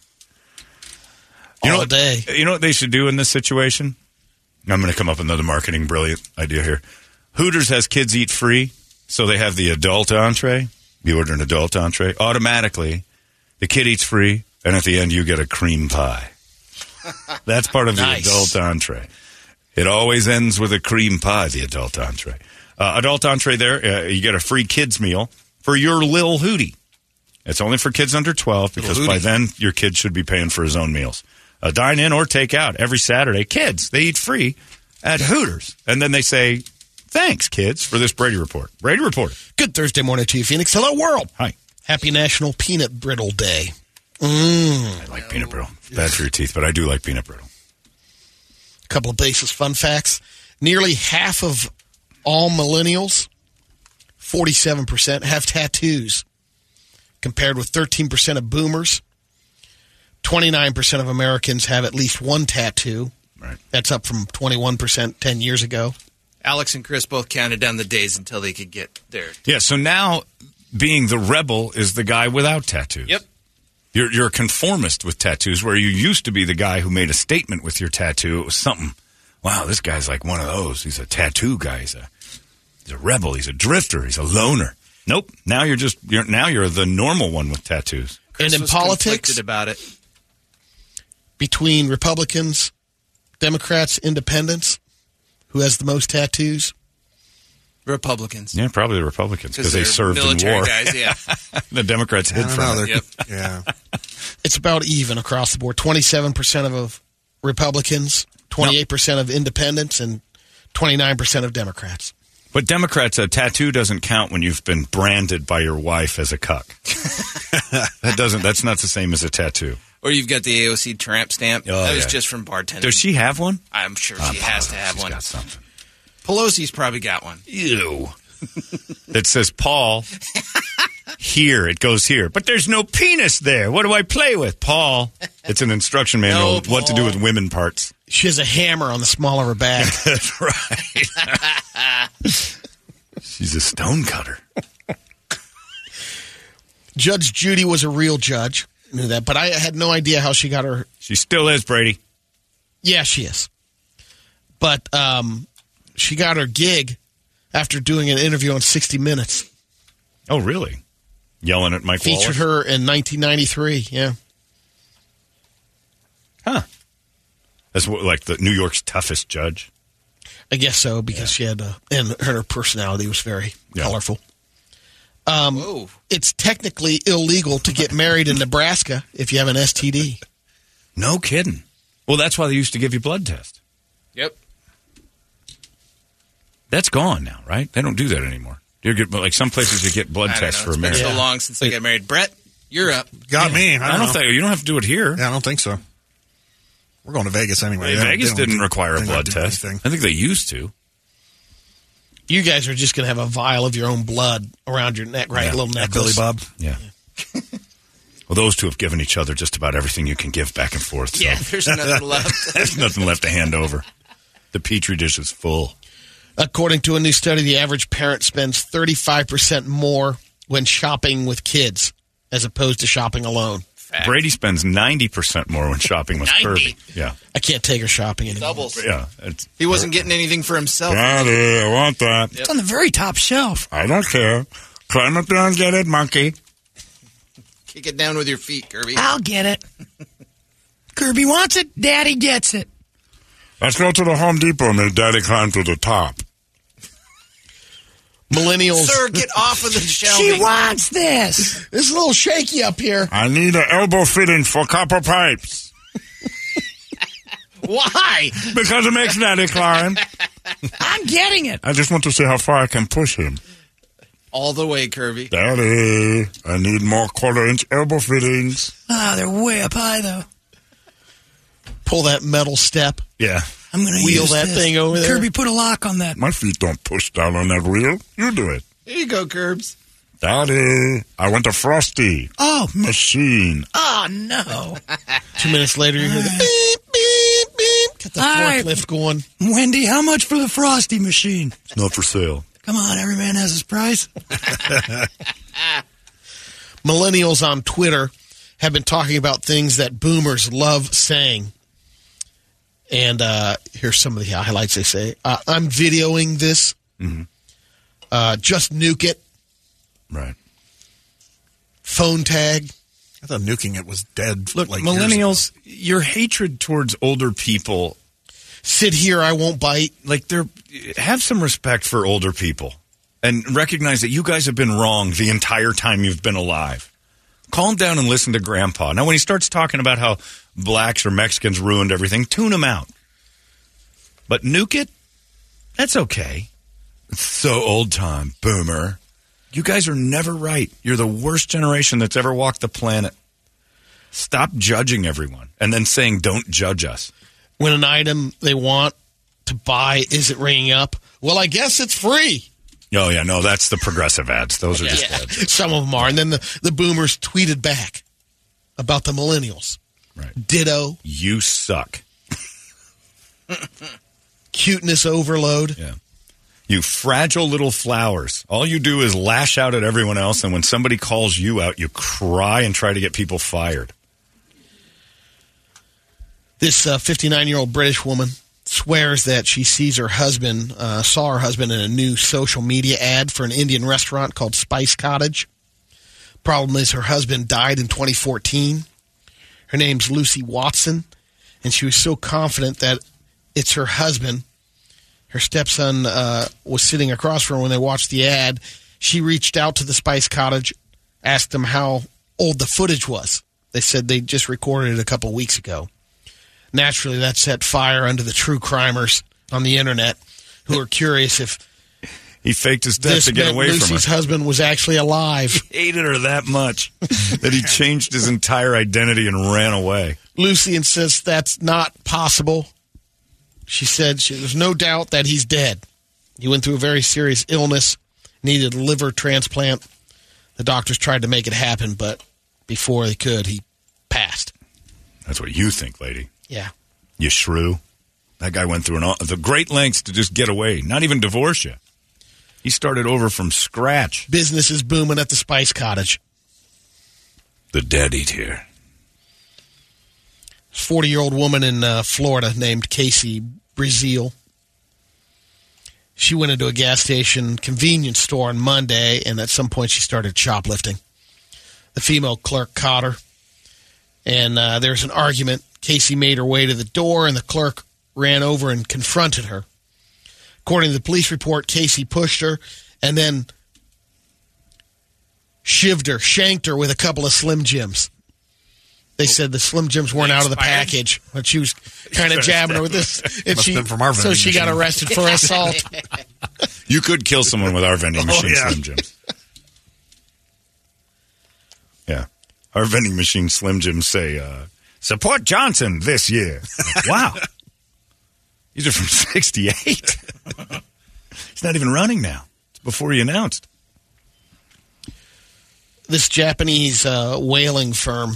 G: You know what, day. You know what they should do in this situation? I'm going to come up with another marketing brilliant idea here. Hooters has kids eat free, so they have the adult entree. You order an adult entree, automatically, the kid eats free, and at the end, you get a cream pie. That's part of
K: Nice.
G: the adult entree. It always ends with a cream pie, the adult entree. Uh, adult entree there, uh, you get a free kids meal for your Lil Hootie. It's only for kids under 12 because by then your kid should be paying for his own meals. Uh, dine in or take out every Saturday. Kids, they eat free at Hooters. And then they say, thanks, kids, for this Brady Report. Brady Report.
H: Good Thursday morning to you, Phoenix. Hello, world.
G: Hi.
H: Happy National Peanut Brittle Day. Mm.
G: I like peanut brittle. It's bad for your teeth, but I do like peanut brittle.
H: A couple of basis fun facts. Nearly half of all millennials, 47%, have tattoos, compared with 13% of boomers. 29% of Americans have at least one tattoo.
G: Right.
H: That's up from 21% 10 years ago.
K: Alex and Chris both counted down the days until they could get there.
G: Yeah, so now being the rebel is the guy without tattoos. Yep. You're, you're a conformist with tattoos where you used to be the guy who made a statement with your tattoo. It was something, wow, this guy's like one of those. He's a tattoo guy. He's a, he's a rebel. He's a drifter. He's a loner. Nope. Now you're just, you're, now you're the normal one with tattoos.
H: and in politics,
K: conflicted about it.
H: between Republicans, Democrats, Independents, who has the most tattoos?
K: Republicans.
G: Yeah, probably the Republicans because they
K: they're
G: served in
K: military
G: war.
K: guys, yeah.
G: the Democrats hid
K: don't
G: from
K: know,
G: it.
K: they're-
D: Yeah.
H: It's about even across the board. Twenty-seven percent of, of Republicans, twenty-eight percent of Independents, and twenty-nine percent of Democrats.
G: But Democrats, a tattoo doesn't count when you've been branded by your wife as a cuck. that doesn't. That's not the same as a tattoo.
K: Or you've got the AOC tramp stamp.
G: Oh,
K: that was
G: yeah.
K: just from bartending.
G: Does she have one?
K: I'm sure
G: I'm
K: she has to
G: positive
K: have
G: she's
K: one.
G: got something.
K: Pelosi's probably got one.
G: Ew. that says Paul. Here it goes here, but there's no penis there. What do I play with, Paul? It's an instruction
H: No,
G: manual. what to do
H: Paul.
G: with women parts?
H: She has a hammer on the small of her back.
G: That's right. She's a stonecutter.
H: Judge Judy was a real judge. Knew that, but I had no idea how she got her.
G: She still is Brady.
H: Yeah, she is. But um, she got her gig after doing an interview on 60 Minutes.
G: Oh, really? Yelling at Mike
H: Featured
G: Wallace.
H: her in 1993. Yeah.
G: That's what, like the New York's toughest judge.
H: I guess so because she had uh, and her personality was very
G: Yeah.
H: colorful. Um, it's technically illegal to get married in Nebraska if you have an STD.
G: No kidding. Well, that's why they used to give you blood tests.
K: Yep.
G: That's gone now, right? They don't do that anymore. You get like some places you get blood
K: I don't
G: tests
K: know.
G: for a
K: It's been
G: marriage.
K: so long since they got married. Brett, you're up.
D: Got me. I don't,
G: I don't
D: know.
G: think you don't have to do it here.
D: Yeah, I don't think so. We're going to Vegas anyway.
G: Hey,
D: They don't-
G: Vegas
D: they don't-
G: didn't require a
D: they don't
G: blood
D: do
G: test.
D: anything.
G: I think they used to.
H: You guys are just going to have a vial of your own blood around your neck, right?
G: Yeah.
H: A little
D: Yeah,
H: necklace.
D: Billy Bob.
G: Yeah. well, those two have given each other just about everything you can give back and forth. So
K: Yeah, there's nothing left.
G: there's nothing left to hand over. The petri dish is full.
H: According to a new study, the average parent spends 35% more when shopping with kids as opposed to shopping alone.
G: Brady spends 90% more when shopping with
K: 90?
G: Kirby. Yeah.
H: I can't take her shopping anymore.
K: Doubles.
G: Yeah. It's,
K: He wasn't getting anything for himself.
G: Daddy, I want that.
K: Yep.
L: It's on the very top shelf.
G: I don't care. Climb up there and get it, monkey.
K: Kick it down with your feet, Kirby.
L: I'll get it. Kirby wants it. Daddy gets it.
G: Let's go to the Home Depot and make daddy climb to the top.
H: Millennials.
K: Sir, get off of the shelving.
L: She wants this.
H: It's a little shaky up here.
G: I need an elbow fitting for copper pipes
H: Why?
G: because it makes daddy climb.
L: I'm getting it.
G: I just want to see how far I can push him.
K: All the way, Kirby.
G: Daddy, I need more quarter inch elbow fittings.
L: Oh, they're way up high though.
H: Pull that metal step.
G: Yeah.
L: I'm gonna
H: Wheel
L: use
H: that
L: this.
H: thing over there.
L: Kirby, put a lock on that.
G: My feet don't push down on that wheel. You do it.
K: Here you go, Curbs.
G: Daddy, I want a frosty
L: Oh, m-
G: machine.
L: oh no.
H: Two minutes later, you hear the beep, beep, beep. Get the
L: All right.
H: forklift going.
L: Wendy, how much for the frosty machine?
G: It's not for sale.
L: Come on, every man has his price.
H: millennials on Twitter have been talking about things that boomers love saying. And uh, here's some of the highlights they say uh, I'm videoing this.
G: Mm-hmm.
H: Uh, just nuke it.
G: Right.
H: Phone tag.
D: I thought nuking it was dead.
G: Look,
D: like years
G: millennials, your hatred towards older people,
H: Sit here, I won't bite.
G: like, they're, have some respect for older people and recognize that you guys have been wrong the entire time you've been alive. Calm down and listen to grandpa. Now, when he starts talking about how blacks or Mexicans ruined everything, tune him out. But nuke it, that's okay. It's so old time, boomer. You guys are never right. You're the worst generation that's ever walked the planet. Stop judging everyone and then saying, don't judge us.
H: When an item they want to buy isn't ringing up, well, I guess it's free.
G: Oh, yeah, no, that's the progressive ads. Those are just ads.
H: Some of them are. And then the, the boomers tweeted back about the millennials.
G: Right.
H: Ditto,
G: You suck.
H: cuteness overload.
G: Yeah. You fragile little flowers. All you do is lash out at everyone else, and when somebody calls you out, you cry and try to get people fired.
H: This uh, 59-year-old British woman swears that she sees her husband, uh, saw her husband in a new social media ad for an Indian restaurant called Spice Cottage. Problem is, her husband died in 2014. Her name's Lucy Watson, and she was so confident that it's her husband. Her stepson uh, was sitting across from her when they watched the ad. She reached out to the Spice Cottage, asked them how old the footage was. They said they just recorded it a couple weeks ago naturally that set fire under the true crimers on the internet who are curious if
G: He faked his death
H: this
G: to get
H: meant
G: away from her.
H: Lucy's husband was actually alive.
G: hated her that much that he changed his entire identity and ran away.
H: Lucy insists that's not possible. She said she, there's no doubt that he's dead. He went through a very serious illness, needed a liver transplant. The doctors tried to make it happen, but before they could, he passed.
G: That's what you think, lady.
H: Yeah.
G: You shrew. That guy went through an, the great lengths to just get away, not even divorce you. He started over from scratch.
H: Business is booming at the Spice Cottage.
G: The dead eat here.
H: 40 year old woman in uh, Florida named Casey Brazil. She went into a gas station convenience store on Monday, and at some point she started shoplifting. The female clerk caught her, and uh, there was an argument. Casey made her way to the door, and the clerk ran over and confronted her. According to the police report, Casey pushed her and then shivved her, shanked her with a couple of Slim Jims. They said the Slim Jims weren't out of the package, but she was kind of jabbing her with this. And
D: Must've
H: she,
D: been from our
H: so
D: vending
H: she got
D: machine.
H: arrested for assault.
G: You could kill someone with our
H: Oh,
G: vending machine
D: yeah.
G: Slim Jims. Yeah. Our vending machine Slim Jims say, uh, support Johnson this year. wow. These are from 68. He's not even running now. It's before he announced.
H: this Japanese uh, whaling firm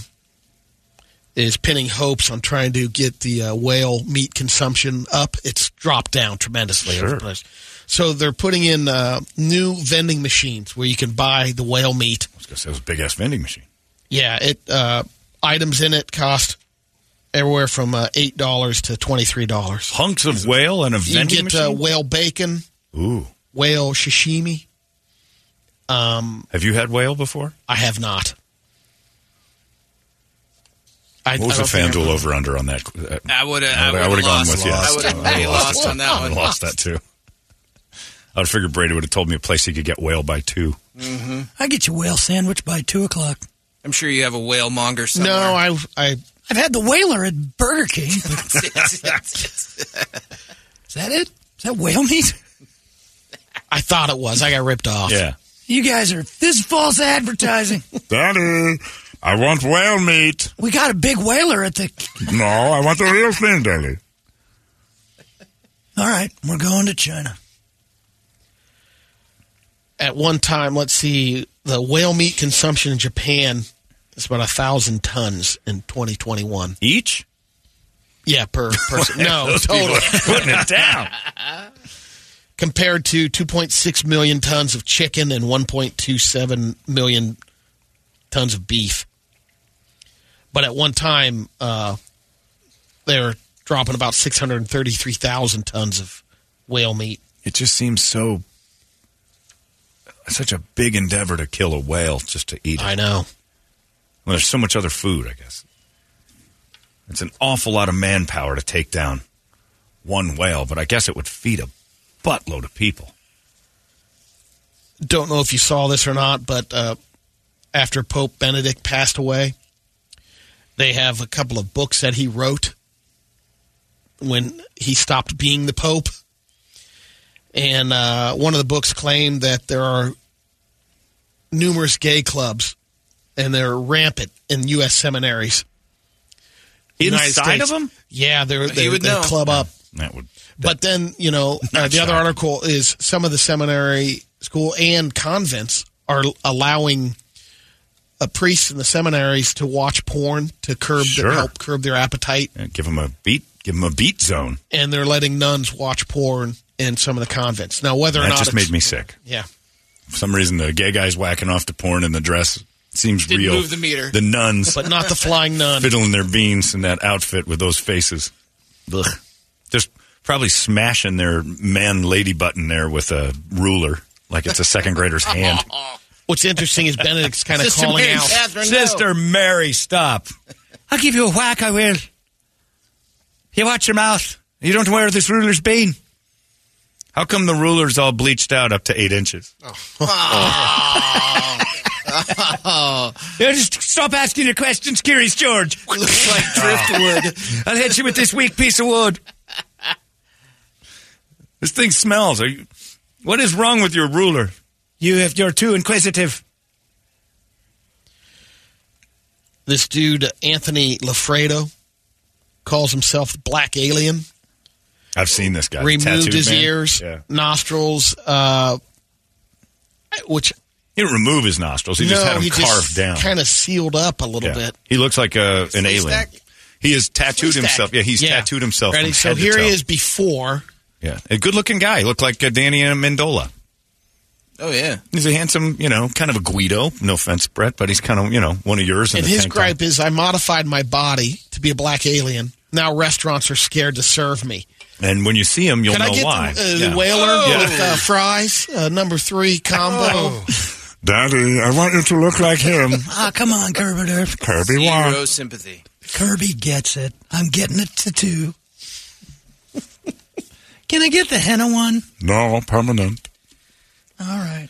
H: is pinning hopes on trying to get the uh, whale meat consumption up. It's dropped down tremendously. over the place. So they're putting in uh, new vending machines where you can buy the whale meat.
G: I was going to say it was a big ass vending machine.
H: Yeah, it uh, items in it cost everywhere from uh, eight dollars to twenty three dollars.
G: Hunks of whale and a
H: You
G: vending
H: get Uh,
G: machine.
H: whale bacon,
G: Ooh,
H: whale sashimi. Um,
G: have you had whale before?
H: I have not. I,
G: What was
H: I
G: the
H: don't think
G: FanDuel over under on that? Uh,
K: I would've- I
G: would've- I
K: would've
G: would've gone
K: lost.
G: with you.
K: I would've-
G: would've
K: I
G: lost
K: lost
G: it.
K: on that
G: I would've
K: one.
G: Lost that too. I would figure Brady would have told me a place he could get whale by two.
K: Mm-hmm.
L: I get you a whale sandwich by two o'clock.
K: I'm sure you have a whale monger somewhere.
L: No,
H: I, I,
L: I've had the whaler at Burger King. but- is that it? Is that whale meat?
H: I thought it was. I got ripped off.
G: Yeah.
L: You guys are this is false advertising.
G: Daddy, I want whale meat.
L: We got a big whaler at the.
G: No, I want the real thing, Daddy.
L: All right, we're going to China.
H: At one time, let's see, the whale meat consumption in Japan is about a thousand tons in 2021.
G: Each?
H: Yeah, per person. no,
G: Those people
H: total.
G: are putting it down.
H: Compared to 2.6 million tons of chicken and 1.27 million tons of beef. But at one time, uh, they're dropping about 633,000 tons of whale meat.
G: It just seems so such a big endeavor to kill a whale just to eat it. I
H: know.
G: Well, there's so much other food, I guess. It's an awful lot of manpower to take down one whale, but I guess it would feed a buttload of people.
H: don't know if you saw this or not, but uh, after Pope Benedict passed away, they have a couple of books that he wrote when he stopped being the Pope. And uh, one of the books claimed that there are numerous gay clubs and they're rampant in U.S. seminaries. United
G: Inside
H: States-
G: of 'em?
H: Yeah, they're,
G: You
H: they
G: would
H: they
G: know.
H: club up.
G: That would
H: But then, you know, uh, the other article is some of the seminary school and convents are allowing a priest in the seminaries to watch porn to curb
G: Sure.
H: their help curb their appetite,
G: uh, give them a beat, give them a beat zone.
H: and they're letting nuns watch porn in some of the convents. Now, whether or
G: that
H: not
G: just
H: it's-
G: made me sick.
H: yeah,
G: For some reason, the gay guy's whacking off to porn in the dress seems
H: Didn't
G: real.
H: move the meter.
G: The nuns,
H: but not the flying nun.
G: fiddling their beans in that outfit with those faces. Ugh. Just probably smashing their man lady button there with a ruler, like it's a second grader's hand.
H: What's interesting is Benedict's kind of
L: Sister
H: calling
L: Mary
H: out
L: Catherine, no.
G: Sister Mary, stop.
L: I'll give you a whack. I will.
G: You watch your mouth. You don't wear this ruler's bean. How come the ruler's all bleached out up to eight inches?
L: Yeah, just stop asking your questions, Curious George. Looks like driftwood. I'll hit you with this weak piece of wood.
G: This thing smells. Are you, what is wrong with your ruler?
L: You have, you're too inquisitive.
H: this dude Anthony Lafredo calls himself the Black Alien.
G: I've seen this guy. The
H: removed
G: tattooed
H: his
G: man.
H: ears,
G: Yeah.
H: nostrils, uh, which
G: He didn't remove his nostrils. He just
H: no,
G: had him
H: he
G: carved
H: just
G: down.
H: kind of sealed up a little
G: Yeah.
H: bit.
G: He looks like a, an alien. He has tattooed
H: Sleeve
G: himself.
H: stack.
G: Yeah, he's
H: Yeah.
G: tattooed himself.
H: Ready?
G: from
H: So
G: head to
H: here he
G: toe.
H: is before.
G: Yeah, a good-looking guy. He looked like uh, Danny Mendola.
K: Oh yeah.
G: He's a handsome, you know, kind of a Guido. No offense, Brett, but he's kind of you know one of yours. in
H: And
G: the
H: his
G: tank top.
H: gripe is, I modified my body to be a black alien. Now restaurants are scared to serve me.
G: And when you see him, you'll
H: Can
G: know
H: I get
G: why.
H: the, uh,
G: Yeah. Oh.
H: whaler
G: Yeah.
H: with uh, fries? Uh, number three combo.
G: Daddy, I want you to look like him.
L: Ah, come on, Kirby Derp.
G: Kirby
K: Zero
G: Wong.
K: sympathy.
L: Kirby gets it. I'm getting it to two. Can I get the henna one?
G: No, permanent.
L: All right.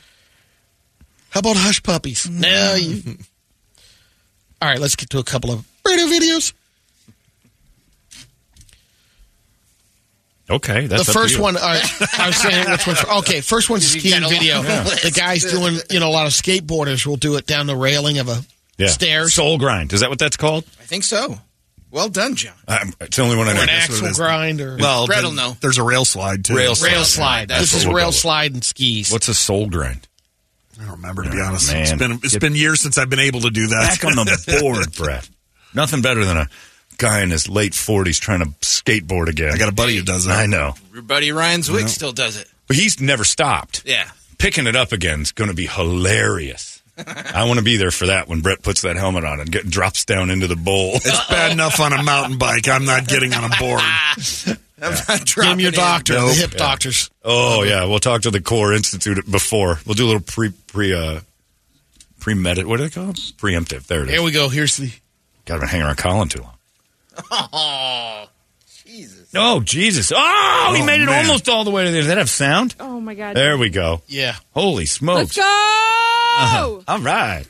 H: How about hush puppies? No, you. All right, let's get to a couple of radio videos.
G: Okay, that's
H: the
G: up to
H: first
G: you.
H: one, all right, I was saying which one's okay. First one's
K: You
H: skiing
K: got a
H: video.
K: long list.
H: The guy's doing, you know, a lot of skateboarders will do it down the railing of a
G: Yeah.
H: stairs.
G: Soul grind. Is that what that's called?
K: I think so. Well done, John.
G: Um, it's the only one I
H: or
G: know.
H: an
G: That's what
H: axle
G: it is.
H: grind or
D: Well,
K: Brett
D: then
K: will know.
D: There's a rail slide too.
H: rail
G: Rail slide.
H: slide.
G: That's
H: This
G: what
H: is
G: we'll go
H: rail
G: with.
H: slide and skis.
G: What's a soul grind?
D: I don't remember to be
G: Oh,
D: honest.
G: man.
D: It's been it's
G: Get-
D: been years since I've been able to do that.
G: Back on the board, Brett. Nothing better than a guy in his late 40s trying to skateboard again. I got a buddy who does that. I know.
K: Your buddy Ryan Zwick
G: No.
K: still does it.
G: But he's never stopped.
K: Yeah.
G: Picking it up again is going to be hilarious. I want to be there for that when Brett puts that helmet on and get, drops down into the bowl. It's bad enough on a mountain bike. I'm not getting on a board.
H: Give me your doctor, the
G: Nope.
H: hip
G: Yeah.
H: doctors.
G: Oh yeah, we'll talk to the Core Institute before. We'll do a little pre pre uh premedit. What do they call it? Preemptive. There it is.
H: Here we go. Here's the.
G: Got to hang around Colin too long.
L: Oh, Jesus.
G: Oh Jesus! Oh, he
L: Oh,
G: made it
L: man.
G: almost all the way to there. Does that have sound?
M: Oh my god.
G: There we go.
H: Yeah.
G: Holy
M: Let's
G: smokes!
M: go.
G: Uh-huh. All right.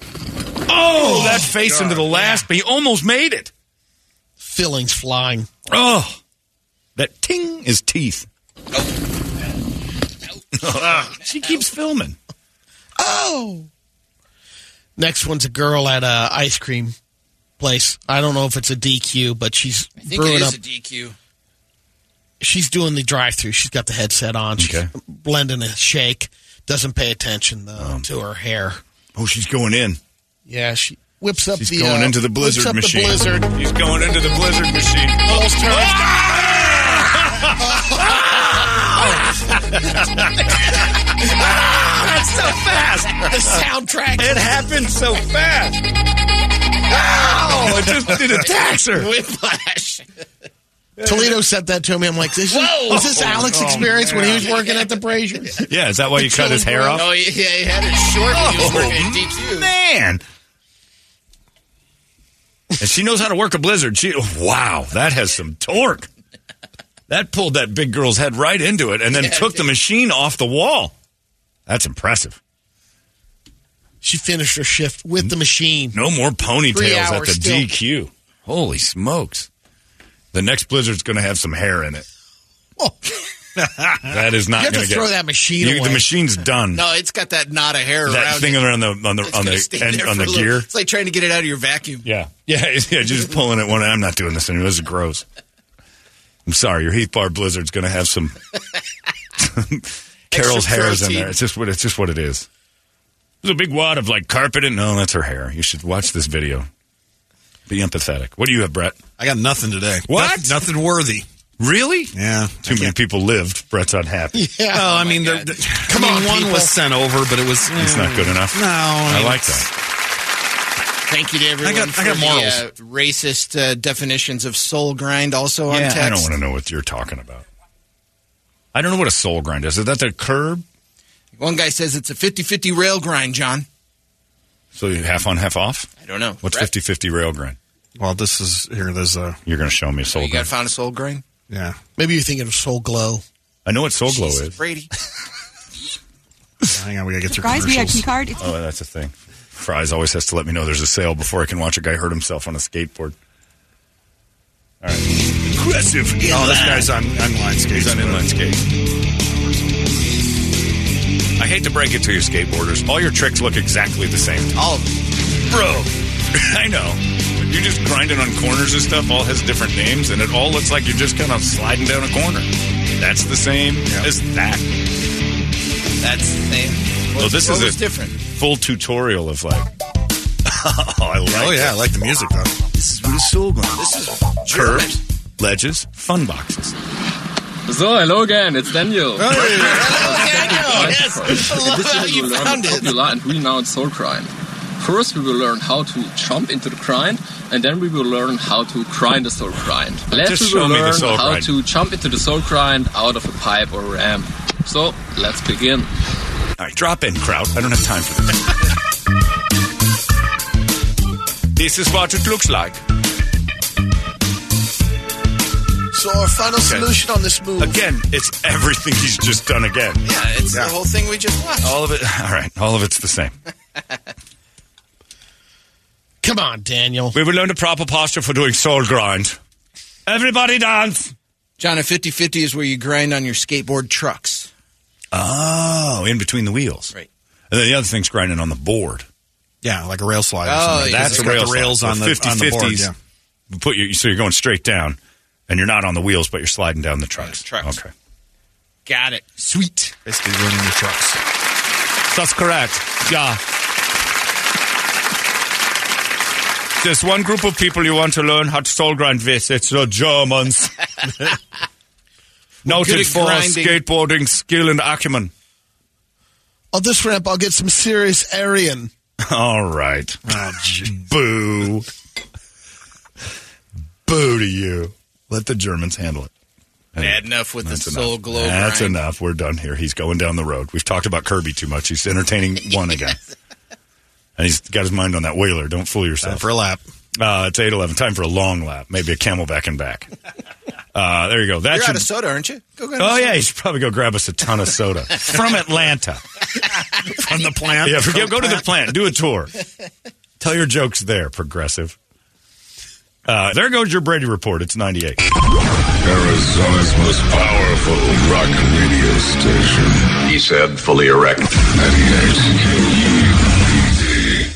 G: Oh, that face into the last, but he almost made it.
H: Fillings flying.
G: Oh, that ting is teeth. she keeps filming.
H: Oh. Next one's a girl at a ice cream place. I don't know if it's a DQ, but she's
K: I think
H: brewing
K: it is
H: up.
K: a DQ.
H: she's doing the drive-through. She's got the headset on. She's blending a shake. Doesn't pay attention though, to her hair.
G: Um, Oh, she's going in.
H: Yeah, she whips up
G: She's
H: the
G: going
H: uh,
G: into the blizzard
H: whips up
G: machine.
H: The blizzard.
G: He's going into the blizzard machine. Ah!
H: Almost her.
G: That's Ah, so fast.
H: The soundtrack.
G: It happened so fast. Oh, it just it attacks her.
H: Whiplash. Toledo sent that to me. I'm like, this is,
K: Whoa!
H: was this Alex's
K: Oh,
H: experience when he
K: man.
H: was working at the Braziers?
G: Yeah, is that why you cut his hair off?
K: Oh, yeah, he had it short. when he was working at DQ.
G: Man. And she knows how to work a blizzard. She wow, that has some torque. That pulled that big girl's head right into it and then
H: Yeah, it
G: took the machine off the wall. That's impressive.
H: She finished her shift with the machine.
G: No more
H: Three
G: ponytails at
H: hours
G: the
H: still.
G: DQ. Holy smokes. The next blizzard's going to have some hair in it. Oh. that is
K: You
G: not
K: have to
G: going get,
K: throw that machine away.
G: The machine's done.
K: No, it's got that knot of hair
G: that
K: around
G: thing
K: it.
G: around the on the
K: It's
G: on
K: gonna
G: the
K: stay
G: end,
K: there
G: on
K: for
G: the
K: a little-
G: gear.
K: It's like trying to get it out of your vacuum.
G: Yeah. Yeah, yeah, just pulling it one. I'm not doing this anymore. This is gross. I'm sorry, your Heath Bar Blizzard's going to have some Carol's
L: Extra
G: hairs in
L: protein.
G: there. It's just what it's just what it is. There's a big wad of like carpet and no, that's her hair. You should watch this video. Be empathetic. What do you have, Brett? I got nothing today. What?
D: Noth-
G: nothing worthy. Really? Yeah. Too many people lived. Brett's unhappy.
D: Yeah. Well,
H: oh
D: I mean, the, the, come on. One was sent over, but it was
G: It's not good enough.
D: No, I,
G: I
D: mean,
G: like
D: it's-
G: that.
K: Thank you to everyone
D: I got-
K: for
D: I got
K: the,
D: morals.
K: uh, racist uh, definitions of soul grind also on
G: Yeah,
K: text.
G: I don't want to know what you're talking about. I don't know what a soul grind is. Is that the curb?
K: One guy says it's a 50-50 rail grind, John.
G: So you half on, half off?
K: I don't know.
G: What's
K: Brett?
G: 50 50 rail grind? Well, this is here. There's a. You're going to show me a soul
K: You
G: grind.
K: got found a soul grind?
G: yeah.
H: Maybe you're thinking of Soul Glow.
G: I know what soul glow is.
K: Brady.
G: Hang on, we got to get
N: Surprise VIP card. It's
G: Oh, that's a thing. Fries always has to let me know there's a sale before I can watch a guy hurt himself on a skateboard. All right. Aggressive.
D: Oh, this guy's on inline skates.
G: He's on
D: but-
G: inline skates. I hate to break it to you, skateboarders. All your tricks look exactly the same. All Bro. I know. You're just grinding on corners and stuff, all has different names, and it all looks like you're just kind of sliding down a corner. That's the same as that.
K: That's the same.
G: Well,
K: What-
G: this
K: what
G: is
K: was
G: a
K: different.
G: full tutorial of like. oh, I like
D: Oh, yeah, I like the music, though.
G: This is what a soul grind.
K: This is
G: curbs, ledges, fun boxes.
O: So, hello again, it's Daniel.
K: yes. I love
O: In this
K: how
O: video,
K: you
O: we'll learn
K: found
O: the
K: it.
O: popular and renowned soul grind. First, we will learn how to jump into the grind, and then we will learn how to grind the soul grind. Last,
P: Just
O: we will
P: show me the
O: learn
P: soul
O: how
P: grind.
O: to jump into the soul grind out of a pipe or ramp. So, let's begin.
G: All right, drop in, crowd. I don't have time for this. this is what it looks like.
H: So our final solution on this move.
G: Again, it's everything he's just done again.
K: Yeah, it's the whole thing we just watched.
G: All of it. All right, all of it's the same.
H: Come on, Daniel.
G: We will learn the proper posture for doing soul grind. Everybody dance.
K: John, a 50-50 is where you grind on your skateboard trucks.
G: Oh, in between the wheels.
K: Right.
G: And then the other thing's grinding on the board.
D: Yeah, like a rail slide. Or
G: Oh,
D: something.
G: yeah. That's
D: It's
G: a
D: got
G: rail
D: the rails
G: slide.
D: on the,
G: Or 50-50s.
D: on the board. Yeah.
G: You Put your, so you're going straight down, and you're not on the wheels, but you're sliding down the trucks. trucks. Okay.
K: Got it.
G: Sweet. Basically, running the trucks. That's correct. Yeah. There's one group of people you want to learn how to soul grind with. It's the Germans.
K: good
G: Noted
K: at
G: for
K: grinding.
G: skateboarding skill and acumen.
H: On this ramp, I'll get some serious Aryan.
G: All right.
K: Oh,
G: Boo. Boo to you. Let the Germans handle it.
K: Bad enough with the soul glow.
G: That's
K: grind.
G: enough. We're done here. He's going down the road. We've talked about Kirby too much. He's entertaining one again. And he's got his mind on that whaler. Don't fool yourself.
D: Time for a lap.
G: Uh, it's 8-11. Time for a long lap. Maybe a camelback and back. Uh, there you go. That
K: You're
G: should...
K: out of soda, aren't you? Go grab
G: Oh,
K: a soda.
G: yeah. You should probably go grab us a ton of soda from Atlanta.
D: From the plant.
G: Yeah, forget, go to the plant. Do a tour. Tell your jokes there, progressive. Uh, there goes your Brady report. It's 98.
B: Arizona's most powerful rock radio station. He said, fully erect. 98.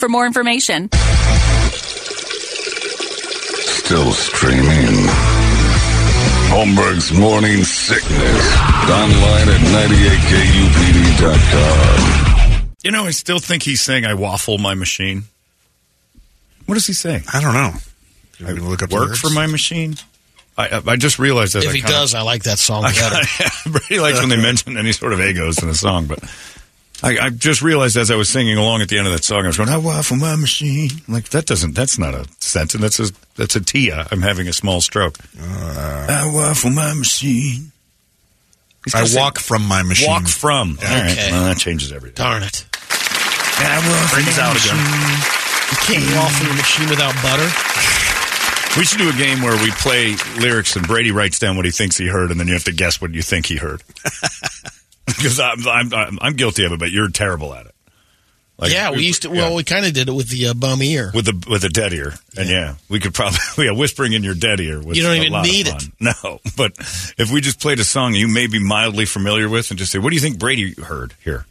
A: for more information.
B: Still streaming. Holmberg's Morning Sickness. Online at 98kupd.com.
G: You know, I still think he's saying I waffle my machine. What does he say? I don't know. I look
D: up the
G: work
D: lyrics?
G: for my machine. I I- I just realized that
H: If
G: I
H: he
G: kinda-
H: does, I like that song
G: I
H: better.
G: kinda- Brady likes when they mention any sort of egos in a song, but I, I just realized as I was singing along at the end of that song, I was going, "I waffle my machine." I'm like that doesn't. That's not a sentence. That's a that's a tia. I'm having a small stroke.
D: Uh.
G: I waffle my machine.
D: I walk from my machine.
G: Walk from. All right.
D: Okay.
G: Well, that changes everything.
H: Darn it.
G: Brings out again.
H: You can't waffle your machine without butter.
G: We should do a game where we play lyrics and Brady writes down what he thinks he heard, and then you have to guess what you think he heard. Because I'm, I'm, I'm, I'm guilty of it, but you're terrible at it. Like,
H: yeah, we used to. Well, we kind of did it with the uh, bum ear.
G: with the with a dead ear, and yeah, we could probably yeah, whispering in your dead ear. Was
H: You don't
G: a
H: even
G: lot of
H: need
G: fun.
H: it.
G: No, but if we just played a song you may be mildly familiar with, and just say, "What do you think Brady heard here?"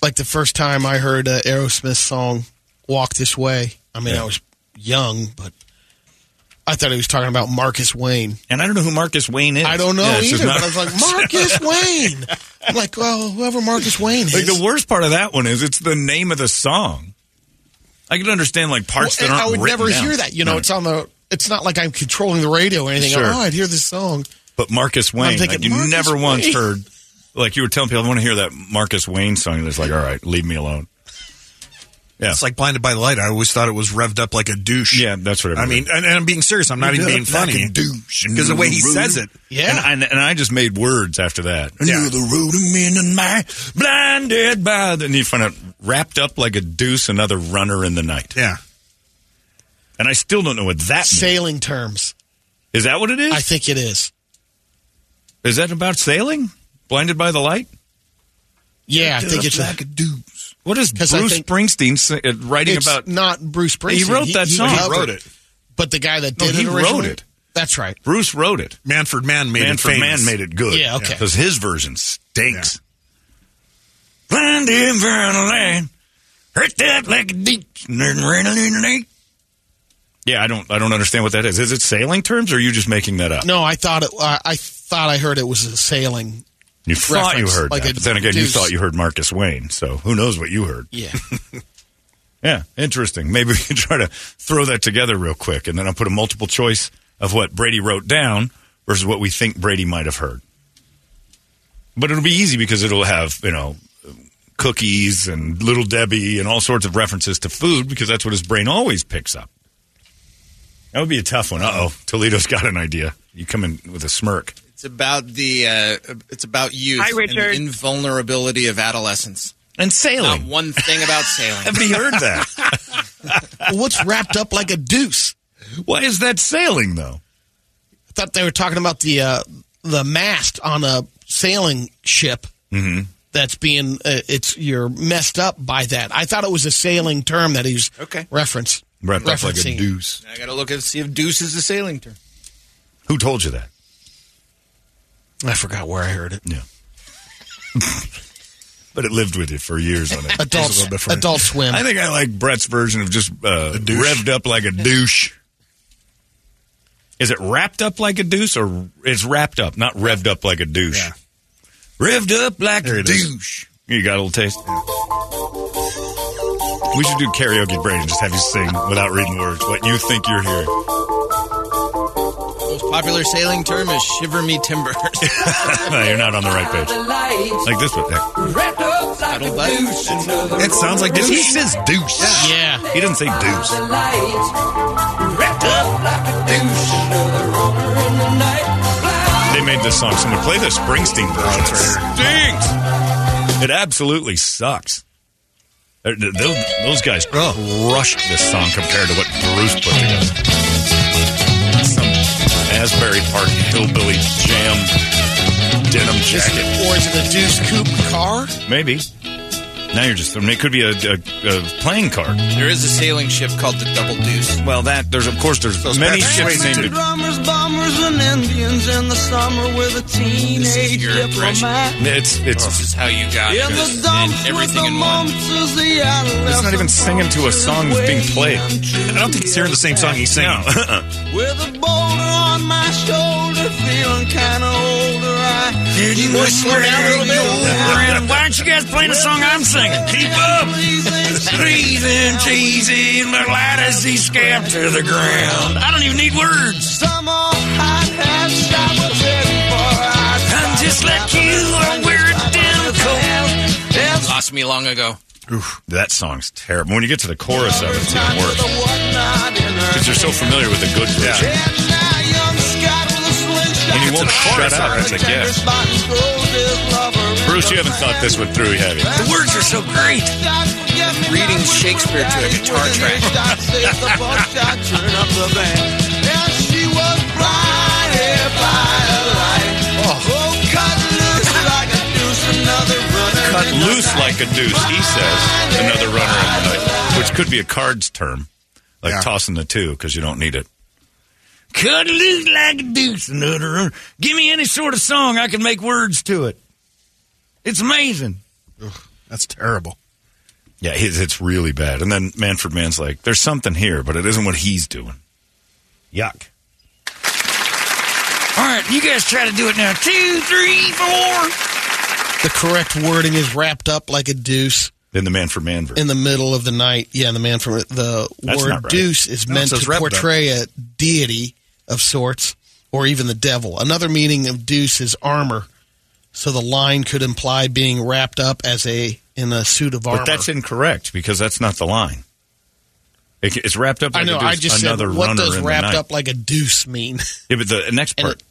H: Like the first time I heard uh, Aerosmith's song "Walk This Way." I mean,
G: Yeah.
H: I was young, but I thought he was talking about Marcus Wayne.
G: And I don't know who Marcus Wayne is.
H: I don't know
G: Yeah, it's just
H: either,
G: not-
H: but I was like Marcus Wayne. I'm like, well, whoever Marcus Wayne is.
G: Like the worst part of that one is it's the name of the song. I can understand like parts
H: Well,
G: that aren't.
H: I would
G: written
H: never
G: down.
H: hear that. You know,
G: No.
H: it's on the. It's not like I'm controlling the radio or anything.
G: Sure.
H: Oh, I'd hear this song.
G: But Marcus Wayne,
H: thinking,
G: like, you
H: Marcus
G: never once
H: Wayne.
G: heard. Like you were telling people, I want to hear that Marcus Wayne song. And it's like, all right, leave me alone. Yeah,
D: It's like blinded by the light. I always thought it was revved up like a douche.
G: yeah, that's what
D: I mean, and, and I'm being serious. I'm not even being funny. Because the way he says it.
G: Yeah, and, and, and I just made words after that. You're the root of men and my blinded by. the-" And you find out wrapped up like a deuce, another runner in the night.
D: Yeah,
G: and I still don't know what that means.
H: Sailing terms.
G: Is that what it is?
H: I think it is.
G: Is that about sailing? Blinded by the light?
H: Yeah, I think it's
G: a deuce. What is Bruce Springsteen sa- uh, writing
H: it's
G: about?
H: not Bruce Springsteen.
G: He wrote that song.
H: covered but the guy that
G: No,
H: did
G: he
H: it
G: wrote
H: originally,
G: it.
H: That's right.
G: Bruce wrote it.
D: Manford Mann made
G: Man for
D: it famous.
G: Man made it good.
H: Yeah, okay.
G: Because his version stinks. Blinded by the light. Hurt that like a ditch. Yeah, I don't. I don't understand what that is. Is it sailing terms, or are you just making that up?
H: No, I thought it. I I thought I heard it was a sailing.
G: You thought you
H: Reference,
G: heard
H: like
G: that,
H: a
G: but then again, you
H: deuce.
G: thought you heard Marcus Wayne. So who knows what you heard?
H: Yeah,
G: Yeah, interesting. Maybe we can try to throw that together real quick, and then I'll put a multiple choice of what Brady wrote down versus what we think Brady might have heard. But it'll be easy because it'll have you know cookies and Little Debbie and all sorts of references to food because that's what his brain always picks up. That would be a tough one. Uh oh, Toledo's got an idea. You come in with a smirk.
K: It's about the. Uh, it's about youth.
M: Hi,
K: And
M: Richard.
K: the invulnerability of adolescence.
G: And sailing.
K: Not one thing about sailing.
G: Everybody heard that.
H: what's wrapped up like a deuce?
G: Why is that sailing though?
H: I thought they were talking about the uh, the mast on a sailing ship
G: Mm-hmm.
H: that's being. Uh, it's you're messed up by that. I thought it was a sailing term that he's okay reference.
G: Brett, that's like a
K: Referencing.
G: deuce.
K: I got to look and see if deuce is a sailing term.
G: Who told you that?
H: I forgot where I heard it.
G: Yeah. but it lived with you for years on it.
H: Adult-
G: It's a little bit funny.
H: Adult Swim.
G: I think I like Brett's version of just uh, revved up like a douche. Is it wrapped up like a douche or it's wrapped up, not revved up like a douche? Revved up like a douche. You got a little taste. We should do karaoke brain and just have you sing without reading words what you think you're hearing.
K: Most popular sailing term is shiver me timbers.
G: no, you're not on the right page. Like this one. Heck. It sounds like douche. He says douche.
H: Yeah.
G: He doesn't say douche. They made this song. Someone play the Springsteen version. Stinks. It absolutely sucks. They're- they're- they'll- Those guys crushed this song compared to what Bruce put together. Some Asbury Park hillbilly jam denim jacket.
H: Or is it a Deuce Coupe car?
G: Maybe. Now you're just. I mean, it could be a, a, a playing card.
K: There is a sailing ship called the Double Deuce.
G: Well, that there's of course there's many ships named.
M: Drummers, bombers, and Indians in the summer with a teenage
K: your impression.
M: diplomat.
G: It's it's
K: This is how you got
M: In the
K: this and
M: dumps with
K: everything
M: the
K: in one.
M: mumps is the
G: It's not
M: adolescent
G: even singing to a song that's being played. I don't think he's hearing the same song he's singing. Uh-uh.
M: With a boulder on my shoulder, feeling kinda older. I
L: Dude, you wanna slow down a little bit? Why aren't you guys playing the song I'm singing? Keep up! Breathing cheesy and my light as he scabbed to the ground. I don't even need words. I'm just like you, I wear a damn coat.
K: Lost me long ago.
G: Oof, that song's terrible. When you get to the chorus of it, it's even worse. Because you're so familiar with the good version. And you won't shut up. It's like, yeah. Bruce, you haven't thought this one through, have you?
L: The words are so great.
K: Reading Shakespeare to a guitar track.
G: Cut loose like a deuce, he says. Another runner in the night, which could be a cards term, like tossing the two because you don't need it.
L: Cut loose like a deuce, another runner. Give me any sort of song, I can make words to it. It's amazing.
G: That's terrible. Yeah, his, it's really bad. And then Manfred Mann's like, "There's something here, but it isn't what he's doing." Yuck.
L: All right, you guys try to do it now. Two, three, four.
H: The correct wording is wrapped up like a deuce.
G: In the man for man version.
H: In the middle of the night. Yeah, in the man for the
G: That's
H: word
G: not right.
H: deuce is
G: No, it
H: meant
G: says
H: to
G: wrapped up.
H: portray a deity of sorts or even the devil. Another meaning of deuce is armor. So the line could imply being wrapped up as a in a suit of armor.
G: But that's incorrect because that's not the line. It, it's wrapped up.
H: I
G: Like
H: know.
G: A deuce,
H: I just said,
G: another
H: what
G: runner
H: does
G: in the
H: wrapped
G: night.
H: up like a deuce mean?
G: Yeah, but the next part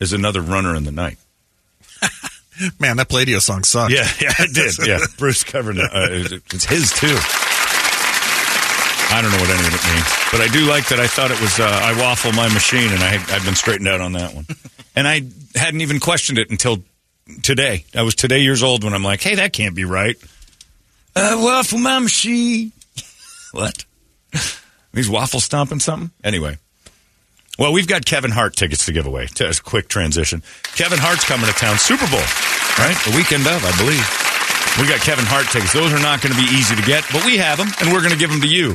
G: is another runner in the night.
D: Man, that Pladio song sucked.
G: Yeah, yeah, it did. Yeah, Bruce covered it. Uh, it's his too. I don't know what any of it means, but I do like that. I thought it was uh, I waffle my machine, and I I've been straightened out on that one, and I hadn't even questioned it until today. I was today years old when I'm like, hey, that can't be right. Uh, waffle my machine. what? He's waffle stomping something. Anyway. Well, we've got Kevin Hart tickets to give away. T- As a quick transition, Kevin Hart's coming to town. Super Bowl, right? The weekend of, I believe. We got Kevin Hart tickets. Those are not going to be easy to get, but we have them, and we're going to give them to you.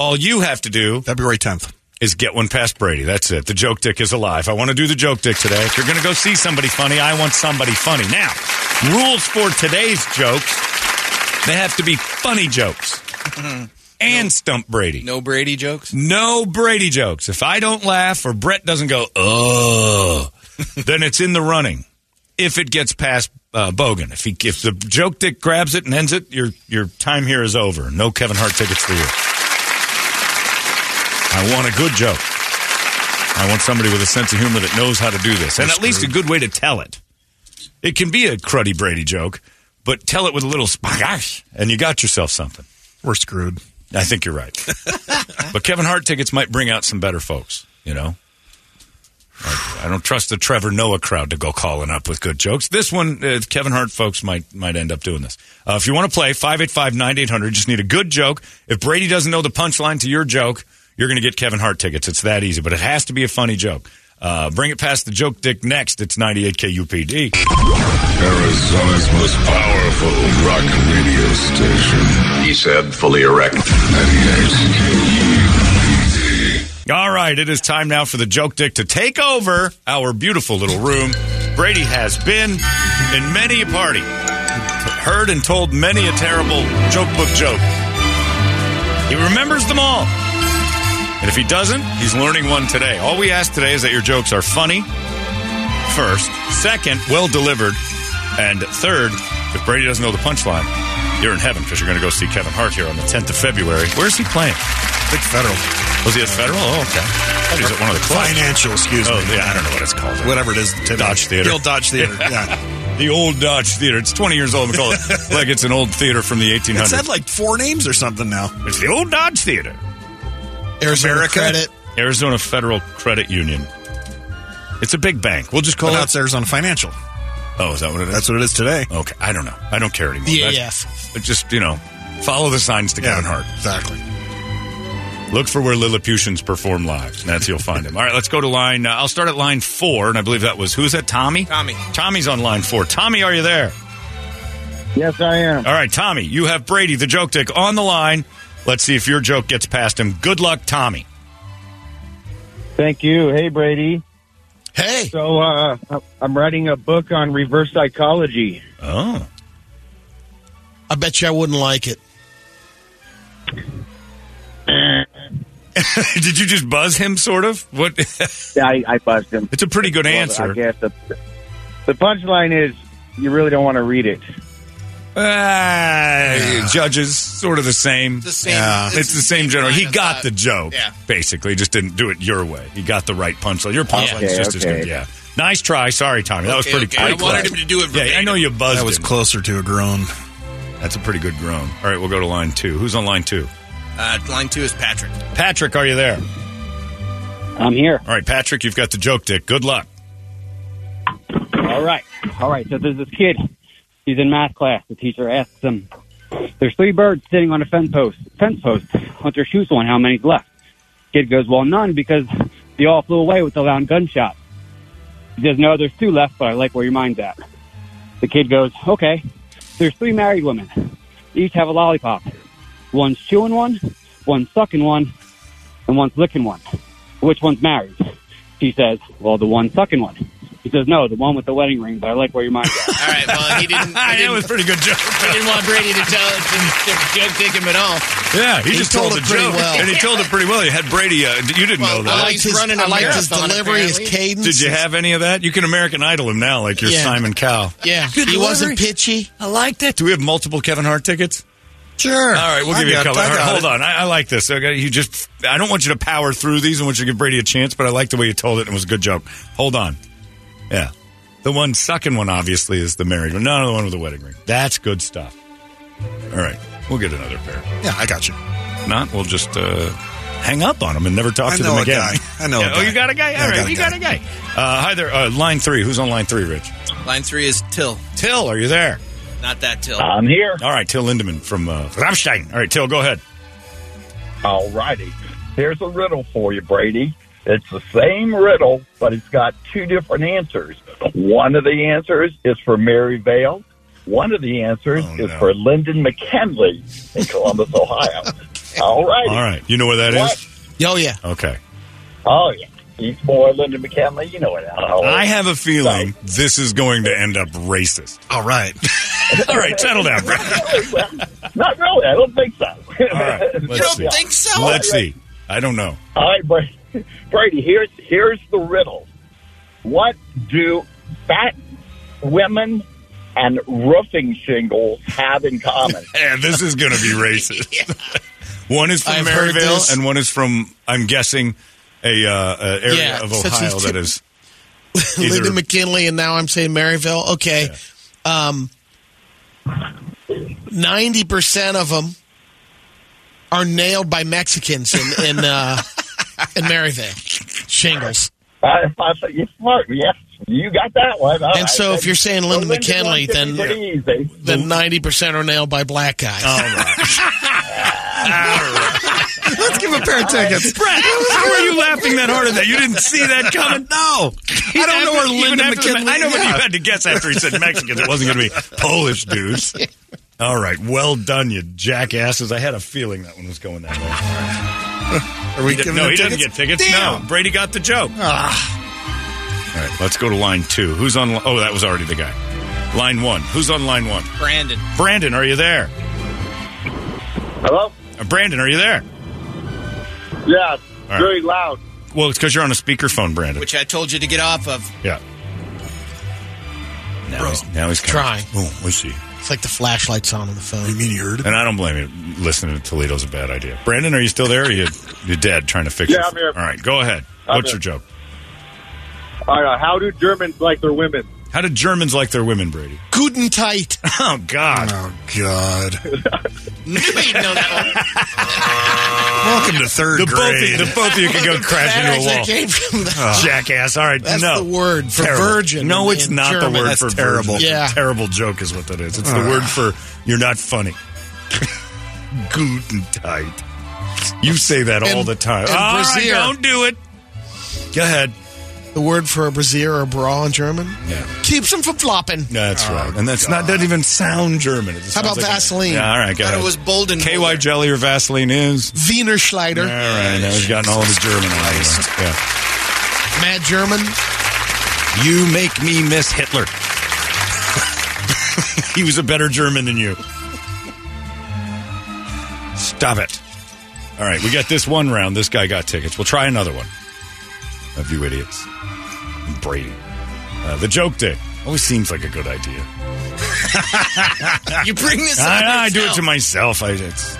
G: All you have to do February tenth is get one past Brady. That's it. The joke dick is alive. I want to do the joke dick today. If you're going to go see somebody funny, I want somebody funny. Now, rules for today's jokes: they have to be funny jokes and stump Brady.
K: No Brady jokes?
G: No Brady jokes. If I don't laugh or Brett doesn't go, oh, then it's in the running. If it gets past uh, Bogan, if he if the joke dick grabs it and ends it, your your time here is over. No Kevin Hart tickets for you. I want a good joke. I want somebody with a sense of humor that knows how to do this, and
L: We're
G: at least a good way to tell it. It can be a cruddy Brady joke, but tell it with a little spagash, and you got yourself something. We're screwed. I think you're right. but Kevin Hart tickets might bring out some better folks, you know? I don't trust the Trevor Noah crowd to go calling up with good jokes. This one, uh, Kevin Hart folks might might end up doing this. Uh, if you want to play, 585-9800, just need a good joke. If Brady doesn't know the punchline to your joke, you're going to get Kevin Hart tickets. It's that easy, but it has to be a funny joke. Uh, bring it past the joke dick next. It's 98 KUPD.
B: Arizona's most powerful rock radio station. He said, fully erect. 98.
G: All right, it is time now for the joke dick to take over our beautiful little room. Brady has been in many a party, heard and told many a terrible joke book joke. He remembers them all. And if he doesn't, he's learning one today. All we ask today is that your jokes are funny, first, second, well delivered, and third, if Brady doesn't know the punchline, you're in heaven because you're going to go see Kevin Hart here on the 10th of February. Where's he playing? I think Federal. Was he at Federal? Oh, okay. I thought he was at one of the clubs.
D: Financial, excuse
G: oh,
D: me.
G: yeah, I don't know what it's called.
D: Whatever it is today.
G: Dodge Theater.
D: The old Dodge Theater, yeah.
G: the old Dodge Theater. It's 20 years old. We call it like it's an old theater from the 1800s.
D: It's had like four names or something now.
G: It's the old Dodge Theater.
H: Arizona
D: America?
H: Credit.
G: Arizona Federal Credit Union. It's a big bank. We'll just call
D: Well,
G: it.
D: that's Arizona Financial.
G: Oh, is that what it is?
D: That's what it is today.
G: Okay, I don't know. I don't care anymore.
H: The
G: That's- but Just you know, follow the signs to Kevin Hart.
D: Exactly.
G: Look for where Lilliputians perform live. That's you'll find him. All right, let's go to line. Uh, I'll start at line four, and I believe that was who's that? Tommy. Tommy. Tommy's on line four. Tommy, are you there?
N: Yes, I am.
G: All right, Tommy, you have Brady the joke dick on the line. Let's see if your joke gets past him. Good luck, Tommy.
N: Thank you. Hey, Brady. Hey. So uh, I'm writing a book on reverse psychology.
G: Oh.
H: I bet you I wouldn't like it.
G: Did you just buzz him? Sort of. What?
N: yeah, I, I buzzed him.
G: It's a pretty good
N: Well,
G: answer.
N: I guess the, the punchline is you really don't want to read it.
G: Uh, Judges, sort of the same. The
N: same-
G: It's, the same general. He got the joke,
N: Yeah.
G: basically. Just didn't do it your way. He got the right punchline. Your punchline's
D: Okay,
G: just as
D: okay.
G: good. Yeah. Nice try. Sorry, Tommy. That was
D: Okay,
G: pretty
D: okay. I
G: pretty
D: wanted
G: close.
D: him
K: to do it
G: Yeah, I know you buzzed.
D: That was
G: him.
D: closer to a groan.
G: That's a pretty good groan. All right, we'll go to line two. Who's on line two?
K: Uh, line two is Patrick.
G: Patrick, are you there?
N: I'm here.
G: All right, Patrick, you've got the joke dick. Good luck.
N: All right. All right. So there's this kid. He's in math class. The teacher asks him, "There's three birds sitting on a fence post. Fence post. Once your shoes one, how many's left?" Kid goes, "Well, none, because they all flew away with a loud gunshot." He says, "No, there's two left, but I like where your mind's at." The kid goes, "Okay. There's three married women. They each have a lollipop. One's chewing one, one's sucking one, and one's licking one. Which one's married?" She says, "Well, the one sucking one." He says, "No, the one with the wedding ring." But I like where your mind's at.
K: All right, well, he didn't. He didn't
G: was pretty good joke.
K: He didn't want Brady to tell to, to joke dick him at all.
G: Yeah, he, just told, the joke, and he told it pretty well. You had Brady. Uh, you didn't know that.
K: I liked his- running a I liked his marathon, delivery, his apparently. cadence.
G: Did you have any of that? You can American Idol him now, like you're
K: Yeah.
G: Simon Cowell.
K: Yeah, he wasn't pitchy.
G: I liked it. Do we have multiple Kevin Hart tickets? Sure. All right, we'll
D: I
G: give you a
D: got-
G: couple.
D: I
G: All right,
D: got
G: hold
D: it.
G: on, I, I like this. Okay, you just. I don't want you to power through these. I want you to give Brady a chance, but I like the way you told it. It was a good joke. Hold on. Yeah, the one sucking one obviously is the married one. No, no, the one with the wedding ring. That's good stuff. All right, we'll get another pair.
D: Yeah, I got you.
G: Not, we'll just uh, hang up on them and never talk
D: I
G: to
D: know
G: them
D: a
G: again.
D: guy. I know a
G: Yeah, Oh,
D: guy.
G: you got a guy.
D: Yeah, I
G: All right,
D: got a
G: you got a guy. Uh, hi there. Uh, line three. Who's on line three, Rich?
K: Line three is Till.
G: Till, are you there?
K: Not that Till.
G: All right, Till Lindemann from uh, Rammstein. All right, Till, go ahead.
P: All righty. Here's a riddle for you, Brady. It's the same riddle, but it's got two different answers. One of the answers is for Mary Vale. One of the answers
G: Oh,
P: is for Lyndon McKinley in Columbus, Ohio. All righty.
G: All right, you know where that is?
P: What?
H: Oh, yeah.
G: Okay.
P: Oh, yeah. East Boy, Lyndon McKinley, you know it. Oh,
G: I have a feeling this is going to end up racist. All right. All right, settle down, bro.
P: Not really. I don't think so.
G: All right, let's see. Let's see. I don't know.
P: All right, Brady. Brady, here's here's the riddle. What do fat women and roofing shingles have in common?
G: Yeah, this is going to be racist. One is from
P: I've heard
G: Maryvale,
P: this.
G: and one is from, I'm guessing, a, uh, uh, area
H: Yeah,
G: of
H: such
G: Ohio
H: as-
G: that is. either-
H: Linda McKinley, and now I'm saying Maryville. Okay. Um, 90% of them are nailed by Mexicans in, in, uh, in Maryville. Shingles.
P: I, I said, you smart. Yes, you got that one. All
H: and
P: right.
H: so, if you're saying Linda
P: Linda's
H: McKinley,
P: one's
H: then
P: pretty easy.
H: then ninety percent are nailed by black guys. All Oh, right.
D: Let's give a pair of tickets.
G: Brett, how are you laughing that hard at that? You didn't see that coming?
D: No. I don't know where
G: Even
D: Linda
G: after the-
D: McKinley.
G: I know, but
D: Yeah.
G: you had to guess after he said Mexicans, it wasn't going to be Polish dudes. All right, well done, you jackasses. I had a feeling that one was going that way.
D: Are we
G: He did-
D: giving
G: no,
D: him
G: he doesn't get
D: tickets?
G: tickets.
D: Damn. Ah.
G: No, Brady got the joke. All right, let's go to line two. Who's on? li- Oh, that was already the guy. Line one. Who's on line one?
K: Brandon.
G: Brandon, are you there? Uh,
P: Hello?
G: Brandon, are you there?
P: Yeah,
G: right.
P: very loud.
G: Well, it's because you're on a speakerphone, Brandon.
K: Which I told you to get off of.
G: Yeah. Now he's, now he's
H: trying.
G: Oh, I see.
H: It's like the flashlights on on the phone. You
D: mean you heard?
G: And I don't blame you. Listening to Toledo's a bad idea. Brandon, are you still there? Or you you dead trying to fix
P: Yeah,
G: it?
P: I'm here.
G: All right, go ahead.
P: I'm
G: What's
P: here.
G: your joke?
P: All right, uh, how do Germans like their women?
G: How do Germans like their women, Brady?
H: Good and tight.
G: Oh God.
D: Oh God.
G: Welcome
D: to third
G: the
D: grade.
G: Both of, the both of you can go crash
H: That
G: into a
H: actually
G: wall. Oh.
H: came from the-
G: Jackass. All right,
H: That's
G: no.
H: the word for
G: Terrible.
H: virgin
G: No, it's
H: in
G: not
H: German.
G: the word
H: That's
G: for
H: terrible.
G: Virgin.
H: Yeah. Ah.
G: terrible joke is what that is. It's the
D: Ugh.
G: word for you're not funny. Guten tight. You say that all
H: And-
G: the time.
H: and
G: All right,
H: brassiere.
G: don't do it. Go ahead.
H: The word for a brassiere or bra in German
G: Yeah.
H: keeps them from flopping.
G: That's right. And that's not doesn't even sound German. It just
H: Oh, How about
G: sounds like a-
H: Vaseline?
G: yeah, all right, go
H: Thought it
G: ahead.
H: was Bolden
G: KY
H: Muller.
G: jelly or Vaseline is.
H: Wiener Schleider.
G: All right, now he's gotten all the German out of it. Yeah.
H: Mad German.
G: You make me miss Hitler. he was a better German than you. Stop it. All right, we got this one round. This guy got tickets. We'll try another one. Of you idiots. Brady. Uh, the joke day. Always seems like a good idea.
K: you bring this
G: I,
K: on
G: I do it
K: yourself.
G: to myself. I, it's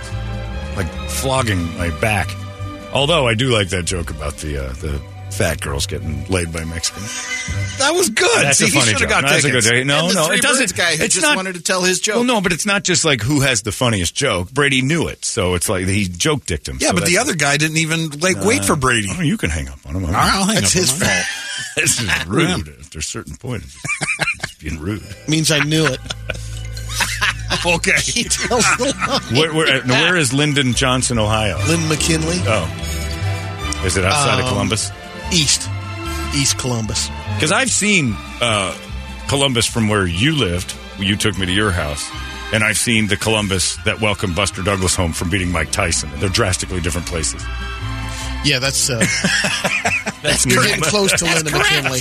G: like flogging my back. Although I do like that joke about the uh, the fat girls getting laid by Mexicans.
D: That was good.
G: That's
D: See,
G: a
D: he
G: funny
D: should've
G: joke.
D: got
G: No, that's a good
D: tickets.
G: joke. No,
K: And the
G: no,
K: Three
G: it doesn't.
K: Birds guy who
G: it's
K: just
G: not,
K: wanted to tell his joke.
G: Well, no, but it's not just like who has the funniest joke. Brady knew it, so it's like he joke dicked him.
D: Yeah,
G: so
D: but the
G: that's-
D: other guy didn't even like
G: Uh,
D: wait for Brady.
G: Oh, you can hang up on him. I'm-
D: I'll hang
H: That's
D: up on
H: his
D: mine.
H: fault.
G: This is rude. After a certain point, it's just being rude.
H: Means I knew it.
D: okay.
H: He tells the lie.
G: Where, where, uh, now, where is Lyndon Johnson, Ohio?
H: Lynn McKinley.
G: Oh, is it outside of
H: Um,
G: Columbus?
H: East. East Columbus.
G: Because I've seen uh, Columbus from where you lived. You took me to your house. And I've seen the Columbus that welcomed Buster Douglas home from beating Mike Tyson. They're drastically different places.
H: Yeah, that's uh,
G: That's
H: you're getting close to Linda McKinley.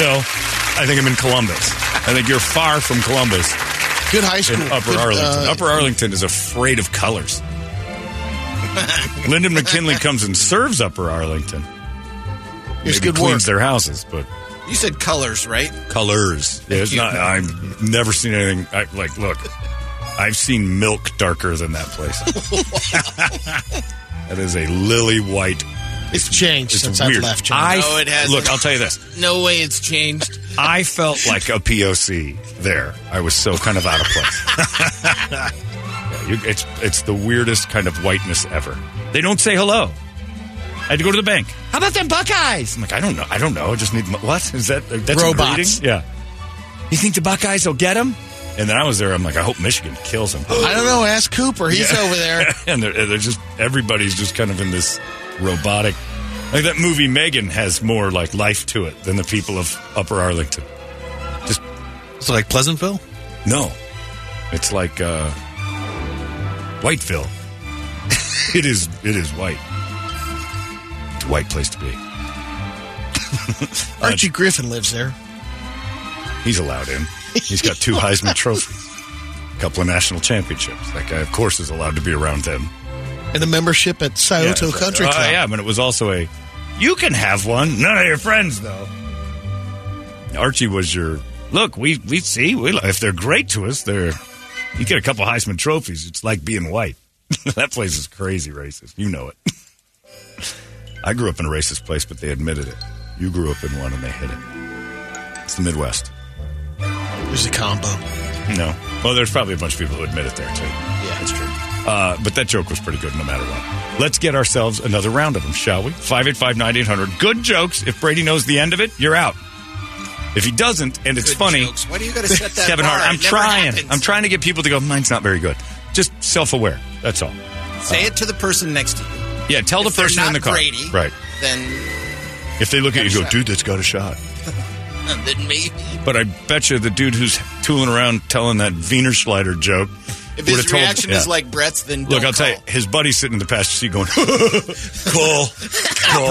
G: No, I think I'm in Columbus. I think you're far from Columbus
H: Good high
G: in
H: school.
G: Upper
H: Good,
G: Arlington.
H: uh,
G: Upper Arlington is afraid of colors. Lyndon McKinley comes and serves Upper Arlington.
K: It's
G: Maybe
K: good
G: cleans
K: work.
G: their houses, but
K: You said colors, right?
G: colors. Yeah, it's
K: you.
G: not. I've never seen anything I, like. Look, I've seen milk darker than that place. that is a lily white.
H: It's changed
G: It's
H: since
G: weird.
H: I've left. John.
G: I
K: No, it hasn't.
G: look. I'll tell you this.
K: No way it's changed.
G: I felt like a POC there. I was so kind of out of place. Yeah, you- it's it's the weirdest kind of whiteness ever. They don't say hello. I had to go to the bank.
I: How about them Buckeyes?
G: I'm like, I don't know. I don't know. I just need mo- what is that? That's a
H: Robots.
G: greeting? Yeah. You think the Buckeyes will get him? And then I was there. I'm like, I hope Michigan kills him.
H: I don't know. Ask Cooper. He's
G: Yeah.
H: over there.
G: and they're, they're just everybody's just kind of in this robotic. Like that movie Megan has more like life to it than the people of Upper Arlington.
D: So like Pleasantville?
G: No. It's like uh Whiteville. it is it is white. It's a white place to be. Uh,
H: Archie Griffin lives there.
G: He's allowed in. He's got two Heisman trophies, a couple of national championships. That guy, of course, is allowed to be around them.
H: And the membership at Scioto
G: it's like,
H: Country
G: "Oh,
H: Club.
G: I am, and it was also a. You can have one. None of your friends, though. Archie was your. Look, we we see. We li- if they're great to us, they're. You get a couple Heisman trophies. It's like being white. that place is crazy racist. You know it. I grew up in a racist place, but they admitted it. You grew up in one, and they hid it. It's the Midwest.
H: There's a combo.
G: No. Well, there's probably a bunch of people who admit it there, too. Yeah, that's true. Uh, but that joke was pretty good no matter what. Let's get ourselves another round of them, shall we? 585 9800. Good jokes. If Brady knows the end of it, you're out. If he doesn't and it's
K: Good
G: funny,
K: jokes. Why do you gotta set that
G: Kevin Hart,
K: bar?
G: I'm
K: It never
G: trying.
K: happens.
G: I'm trying to get people to go, mine's not very good. Just self aware. That's all.
K: Say it to the person next to you.
G: Yeah, tell
K: If
G: the
K: they're
G: person in
K: not
G: the car.
K: Brady,
G: Right.
K: Then,
G: If they look at you and go,
K: Got a shot.
G: dude, that's got a shot.
K: uh, then maybe.
G: But I bet you the dude who's tooling around telling that Wiener Slider joke.
K: If
G: would've
K: his
G: told-
K: reaction is
G: Yeah.
K: like Brett's, then
G: Look,
K: don't
G: I'll
K: call.
G: tell you, his buddy's sitting in the passenger seat going, call, call,
K: Call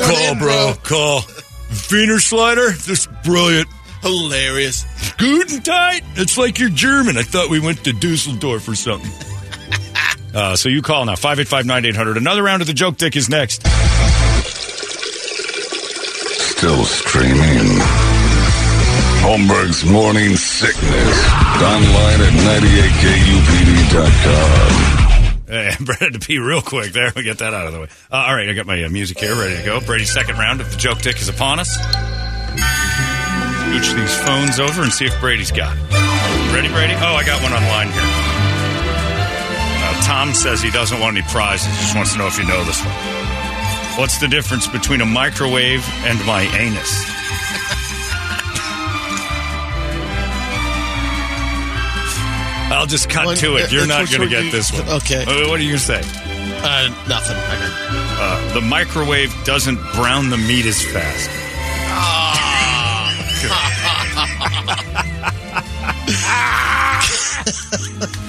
G: call,
K: it in,
G: bro, call. Wiener Slider, this brilliant. Hilarious. Good and tight. It's like you're German. I thought we went to Dusseldorf or something. uh, so you call now, 585 9800. Another round of the joke dick is next.
B: Still streaming. Holmberg's Morning Sickness. Online at 98kupd.com.
G: Hey, Uh, Brett had to pee real quick there. We get that out of the way. Uh, all right, I got my uh, music here ready to go. Brady's second round of the joke tick is upon us. Scooch these phones over and see if Brady's got it. Ready, Brady? Oh, I got one online here. Uh, Tom says he doesn't want any prizes. He just wants to know if you know this one. What's the difference between a microwave and my anus? I'll just cut
H: Like,
G: to
H: uh,
G: it. You're
H: which-
G: not
H: which
G: going to
H: one do you-
G: get this one.
H: Okay.
G: Uh, What are you going to say?
H: Uh, nothing.
G: Uh, the microwave doesn't brown the meat as fast.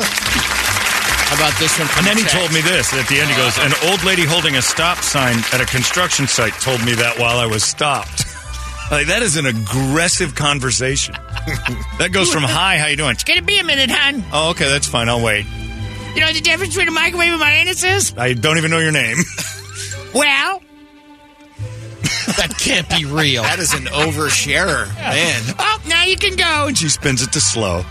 K: How about this one?
G: And then he told me this at the end. He goes, An old lady holding a stop sign at a construction site told me that while I was stopped. Like, that is an aggressive conversation. that goes from, Hi, how you doing?
I: Gonna be a minute, hon.
G: Oh, okay, that's fine. I'll wait.
I: You know the difference between a microwave and my anus is?
G: I don't even know your name.
I: Well,
G: that can't be real.
K: That is an oversharer, man.
I: oh, now you can go.
G: And she spins it to slow.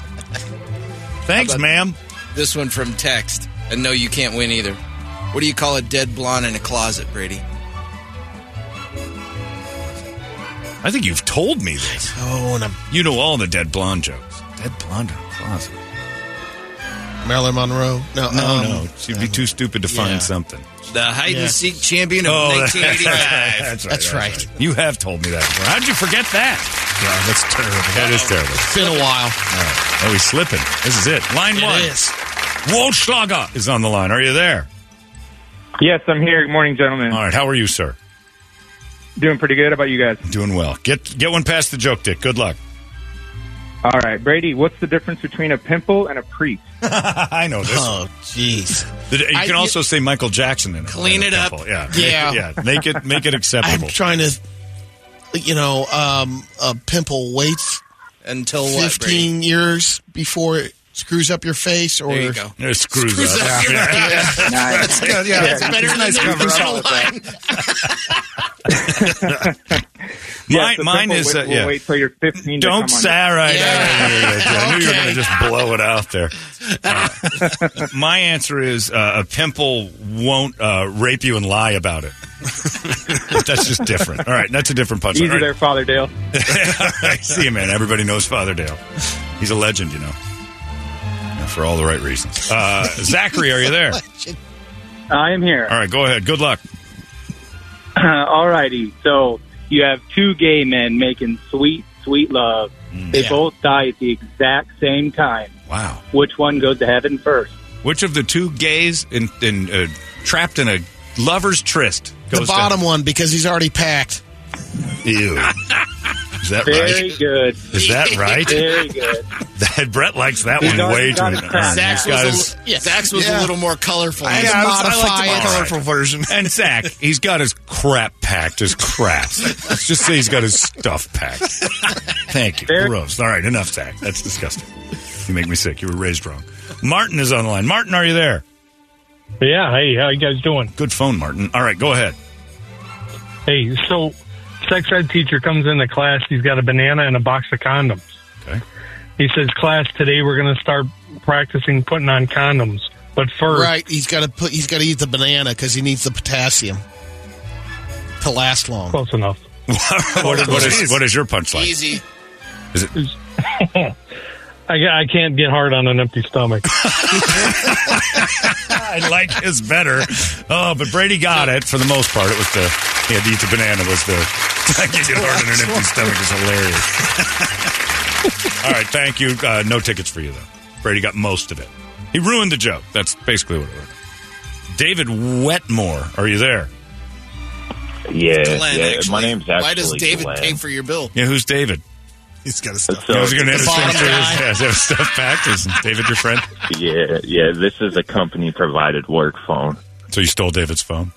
G: Thanks, ma'am.
K: This one from text. And no, you can't win either. What do you call a dead blonde in a closet, Brady?
G: I think you've told me this. Oh, and I'm- you know all the dead blonde jokes. Dead blonde in a closet.
H: Marilyn Monroe. No,
G: No,
H: um,
G: no. She'd be too stupid to find
H: yeah.
G: something.
K: The hide
H: Yeah.
K: and seek champion of
G: Oh,
K: 1985.
G: that's right,
H: That's right.
G: You have told me that before. How'd you forget that? Yeah, that's terrible. That is terrible. It's
H: been a while.
G: Oh, he's slipping. This is it. Line
H: It
G: one.
H: is.
G: Walschlager is on the line. Are you there?
Q: Yes, I'm here. Good morning, gentlemen.
G: All right. How are you, sir?
Q: Doing pretty good. How about you guys?
G: Doing well. Get get one past the joke, Dick. Good luck.
Q: All right, Brady, what's the difference between a pimple and a priest?
G: I know this.
Q: Oh,
G: jeez. You
Q: I-
G: can also say Michael Jackson in it.
Q: Clean
G: Like a
Q: it up.
G: couple. Yeah.
H: Yeah.
G: Make it, yeah. Make it make it acceptable.
H: I'm trying to, you know, um, a pimple waits
K: until
G: what, Brady?
H: 15 years before it screws up your face or
G: It screws,
H: Screws
G: up.
H: up. Yeah.
G: Nice.
H: That's good, yeah. That's better than the original
G: Mine- mine is, uh,
Q: Wait,
G: yeah.
Q: wait till you're 15. to
G: Don't
Q: come on
G: say
Q: your-
G: right. I knew you were going to just blow it out there. Uh, my answer is uh, a pimple won't uh, rape you and lie about it. But that's just different. All right, that's a different punchline.
Q: Easy
G: All right.
Q: there, Father Dale.
G: All right, see you, man. Everybody knows Father Dale. He's a legend, you know, for all the right reasons. Uh, Zachary, are you there?
Q: I am here.
G: All right, go ahead. Good luck.
Q: All righty. So you have two gay men making sweet, sweet love. they
G: Mm.
Q: both die at the exact same time.
G: Wow.
Q: Which one goes to heaven first?
G: Which of the two gays in, in uh, trapped in a lover's tryst
H: The
G: goes
H: bottom one because he's already packed.
G: to Ew. Is that
Q: Very
G: right?
Q: good.
G: Is that right?
Q: Very good.
G: That Brett likes that
Q: He's
G: one
Q: already
G: way too
Q: got it
G: much.
Q: cracked.
G: Zach
Q: Zach
G: was
K: was Yeah, Zach's was
H: Yeah.
K: a little more colorful.
H: I
K: Just
H: know, I was- I
K: modify
H: liked the
K: it.
H: colorful
G: version. And Zach, he's got his crap packed. His crap. Let's just say he's got his stuff packed. Thank you. Gross. All right, enough, Zach. That's disgusting. You make me sick. You were raised wrong. Martin is on the line. Martin, are you there?
R: Yeah. Hey, how you guys doing?
G: Good phone, Martin. All right, go ahead.
R: Hey, so sex ed teacher comes into class. He's got a banana and a box of condoms.
G: Okay.
R: He says, "Class, today we're going to start practicing putting on condoms." But first,
H: Right, he's got to put. He's got to eat the banana because he needs the potassium to last long.
R: Close enough.
G: what, what is, what is your punchline?
K: Easy.
G: Is it?
R: I, ca- I can't get hard on an empty stomach.
G: I like his better. Oh, but Brady got it for the most part. It was the he had to eat the banana was the I get it hard on an empty stomach is hilarious. All right, thank you. Uh, no tickets for you though. Brady got most of it. He ruined the joke. That's basically what it was. David Wetmore, are you there?
S: Yeah,
G: Glenn,
S: yeah.
G: actually.
S: My name's actually.
G: Why does David
S: Glenn.
G: pay
K: for your bill?
G: Yeah, who's David?
D: He's got a
S: stuff.
G: I was going to
S: The
G: introduce
S: bottom guy.
G: his yeah, stuff packed. Is David your friend?
S: Yeah, yeah. This is a company provided work phone.
G: So you stole David's phone?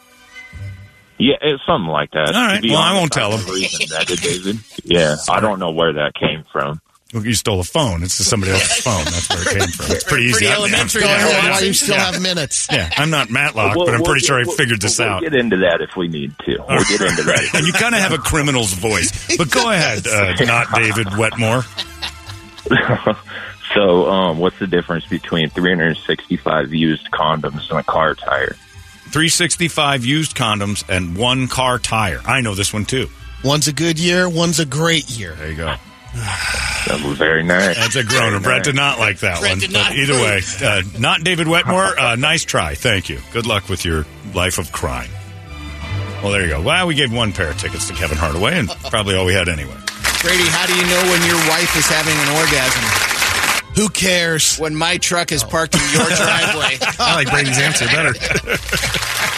S: Yeah, it's something like
G: All
S: that.
G: right.
S: To be
G: Well, I
S: honest,
G: won't tell
S: don't
G: him.
S: reason that it David. Yeah, I don't know where that came from.
G: Well, you stole a phone. It's just somebody else's phone. That's where it came from. It's pretty easy.
H: Pretty
G: I'm-
H: elementary.
G: I'm-
H: I don't know why you still
G: Yeah.
H: have minutes.
G: Yeah, I'm not Matlock,
S: We'll-
G: Uh, but I'm
S: we'll
G: pretty
S: get-
G: sure I
S: we'll-
G: figured this
S: we'll
G: out.
S: Get into that if we need to. We'll get into that.
G: and you kind of have a criminal's voice. But go ahead, uh, not David Wetmore.
S: So, um, what's the difference between 365 used condoms and a car tire?
G: 365 used condoms and one car tire. I know this one too.
H: One's a good year, one's a great year.
G: There you go.
S: That was very nice.
G: That's a groaner. Brett did not like that
H: Brett
G: one.
H: did
G: But
H: not
G: either way,
H: approve.
G: uh, not David Wetmore. Uh, nice try. Thank you. Good luck with your life of crime. Well, there you go. Well, we gave one pair of tickets to Kevin Hardaway, and probably all we had anyway.
K: Brady, how do you know when your wife is having an orgasm?
H: Who cares?
K: When my truck is parked in your driveway.
G: I like Brady's answer better.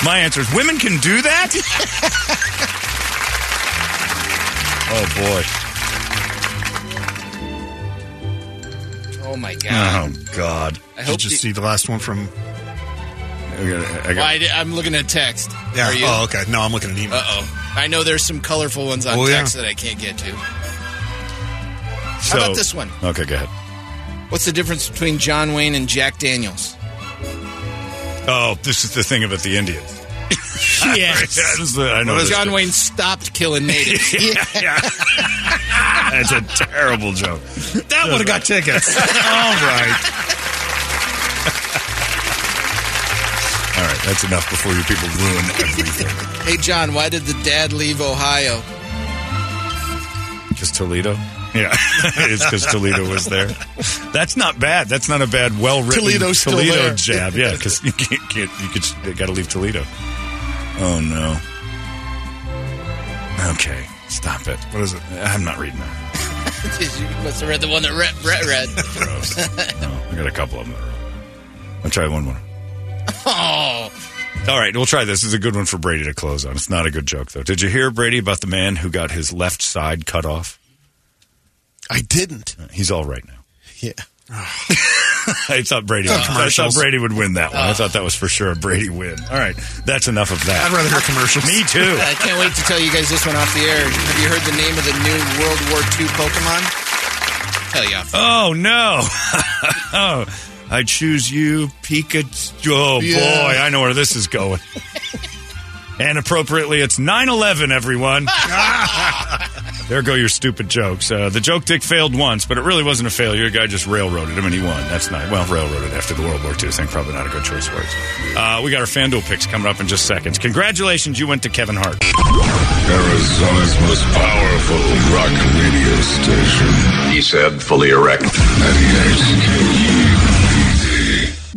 G: My answer is women can do that? oh,
K: Oh my
D: boy.
G: Uh-huh. God.
K: god! I hope
D: Did you
K: you-
D: see the last one from.
K: Well, I, am looking at text.
D: Yeah.
K: Are you?
D: Oh, okay. No, I'm looking at an email.
K: Uh oh. I know there's some colorful ones on
D: Oh, yeah.
K: text that I can't get to.
G: boy.
K: How about this one?
G: Okay, go ahead.
K: What's the difference between John Wayne and Jack Daniels?
G: Oh, this is the thing about the Indians. That is the- I know this
K: John
G: joke.
K: Wayne stopped killing natives.
G: That's a terrible joke.
D: That would have got tickets.
G: All right. All right, that's enough before you people ruin everything.
K: Hey, John, why did the dad leave Ohio?
G: Just Toledo? Yeah, it's because Toledo was there. That's not bad. That's not a bad, well written
H: Toledo's still
G: Toledo
H: there.
G: jab. Yeah, because you can't, can't you could you got to leave Toledo. Oh no. Okay, stop it. What is it? I'm not reading that.
K: you must have read the one that Brett, Brett read.
G: Gross. No, I got a couple of them. that are- I'll try one more.
K: oh,
G: All right, we'll try this. This is a good one for Brady to close on. It's not a good joke, though. Did you hear, Brady, about the man who got his left side cut off? Uh,
H: I didn't.
G: He's all right now.
H: Yeah.
G: I thought Brady.
D: Oh,
G: would- I thought
D: commercials. Uh.
G: Brady would win that one. I thought that was for sure a Brady win. All right, that's enough of that.
D: I'd rather hear commercials.
G: Me too.
K: I can't wait to tell you guys this one off the air. Have you heard the name of the new World War II Pokemon? Hell yeah.
G: Oh no! oh, I choose you, Pikachu. Oh
K: Yeah.
G: boy, I know where this is going. and appropriately, it's 9-11, everyone. there go your stupid jokes. Uh, the joke dick failed once, but it really wasn't a failure. A guy just railroaded him and he won. That's not well railroaded after the World War II thing. Probably not a good choice of words. Uh, we got our FanDuel picks coming up in just seconds. Congratulations, you went to Kevin Hart.
B: Arizona's most powerful rock radio station. He said, fully erect. 98.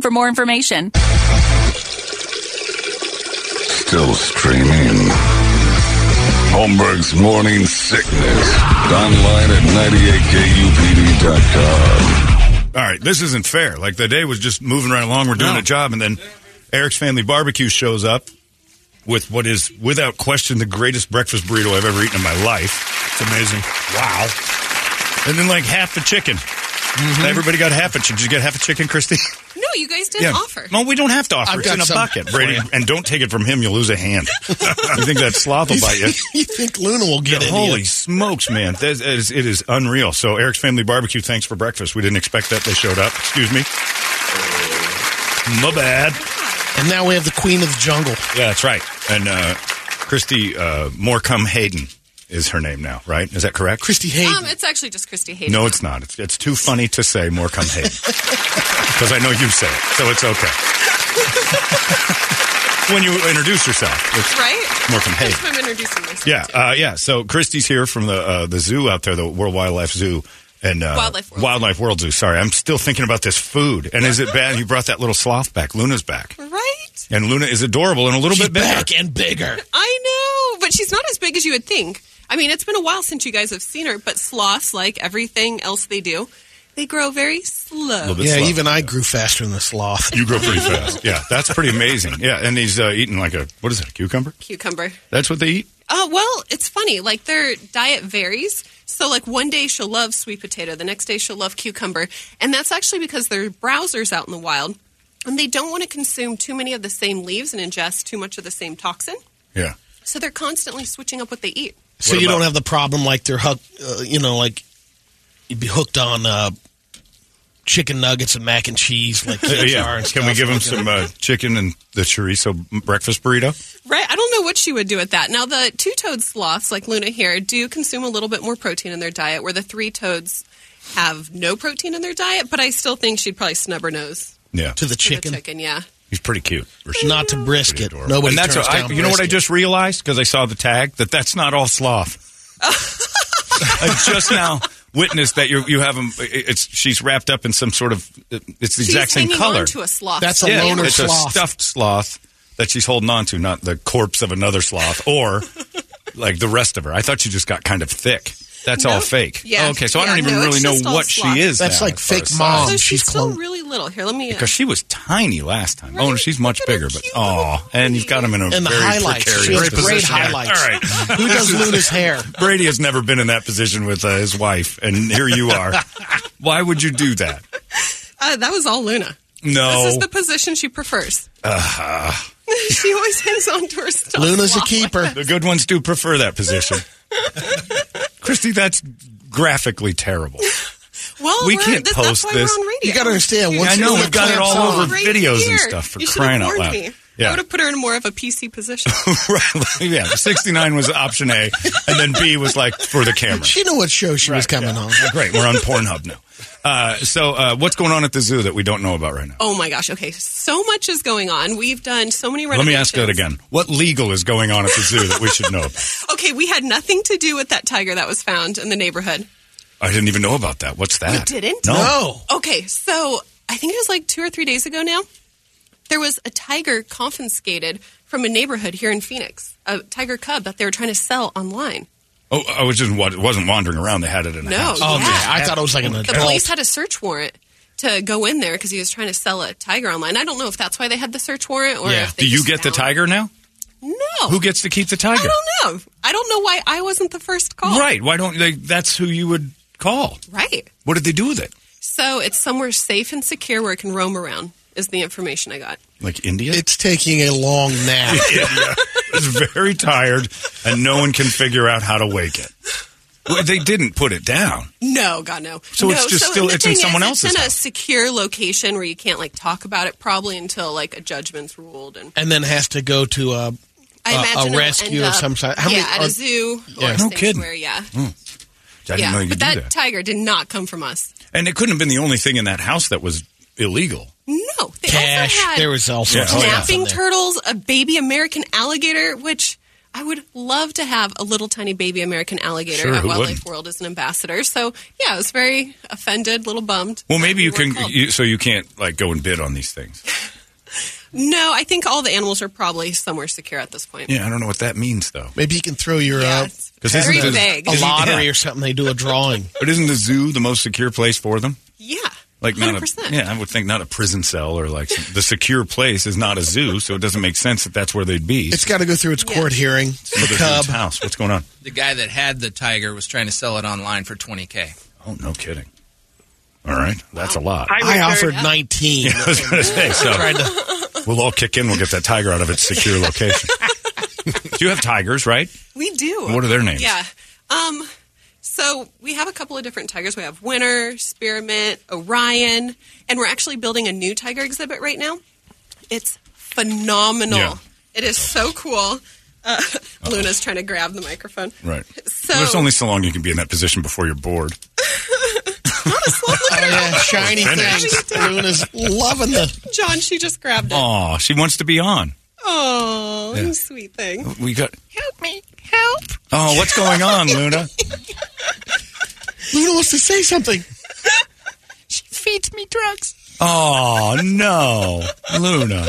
A: for more information.
B: Still streaming. Holmberg's Morning Sickness. Online at 98kupd.com.
G: all right, this isn't fair. Like the day was just moving right along. We're doing a job, and then Eric's Family Barbecue shows up with what is, without question, the greatest breakfast burrito I've ever eaten in my life. It's amazing. Wow.
T: Mm-hmm.
G: And then like half the chicken. Everybody got half a chicken. Did you get half a chicken, Christy?
A: No,
T: You guys didn't offer.
G: No, we don't have to offer.
T: I've
G: It's
T: got
G: in a
T: some
G: bucket,
T: for
G: Brady.
T: you.
G: And don't take it from him. You'll lose a hand. you think that sloth will bite you?
H: you think Luna will get it?
G: Holy smokes, man. That is, it is unreal. So, Eric's Family Barbecue, thanks for breakfast. We didn't expect that. They showed up. Excuse me. My bad.
H: And now we have the queen of the jungle.
G: Yeah, that's right. And uh, Christy uh, Morecombe Hayden is her name now, right? Is that correct? Christy
T: Um, it's actually just Christy Hayden.
G: No, it's not. It's, it's too funny to say Morecambe Hayden. Because I know you say it, so it's okay. when you introduce yourself, it's
T: right.
G: Morecambe Hayden.
T: That's why I'm introducing myself.
G: Yeah, uh, yeah. So Christy's here from the uh, the zoo out there, the World Wildlife Zoo and uh,
T: Wildlife
G: World. Zoo. Sorry, I'm still thinking about this food. And is it bad? You brought that little sloth back. Luna's back,
T: Right?
G: and Luna is adorable and a little
H: She's
G: bit bigger.
H: back and bigger.
T: I know, but she's not as big as you would think. I mean, it's been a while since you guys have seen her, but sloths, like everything else they do, they grow very slow.
H: Yeah, even I grew faster than the sloth.
G: You grow pretty fast. Yeah, that's pretty amazing. Yeah, and he's uh, eating like a what is it? A cucumber?
T: Cucumber.
G: That's what they eat.
T: Uh, well, it's funny. Like their diet varies. So, like one day she'll love sweet potato, the next day she'll love cucumber, and that's actually because they're browsers out in the wild, and they don't want to consume too many of the same leaves and ingest too much of the same toxin.
G: Yeah.
T: So they're constantly switching up what they eat.
H: So you don't have the problem like they're hooked, uh, you know, like you'd be hooked on uh, chicken nuggets and mac and cheese, like
G: Uh,
H: kids are.
G: yeah.
H: And
G: Can we
H: stuff.
G: give him some uh, chicken and the chorizo breakfast burrito?
T: Right. I don't know what she would do with that. Now, the two toed sloths, like Luna here, do consume a little bit more protein in their diet, where the three toeds have no protein in their diet, but I still think she'd probably snub her nose.
H: To
G: Yeah.
H: the
T: to the
H: chicken.
T: chicken, yeah.
G: He's pretty cute. for sure.
H: Not to brisket. Nobody
G: and that's
H: turns
G: what I,
H: down
G: you know what I
H: brisket.
G: just realized because I saw the tag that that's not all sloth. I just now witnessed that you you have him. It's she's wrapped up in some sort of it's the
T: She's
G: exact same
T: hanging
G: color.
T: on to a sloth.
H: That's a
G: yeah,
H: loner
G: it's a
H: sloth.
G: stuffed sloth that she's holding on to, not the corpse of another sloth or like the rest of her. I thought she just got kind of thick. That's all
T: No.
G: fake.
T: Yeah.
G: Oh, okay, so I
T: Yeah,
G: don't even
T: no,
G: really
T: it's
G: know
T: just all
G: what
T: sloth.
G: she is.
H: That's
G: now
H: like
G: as far
H: fake
G: as size.
H: mom.
T: so she's
H: she's
T: still
H: cloned.
T: really little. Here, let me. Uh,
G: Because she was tiny last time. Oh, and she's much bigger, but oh, and you've got him in a
H: And the
G: very
H: highlights.
G: precarious
H: She has great
G: position. Yeah.
H: highlights.
G: All right.
H: Who does
T: uh,
H: Luna's hair?
G: Brady has never been in that position with uh, his wife, and here you are. Why would you do that?
T: uh, that was all Luna.
G: No.
T: This is the position she prefers.
G: Uh,
T: she always hangs on to her stuff. sloth.
G: The good ones do prefer that position. Christy, that's graphically terrible.
T: Well,
G: we
T: we're-
G: can't
T: this-
G: post
T: that's why
G: this.
T: We're on radio.
H: You got to understand. Once
G: I know
H: Luna
G: we've got it
H: clamps
G: all
H: on-
G: over videos and
T: Here.
G: stuff for
T: You should have
G: crying out
T: warned
G: loud.
T: Me. I
G: Yeah.
T: would have put her in more of a PC position.
G: right. Yeah. 69 was option A, and then B was like for the camera.
H: She knew what show she was coming on.
G: Great. We're on Pornhub now. Uh, so, uh, what's going on at the zoo that we don't know about right now?
T: Oh my gosh. Okay. So much is going on. We've done so many
G: Let
T: renovations.
G: me ask that again. What legal is going on at the zoo that we should know about?
T: Okay. We had nothing to do with that tiger that was found in the neighborhood.
G: I didn't even know about that. What's that?
T: You didn't?
G: No.
T: Okay. So I think it was like two or three days ago now. There was a tiger confiscated from a neighborhood here in Phoenix, a tiger cub that they were trying to sell online.
G: Oh, I was just wa- wasn't wandering around. They had it in a
T: No,
G: house.
T: Oh, yeah. yeah.
H: I thought it was like an
T: The police had a search warrant to go in there because he was trying to sell a tiger online. I don't know if that's why they had the search warrant or if they
G: Do you
T: just
G: get the
T: found-
G: tiger now?
T: No.
G: Who gets to keep the tiger?
T: I don't know. I don't know why I wasn't the first call.
G: Right. Why don't they? That's who you would call.
T: Right.
G: What did they do with it?
T: So it's somewhere safe and secure where it can roam around. Is the information I got.
G: Like India?
H: It's taking a long nap.
G: It's very tired, and no one can figure out how to wake it. Well, they didn't put it down.
T: No, God no.
G: So
T: no,
G: it's just
T: and
G: still-
T: the
G: it's in
T: thing
G: someone
T: is,
G: else's
T: It's in a
G: house.
T: secure location where you can't like talk about it probably until like a judgment's ruled and.
H: and then has to go to a,
T: I
H: a,
T: imagine
H: a
T: it'll
H: rescue
T: end
H: of
T: up,
H: some sort.
T: yeah,
H: many
T: at
H: are-
T: a zoo or
G: Yeah.
T: a
G: No kidding.
T: sanctuary. Yeah,
G: Hmm. I didn't
T: yeah.
G: know you
T: but
G: could
T: that,
G: do that.
T: tiger did not come from us.
G: and it couldn't have been the only thing in that house that was illegal.
T: No, they
H: Cash.
T: also had
H: There was all sorts
G: Yeah, oh,
H: of
G: yeah.
H: stuff in
T: snapping
H: there.
T: turtles, a baby American alligator, which I would love to have a little tiny baby American alligator
G: Sure,
T: at
G: who
T: Wildlife
G: wouldn't?
T: World as an ambassador. So yeah, I was very offended, little bummed.
G: Well, maybe you
T: We weren't
G: can.
T: called.
G: You, so you can't like go and bid on these things.
T: No, I think all the animals are probably somewhere secure at this point.
G: Yeah, I don't know what that means though.
H: Maybe you can throw your uh,
G: 'Cause
H: pet
G: isn't
H: in
T: Very
G: the-
T: vague.
H: a
G: Isn't-
H: lottery
G: yeah.
H: or something. They do a drawing.
G: But isn't the zoo the most secure place for them?
T: Yeah,
G: Like not a
T: 100%.
G: yeah, I would think not a prison cell or like some- the secure place is not a zoo, so it doesn't make sense that that's where they'd be.
H: It's got to go through its court hearing.
G: But
H: The
G: they're in
H: cub.
G: its house. What's going on?
K: The guy that had the tiger was trying to sell it online for 20K.
G: Oh, no kidding. All right. That's a lot.
H: I offered 19.
G: Yeah, I was going to say so.
H: Tried
G: We'll all kick in. We'll get that tiger out of its secure location. Do you have tigers, right?
T: We do.
G: What are their names?
T: Yeah. Um, so we have a couple of different tigers. We have Winter, Spearmint, Orion, and we're actually building a new tiger exhibit right now. It's phenomenal.
G: Yeah.
T: It is so cool. Uh, Luna's trying to grab the microphone.
G: Right.
T: So-
G: There's only so long you can be in that position before you're bored. Oh,
H: yeah, shiny
G: Finished.
H: things. Luna's loving the.
T: John, she just grabbed it.
G: Oh, she wants to be on.
T: Oh,
G: Yeah.
T: you sweet thing.
G: We got.
T: Help me. Help.
G: Oh, what's going on, Luna?
H: Luna wants to say something.
T: She feeds me drugs.
G: Oh no, Luna.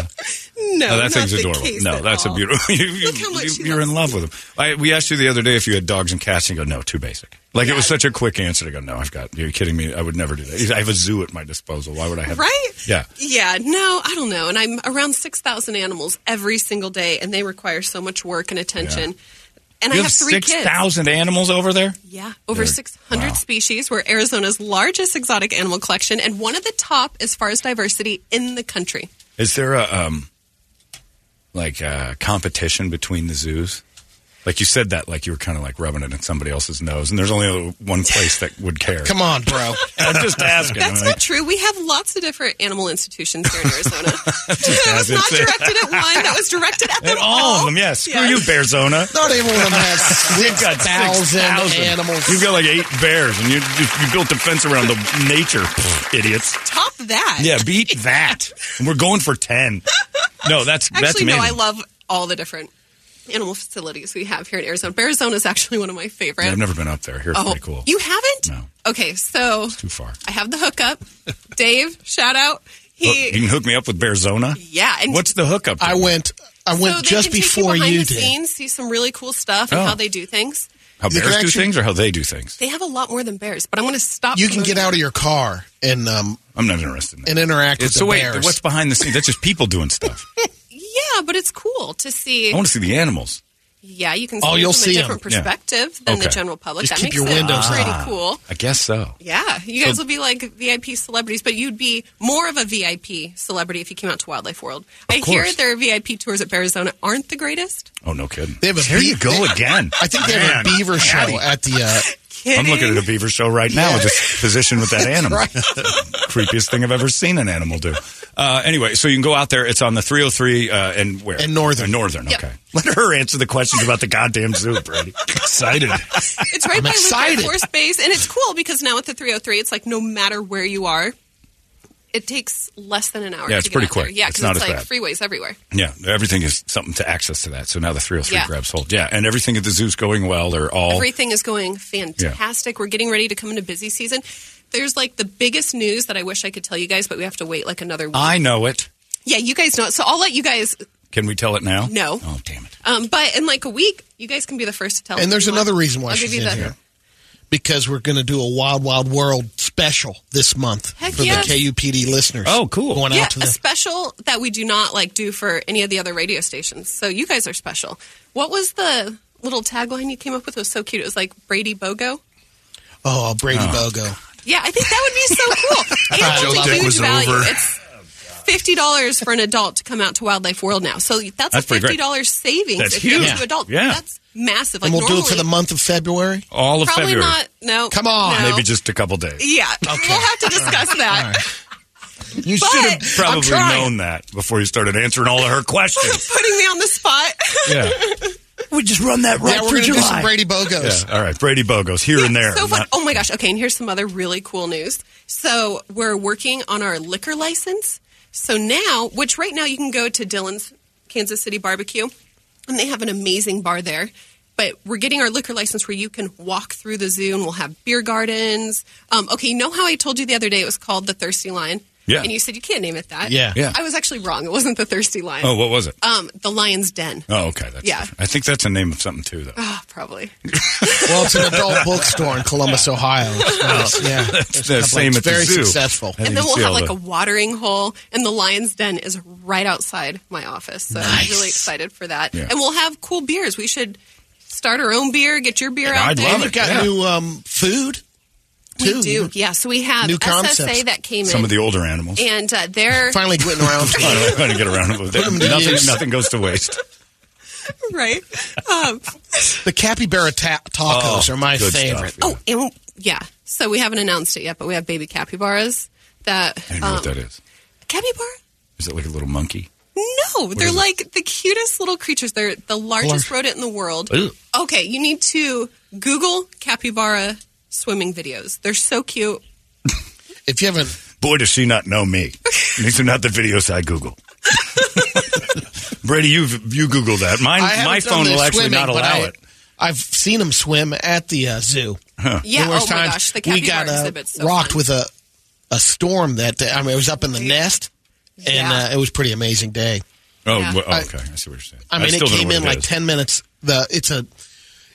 T: No,
G: Oh, that
T: not
G: thing's
T: the
G: adorable.
T: case
G: No,
T: at
G: that's
T: all.
G: a beautiful. You, you,
T: Look how much she
G: you, are in love with them. I, we asked you the other day if you had dogs and cats, and you go, "No, too basic." Like it was such a quick answer to go, "No, I've got." You're kidding me. I would never do that. I have a zoo at my disposal. Why would I have?
T: Right?
G: Yeah.
T: Yeah, no, I don't know. And I'm around 6,000 animals every single day, and they require so much work and attention. And
G: you
T: I have three
G: six
T: kids.
G: thousand animals over there.
T: Yeah, over
G: They're-
T: 600
G: wow.
T: species. We're Arizona's largest exotic animal collection and one of the top as far as diversity in the country.
G: Is there a um, like uh, competition between the zoos? Like you said that, like you were kind of like rubbing it in somebody else's nose, and there's only one place that would care.
H: Come on, bro.
G: I'm just asking.
T: That's
G: I'm like,
T: not true. We have lots of different animal institutions here in Arizona. that was
G: as it
T: not
G: said.
T: directed at one. That was directed at
G: At
T: them
G: all of them, yeah. Screw you, Bearzona.
H: Not even one of them has
G: You've got
H: 6,000
G: 6,000.
H: animals.
G: You've got like eight bears, and you you, you built a fence around the nature, Pfft, idiots.
T: Top that.
G: Yeah, beat that. And we're going for ten. No, that's that's
T: Actually,
G: amazing.
T: no, I love all the different animal facilities we have here in Arizona. Arizona is actually one of my favorite.
G: Yeah, I've never been up there.
T: Oh.
G: Here, it's pretty cool.
T: You haven't? No. Okay, so
G: Too far.
T: I have the hookup. Dave, shout out.
G: Hook-
T: He,
G: you can hook me up with Bearzona.
T: yeah, and
G: What's the hookup?
H: I went. I went
T: so they
H: just
T: can take
H: before
T: you, behind
H: you
T: the
H: did.
T: Scenes, see some really cool stuff and
G: Oh.
T: how they do things.
G: How
H: You
G: bears
H: can
G: do
H: actually-
G: things, or how they do things?
T: They have a lot more than bears, but I'm going to stop.
H: You can get out of your car and um.
G: I'm not interested. In
H: and interact with
G: so
H: the
G: wait,
H: bears.
G: what's behind the scenes? That's just people doing stuff.
T: Yeah, but it's cool to see.
G: I want to see the animals.
T: Yeah, you can see
G: Oh, you'll
T: it from
G: see
T: a
G: 'em.
T: different
G: Yeah.
T: perspective than the
G: Okay.
T: general public.
G: Just
T: that
G: keep
T: makes
G: your
T: it
G: windows
T: pretty
G: up.
T: cool.
G: I guess so.
T: Yeah, you guys
G: So-
T: will be like VIP celebrities, but you'd be more of a VIP celebrity if you came out to Wildlife World. I hear
G: course.
T: their VIP tours at Arizona aren't the greatest.
G: Oh no, kidding.
H: They have a
G: there
H: bee-
G: you go
H: they-
G: again.
H: I think they have a
G: Man,
H: beaver show
G: howdy.
H: at the. Uh,
G: I'm looking at a beaver show right now, just positioned with that animal.
H: right.
G: Creepiest thing I've ever seen an animal do. Uh, anyway, so you can go out there. It's on the 303 uh, and where? In Northern. northern,
T: Yep.
G: okay. Let her answer the questions about the goddamn zoo, Brady. Excited.
T: It's right
G: I'm
T: by Luke Air
G: excited.
T: Force Base, and it's cool because now at the 303, it's like no matter where you are, it takes less than an hour.
G: Yeah, it's
T: to get
G: pretty
T: out there.
G: quick.
T: Yeah,
G: It's
T: because
G: not
T: it's,
G: as
T: like
G: bad.
T: freeways everywhere.
G: Yeah, everything is something to access to that. So now the 303
T: Yeah.
G: grabs hold. Yeah, and everything at the zoo's going well. They're all.
T: Everything is going fantastic. We're getting ready to come into busy season. There's like the biggest news that I wish I could tell you guys, but we have to wait like another week.
G: I know it.
T: yeah, you guys know it. So I'll let you guys
G: Can we tell it now?
T: know. Oh,
G: damn it.
T: Um, but in like a week, you guys can be the first to tell.
H: and
T: if
H: there's
T: you want.
H: another reason why
T: I'll
H: she's
T: give you
H: in
T: the-
H: here. Because we're going to do a Wild Wild World special this month
T: Heck
H: for
T: yes.
H: the KUPD listeners. Oh, cool! Going
T: Yeah,
H: out to
T: a
H: the
T: special that we do not like do for any of the other radio stations. So you guys are special. What was the little tagline you came up with? It was so cute. It was like Brady Bogo.
H: oh Brady
G: Oh,
H: Bogo.
T: Yeah, I think that would be so cool.
H: I
T: Animals
H: love
T: are
H: it.
T: huge
H: Was
T: value.
H: over.
T: It's fifty dollars for an adult to come out to Wildlife World now. So that's,
G: That's
T: a
G: pretty
T: fifty
G: great.
T: dollars savings
G: That's
T: if you go
G: huge.
T: to adult.
G: Yeah.
T: That's massive.
H: and we'll
T: normally,
H: do it for the month of February.
G: All of
T: probably
G: February.
T: not. No,
H: Come on.
T: no.
G: Maybe just a couple days.
T: Yeah, we'll have to discuss that.
H: You
T: But-
H: should have
G: Probably known that before you started answering all of her questions.
T: Putting me on the spot.
G: Yeah.
H: We just run that
G: right
H: yeah, we're
G: through
H: gonna Do some
G: July.
H: Brady Bogos.
G: Yeah, all right, Brady Bogos here and there.
T: So fun.
G: Not-
T: oh my gosh. Okay, and here's some other really cool news. So we're working on our liquor license. So now, which right now you can go to Dylan's Kansas City Barbecue, and they have an amazing bar there. But we're getting our liquor license where you can walk through the zoo and we'll have beer gardens. Um, okay, you know how I told you the other day it was called the Thirsty Lion?
G: Yeah.
T: And you said you can't name it that.
G: Yeah. Yeah.
T: I was actually wrong. It wasn't the Thirsty Lion.
G: Oh, what was it?
T: Um, the Lion's Den.
G: Oh, okay. That's
T: Yeah.
G: different. I think that's the name of something too, though.
T: Ah, probably.
H: well, it's an adult bookstore in Columbus, Ohio. It's nice. Yeah,
G: That's the
H: There's a couple-
G: same
H: it's
G: at the
H: very
G: zoo.
H: successful.
G: I
T: and
G: think
T: then
G: you
T: we'll
G: see
T: have
G: all
T: like
G: the-
T: a watering hole, and the lion's den is right outside my office. So I'm really excited for that.
H: Yeah.
T: And we'll have cool beers. We should start our own beer. Get your beer out
H: And
T: there.
H: We've got new um, food. too.
T: We do, yeah. So we have
H: New
T: SSA
H: concepts.
T: that came in.
G: Some of the older animals.
T: And uh, they're
H: Finally getting around to it.
G: I'm going to get around with that.
H: Put 'em to
G: Nothing,
H: use.
G: nothing goes to waste.
T: right. Um,
H: The capybara ta- tacos
G: Oh,
H: are my
G: good stuff.
H: favorite.
T: oh, and yeah. So we haven't announced it yet, but we have baby capybaras that. um,
G: I don't know
T: Oh.
G: what that is.
T: Capybara?
G: Is it like a little monkey?
T: No, they're
G: is it?
T: like the cutest little creatures. They're the largest rodent in the world.
G: Ew.
T: Okay, you need to Google capybara swimming videos. They're so cute.
H: If you haven't.
G: Boy, does she not know me. These are not the videos I Google. Brady, you you Google that. Mine,
H: I haven't
G: my
H: done
G: phone
H: their
G: will actually
H: swimming,
G: not
H: but
G: allow
H: I,
G: it.
H: I've seen them swim at the uh, zoo.
T: Yeah,
H: There was
T: oh my
H: times
T: gosh, the
H: we
T: capybara
H: got uh,
T: exhibit's so
H: rocked with a a storm that day. I mean, it was up in the nest, and
T: Yeah.
H: uh, it was a pretty amazing day.
G: Oh,
H: Yeah.
G: well, oh,
H: I-
G: okay. I see what you're saying.
H: I mean,
G: still
H: it
G: don't know
H: came
G: what
H: in like
G: is.
H: ten minutes. The it's a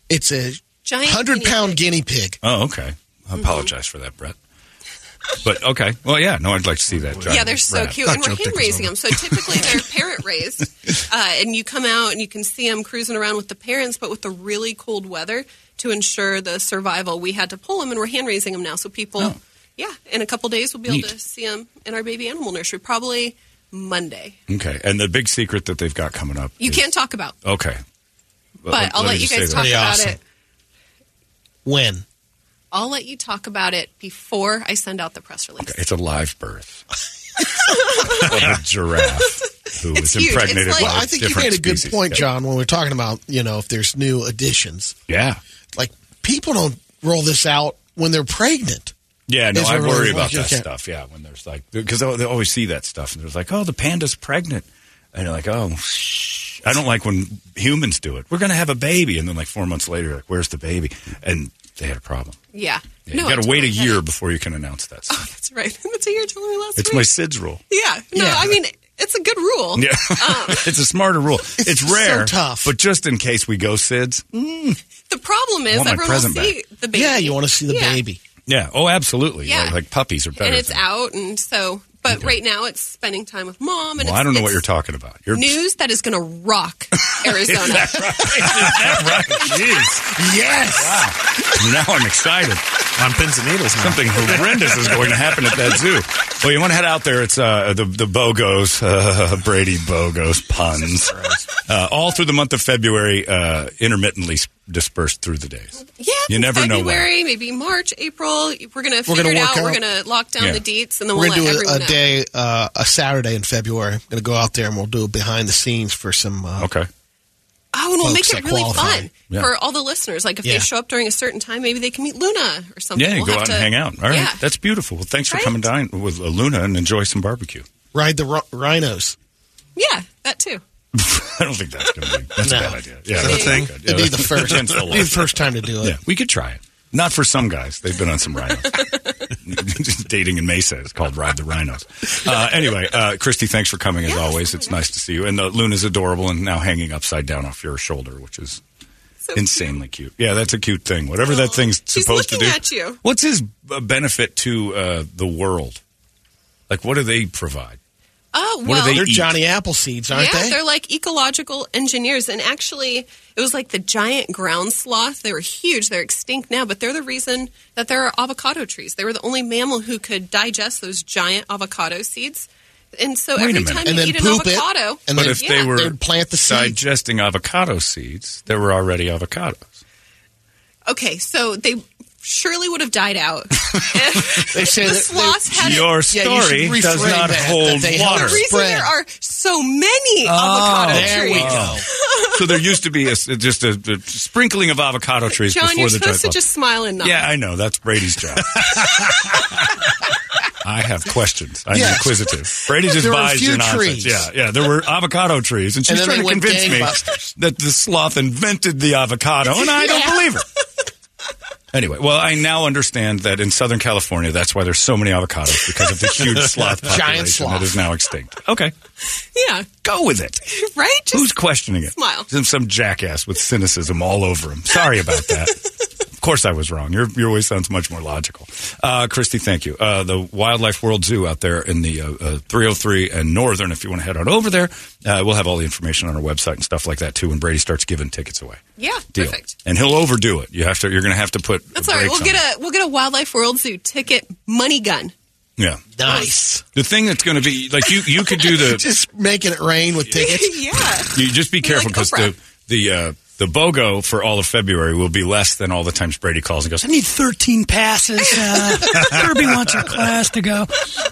H: it's a
T: Giant
H: hundred pound guinea pig.
G: Oh, okay.
T: Mm-hmm.
G: I apologize for that, Brett. But okay. Well, yeah. No, I'd like to see that.
T: yeah,
G: giant
T: they're so
G: rat.
T: cute, and we're hand raising them. So typically they're parrot raised, uh, and you come out and you can see them cruising around with the parents, but with the really cold weather to ensure the survival, we had to pull them, and we're hand raising them now. So people, yeah, in a couple days we'll be
G: Oh. Neat.
T: able to see them in our baby animal nursery, probably Monday.
G: Okay. And the big secret that they've got coming up.
T: You can't talk about,
G: Okay.
T: but I'll let, you guys talk about it.
H: When?
T: I'll let you talk about it before I send out the press release.
G: It's a live birth of a giraffe who was
T: huge. It's
G: impregnated
T: like-
G: by
T: Well,
G: a
H: I think you
G: different
H: made a good
G: species.
H: point,
G: Yeah.
H: John, when we we're talking about you know if there's new additions.
G: Yeah.
H: Like people don't roll this out when they're pregnant.
G: Yeah, no,
H: Is
G: I
H: there
G: worry
H: really-
G: about
H: you
G: that
H: can't-
G: stuff. Yeah, when there's like because they always see that stuff and there's like, oh, the panda's pregnant, and you're like, oh, shh. I don't like when humans do it. We're gonna have a baby, and then like four months later, like, where's the baby? And they had a problem.
T: Yeah,
G: Yeah,
T: no,
G: you got
T: I
G: to wait a
T: totally get it.
G: year before you can announce that. stuff.
T: That's right. That's what you were telling me last
G: it's
T: week.
G: my SIDS rule.
T: Yeah. No,
G: Yeah.
T: I mean, it's a good rule.
G: Yeah,
T: um,
G: it's a smarter rule. It's, rare,
H: tough.
G: but just in case we go SIDS,
T: Mm. The problem is
G: Want my
T: everyone will
G: present
T: see the baby.
H: Yeah, you want to see the
T: Yeah.
H: baby.
G: yeah, oh, absolutely.
T: Yeah.
G: Like, like puppies are better.
T: and it's
G: than-
T: out, and so, but right now it's spending time with mom. And
G: well,
T: it's,
G: I don't know what
T: it's
G: you're talking about. You're
T: News that is going to rock Arizona.
G: Jeez. Yes. Wow. Now I'm excited. On pins and needles. Something horrendous is going to happen at that zoo. Well, you want to head out there. It's uh, the the Bogos, uh, Brady Bogos puns, uh, all through the month of February, uh, intermittently s- dispersed through the days.
T: yeah,
G: You never know when.
T: February, maybe March, April. We're going to
H: We're
T: figure
H: gonna
T: it
H: work
T: out. We're
H: out-
T: going to lock down
H: Yeah.
T: the deets, and then
H: We're
T: we'll
H: gonna
T: let
H: do a,
T: everyone
H: a
T: know.
H: day, uh, a Saturday in February. I'm gonna go out there and we'll do a behind the scenes for some. Uh,
G: okay.
T: Oh, and we'll
H: folks
T: make
H: that
T: it really
H: qualify.
T: fun
H: Yeah.
T: for all the listeners. Like if
G: Yeah.
T: they show up during a certain time, maybe they can meet Luna or something.
G: Yeah, you
T: We'll
G: go
T: have
G: out
T: to-
G: and hang out. All right,
T: Yeah.
G: that's beautiful. Well, thanks for
T: Right.
G: coming down with uh, Luna and enjoy some barbecue.
H: Ride the ri- rhinos.
T: Yeah, that too.
G: I don't think that's going to be. That's
H: No.
G: a bad idea.
H: Is that a thing? It'd be the first-
G: Jen's still
H: it'd be the first time to do it.
G: Yeah, we could try it. Not for some guys. They've been on some rhinos. Dating in Mesa is called Ride the Rhinos. Uh, anyway, uh, Christy, thanks for coming as always. It's nice to see you. And uh, Luna's adorable and now hanging upside down off your shoulder, which is insanely cute. Yeah, that's a cute thing. Whatever that thing's
T: Oh, She's
G: supposed to
T: looking
G: do.
T: at you.
G: What's his uh, benefit to uh, the world? Like, what do they provide?
T: Oh, well,
G: What do they
H: They're
G: eat?
H: Johnny Appleseeds, aren't
T: yeah,
H: they?
T: are like ecological engineers. And actually, it was like the giant ground sloth. They were huge. They're extinct now, but they're the reason that there are avocado trees. They were the only mammal who could digest those giant avocado seeds. And so
G: Wait a
T: every
G: minute.
T: time you
G: And then
T: eat an
G: poop
H: it,
T: avocado,
G: but if
T: yeah.
G: they were
H: plant the
G: digesting avocado seeds, there were already avocados.
T: okay, so they surely would have died out.
H: They say
T: the
H: that
T: sloths had it-
G: Your story
H: should
G: does
H: reframe
G: not
H: that, that
G: hold
H: they help
G: water.
T: The reason there are so many avocado
G: Oh, there
T: trees.
G: we go. so there used to be a, just a, a sprinkling of avocado trees
T: John,
G: before
T: you're
G: the
T: supposed to
G: giant-
T: just smile and nod.
G: Yeah, I know. That's Brady's job. I have questions. I'm
L: Yes.
G: inquisitive. Brady just
L: There were a
G: buys
L: few
G: your nonsense.
L: trees.
G: Yeah, yeah. There were avocado trees, and
L: And
G: she's
L: then
G: trying
L: they
G: to
L: went
G: convince me
L: gangbusters.
G: that the sloth invented the avocado, and I don't
L: Yeah.
G: believe her. Anyway, well, I now understand that in Southern California, that's why there's so many avocados because of the huge sloth
L: Giant
G: population
L: sloth.
G: that is now extinct. Okay,
T: Yeah,
G: go with it.
T: right? Just
G: Who's questioning it?
T: smile.
G: Some, some jackass with cynicism all over him. Sorry about that. of course, I was wrong. Your your way sounds much more logical. Uh, Christy, thank you. Uh, the Wildlife World Zoo out there in the uh, uh, 303 and Northern. If you want to head on over there, uh, we'll have all the information on our website and stuff like that too. When Brady starts giving tickets away,
T: Yeah,
G: deal.
T: perfect.
G: And he'll overdo it. You have to. You're going to have to put.
T: That's all right. We'll
G: brakes on
T: get
G: it.
T: a we'll get a Wildlife World Zoo ticket money gun.
G: Yeah. Nice. The thing that's going to be like you you could do the
H: Just making it rain with tickets.
T: yeah.
G: you just be careful because the the uh, the BOGO for all of February will be less than all the times Brady calls and goes.
L: I need 13 passes. Uh, Kirby wants her class to go.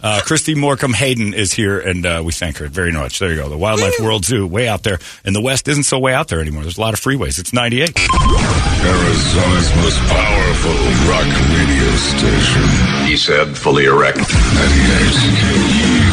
G: Uh, Christy Morecambe Hayden is here, and uh, we thank her very much. There you go. The Wildlife World Zoo, way out there. And the West isn't so way out there anymore. There's a lot of freeways. It's 98.
B: Arizona's most powerful rock radio station. He said, fully erect. 98.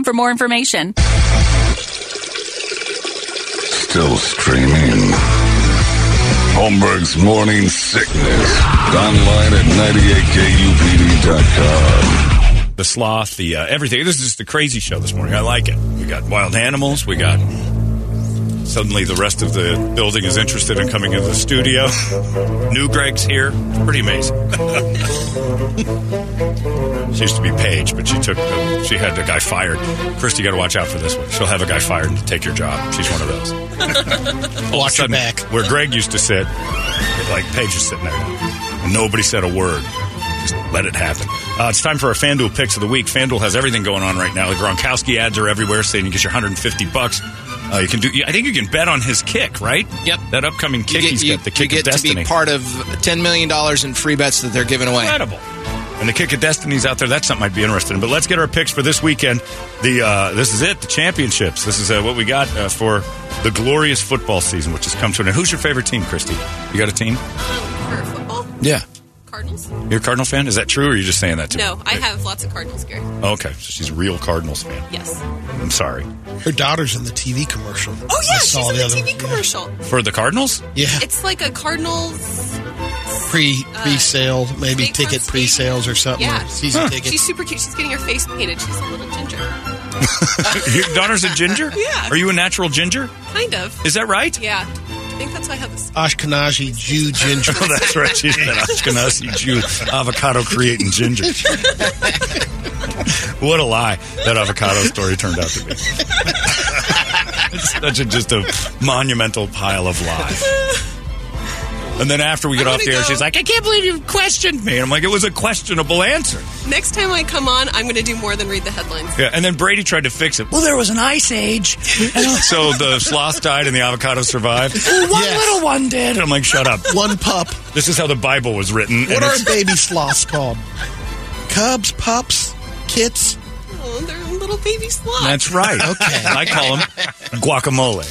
A: for more information.
B: Still streaming. Holmberg's Morning Sickness. Online at 98kupd.com.
G: The sloth, the uh, everything. This is just a crazy show this morning. I like it. We got wild animals. We got. Suddenly, the rest of the building is interested in coming into the studio. New Greg's here. It's pretty amazing. She used to be Paige, but she took the, she had the guy fired. Christy, you got to watch out for this one. She'll have a guy fired and take your job. She's one of those. watch her back. Where Greg used to sit, like Paige is sitting there now. And nobody said a word. Just let it happen. Uh, it's time for our FanDuel picks of the week. FanDuel has everything going on right now. The Gronkowski ads are everywhere, saying you get your 150 bucks. Uh, you can do. I think you can bet on his kick, right? Yep. That upcoming kick he's got. The
K: you
G: kick
K: get
G: of destiny.
K: to be part of $10 million in free bets that they're giving away.
G: Incredible. And the kick of destiny's out there. That's something I'd be interested in. But let's get our picks for this weekend. The uh, this is it. The championships. This is uh, what we got uh, for the glorious football season, which has come to an end. Who's your favorite team, Christy? You got a team?
T: For football?
G: Yeah.
T: Cardinals?
G: You're a Cardinal fan? Is that true, or are you just saying that to Oh.
T: No, I have lots of Cardinals, Gary.
G: me? Okay, so she's a real Cardinals fan.
T: Yes.
G: I'm sorry
H: Her daughter's in the TV commercial.
T: Oh yeah,
H: I
T: she's
H: saw
T: in the,
H: other-
T: TV commercial.
G: for the Cardinals.
H: Yeah,
T: It's like a Cardinals.
H: pre pre sale, maybe
T: steak on
H: ticket pre sales or
G: Uh,
H: something.
T: Uh, Yeah,
H: or season tickets.
T: She's super cute. She's getting her face painted. She's a little ginger,
G: Your daughter's a ginger.
T: Yeah.
G: Are you a natural ginger?
T: kind of.
G: Is that right?
T: Yeah, I think that's why I have this.
H: Ashkenazi Jew ginger.
G: oh, that's right. She's an Ashkenazi Jew, avocado creating ginger. what a lie that avocado story turned out to be. it's such a, just a monumental pile of lies. And then after we get off the air, she's like, I can't believe you questioned me. And I'm like, it was a questionable answer.
T: Next time I come on, I'm going to do more than read the headlines.
G: Yeah. And then Brady tried to fix it.
L: Well, there was an ice age. And a
G: So the sloth died and the avocado survived.
L: well, one little one did.
G: And I'm like, shut up.
H: One pup.
G: This is how the Bible was written.
H: What
G: and
H: are
G: it's-
H: baby sloths called? Cubs, pups, kits.
T: Oh, they're little baby sloths.
G: That's right.
H: Okay.
G: I call them guacamole.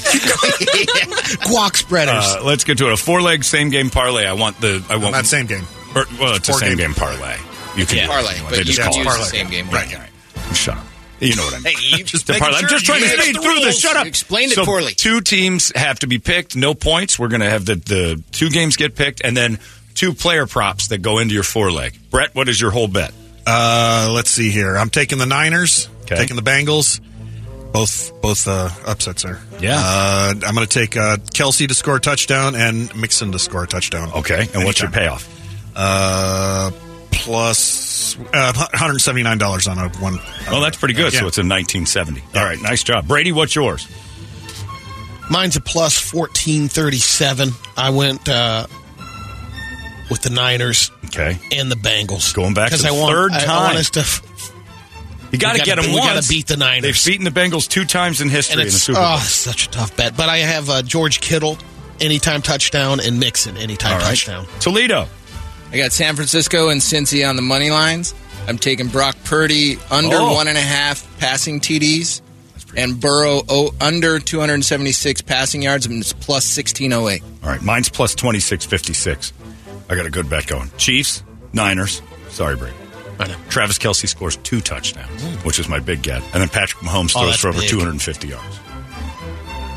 H: Guac spreaders.
G: Uh, let's get to it. A four leg same game parlay. I want the. I want
D: Not same game.
G: Or, well, it's a
D: Four
G: same
D: game.
G: game parlay. You can
D: Yeah.
G: do
D: Parlay,
G: it.
D: but
G: They
D: you
G: just
D: can
G: call
D: use
G: it
D: the
G: parlay.
D: same game.
G: Right. right. Shut up. You know what I mean.
K: you just
G: The parlay. I'm just trying to speed through this. Shut up.
K: Explained it
G: So
K: poorly.
G: Two teams have to be picked. No points. We're going to have the, the two games get picked, and then two player props that go into your four leg. Brett, what is your whole bet?
D: Uh, let's see here. I'm taking the Niners,
G: Okay.
D: taking the Bengals. Both both uh, upsets there.
G: Yeah.
D: Uh, I'm going to take uh, Kelsey to score a touchdown and Mixon to score a touchdown.
G: Okay. And what's your payoff?
D: Uh, plus uh, $179 on a one.
G: Well, that's pretty good.
D: Yeah.
G: So it's a 1970. All right. Nice job. Brady, what's yours?
H: Mine's a plus fourteen thirty seven. I went uh, with the Niners.
G: Okay.
H: And the Bengals.
G: Going back to
H: Because
G: the
H: I want,
G: third
H: I- I
G: time.
H: want us to f-
G: You got to
H: We
G: get
H: gotta
G: them
H: be- we
G: once.
H: gotta beat the Niners.
G: They've beaten the Bengals two times in history in the Super Bowl.
H: oh, such a tough bet. But I have uh, George Kittle anytime touchdown and Mixon anytime touchdown.
G: Toledo.
K: I got San Francisco and Cincy on the money lines. I'm taking Brock Purdy under
G: Oh.
K: one and a half passing TDs and Burrow oh, under 276 passing yards, and it's plus 1608.
G: All right, mine's plus 2656. I got a good bet going. Chiefs, Niners. Sorry, Brady. I know. Travis Kelsey scores two touchdowns, which is my big get. And then Patrick Mahomes
D: Oh,
G: throws
D: that's
G: for over
D: big.
G: 250 yards.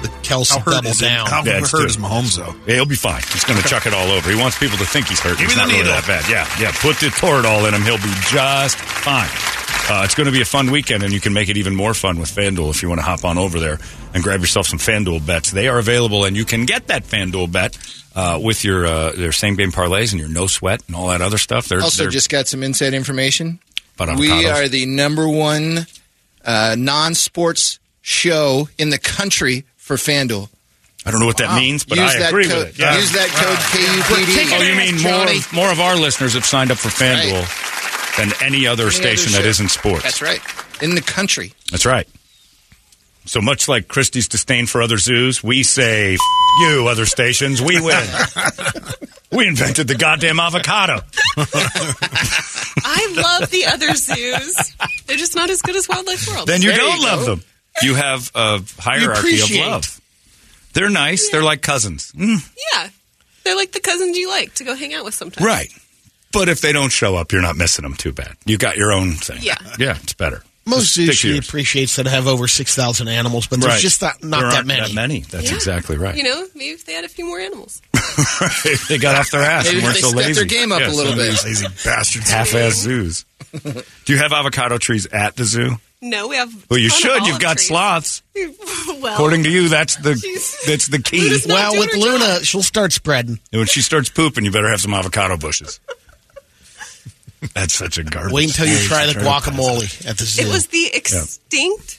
D: The Kelsey
G: double down.
D: How
G: Yeah,
D: yeah,
G: it's
D: hurt
G: two.
D: is Mahomes, though?
G: Yeah, he'll be fine. He's going to chuck it all over. He wants people to think he's hurt.
D: Give
G: it's
D: me the
G: not really
D: needle.
G: that bad. Yeah, yeah. Put the toradol in him. He'll be just fine. Uh, it's going to be a fun weekend, and you can make it even more fun with FanDuel if you want to hop on over there and grab yourself some FanDuel bets. They are available, and you can get that FanDuel bet uh, with your uh, their same game parlays and your no sweat and all that other stuff. They're,
K: also,
G: they're
K: just got some inside information.
G: About
K: we
G: avocados.
K: are the number one uh, non-sports show in the country for FanDuel.
G: I don't know what that
K: Wow.
G: means, but
K: Use
G: I
K: that
G: agree
K: code-
G: with it. Yeah.
K: Use that code
G: We're
K: KUPD.
G: taking- Oh, you mean more, more of our listeners have signed up for FanDuel than any other station that isn't sports.
K: That's right. In the country.
G: That's right. So much like Christie's disdain for other zoos, we say, F- you, other stations, we win. we invented the goddamn avocado.
T: I love the other zoos. They're just not as good as Wildlife World.
G: then you don't love them. You have a hierarchy of
T: appreciate.
G: love. They're nice. They're like cousins. Mm,
T: Yeah. They're like the cousins you like to go hang out with sometimes.
G: Right. But if they don't show up, you're not missing them too bad. You got your own thing.
T: Yeah.
G: Yeah, it's better.
H: Most
G: Stick to
H: zoos she
G: yours.
H: appreciates that have over 6,000 animals, but there's
G: Right.
H: just not, not
G: There
H: that
G: aren't
H: many.
G: that many. That's
T: Yeah.
G: exactly right.
T: You know, maybe if they had a few more animals.
G: they got off their ass
T: Maybe
G: and
T: if
G: weren't
T: they
G: so
T: stepped
G: lazy.
T: their game up a little
G: some of
T: bit.
G: these Lazy bastards. Half-ass zoos. Do you have avocado trees at the zoo?
T: No, we have.
G: Well, you
T: ton of
G: should. You've
T: olive
G: got
T: trees.
G: sloths.
T: well,
G: According to you, that's the that's the key.
T: Luna's not Well, doing with her
G: Luna,
H: she'll start spreading.
G: And when she starts pooping, you better have some avocado bushes. that's such a garbage.
H: Wait until you
G: story.
H: try the
G: Turn it-
H: guacamole at the zoo.
T: it was the
G: Yeah.
T: extinct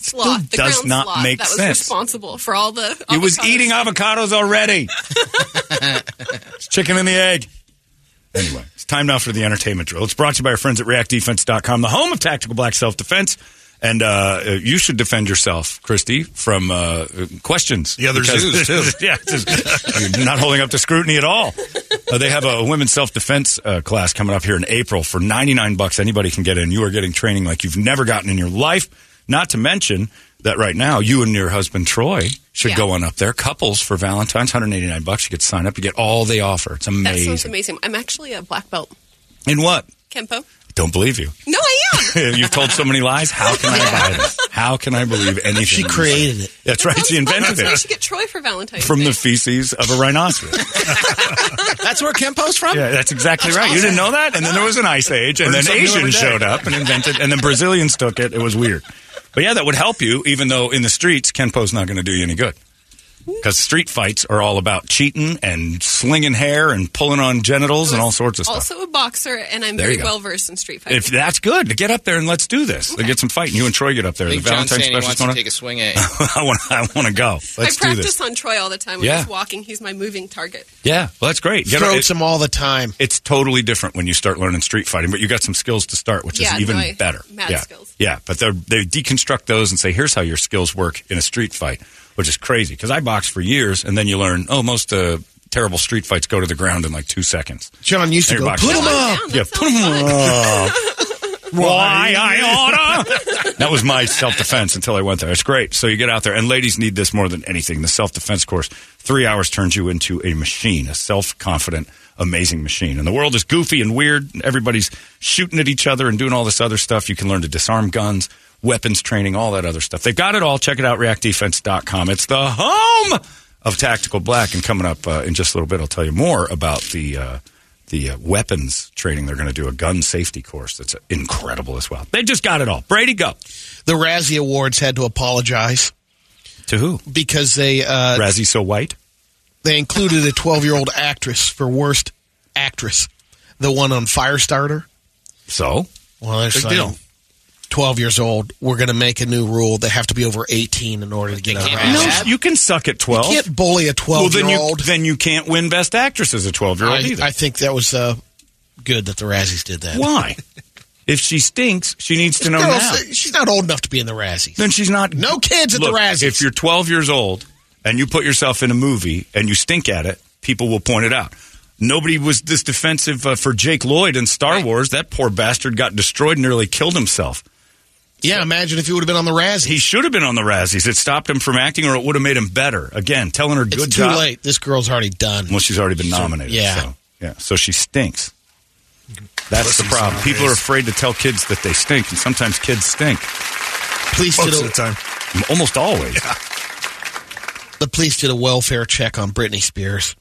T: sloth. The
G: does
T: ground
G: not
T: sloth
G: make
T: that was
G: sense.
T: responsible for all the.
G: It was eating avocados already. it's chicken and the egg. Anyway, it's time now for the entertainment drill. It's brought to you by our friends at reactdefense.com, the home of tactical black self defense. And uh, uh, you should defend yourself, Christy, from uh, questions. The
D: other zoos, too.
G: yeah, it's just- you're not holding up to scrutiny at all. Uh, they have a women's self defense uh, class coming up here in April for 99 bucks. Anybody can get in. You are getting training like you've never gotten in your life. Not to mention that right now, you and your husband Troy should
T: Yeah.
G: go on up there. Couples for Valentine's, 189 bucks. You get to sign up. You get all they offer. It's
T: That
G: amazing.
T: sounds amazing. I'm actually a black belt
G: In what?
T: kempo.
G: Don't believe you.
T: No, I am.
G: You've told so many lies. How can I buy this? How can I believe anything?
H: She
G: you say?
H: created it.
G: That's right. She invented
T: That's why I
G: it
T: should get Troy for Valentine's.
G: from the feces of a rhinoceros.
K: That's where Kempo's from?
G: Yeah, that's exactly right. You didn't know that? And then there was an ice age, and
D: Learn
G: then
D: something new every
G: Asians
D: day.
G: showed up and invented, and then Brazilians took it. It was weird. But yeah, that would help you, even though in the streets, Kenpo's not going to do you any good. Because street fights are all about cheating and slinging hair and pulling on genitals and all sorts of stuff.
T: Also a boxer, and I'm
G: There
T: very
G: you go.
T: well versed in street fighting.
G: If that's good, to get up there and let's do this. Get some fighting. You and Troy get up there.
K: I
G: The
K: think John
G: Valentine's
K: Sandy
G: special's
K: wants to
G: going
K: take a swing at you.
G: I want. I want to go. Let's
T: I
G: do
T: practice
G: this.
T: on Troy all the time when
G: Yeah.
T: he's walking. He's my moving target.
G: Yeah, well, that's great. Get
H: Throats
G: it-
H: them all the time.
G: It's totally different when you start learning street fighting, but you got some skills to start, which
T: Yeah,
G: is even
T: no, I-
G: better.
T: mad
G: yeah,
T: skills.
G: yeah. But they're- they deconstruct those and say, "Here's how your skills work in a street fight," which is crazy. Because I boxed for years, and then you learn, oh, most uh, terrible street fights go to the ground in like two seconds.
H: John used to
G: Every
H: go,
G: boxer-
H: put him up.
G: Yeah, put him
H: Oh.
G: up. Why I oughta? That was my self defense until I went there. It's great. So you get out there, and ladies need this more than anything. The self defense course, three hours turns you into a machine, a self confident, amazing machine. And the world is goofy and weird. and Everybody's shooting at each other and doing all this other stuff. You can learn to disarm guns, weapons training, all that other stuff. They've got it all. Check it out, reactdefense.com. It's the home of Tactical Black. And coming up uh, in just a little bit, I'll tell you more about the. Uh, the uh, weapons training they're going to do a gun safety course that's incredible as well they just got it all brady go
H: The Razzie Awards had to apologize.
G: To who?
H: Because they uh,
G: Razzie so white.
H: They included a 12 year old actress for worst actress, the one on Firestarter.
G: So,
H: well, there's
D: Big
H: like
D: deal.
H: 12 years old. We're going to make a new rule. They have to be over 18 in order to get on.
G: no you can suck at 12
H: You can't bully a 12
G: well then
H: year
G: you,
H: old.
G: then you can't win best actress as a 12 year old
H: I,
G: either
H: I think that was uh, good that the Razzies did that.
G: why if she stinks she needs to know
H: Girl,
G: now
H: She's not old enough to be in the Razzies.
G: then she's not
H: No kids at
G: Look,
H: the Razzies.
G: if you're 12 years old and you put yourself in a movie and you stink at it people will point it out Nobody was this defensive uh, for Jake Lloyd in Star Wars. That poor bastard got destroyed and nearly killed himself.
H: Yeah, imagine if he would have been on the Razzies.
G: He should have been on the Razzies. It stopped him from acting, or it would have made him better. Again, telling her good
H: it's too
G: job.
H: late. This girl's already done.
G: Well, she's already been nominated.
H: Yeah.
G: So Yeah, so she stinks. That's the
D: Pussies
G: problem.
D: nowadays.
G: People are afraid to tell kids that they stink, and sometimes kids stink.
H: Police
G: Most
H: did a-
G: of the time. Almost always.
H: The police did a welfare check on Britney Spears,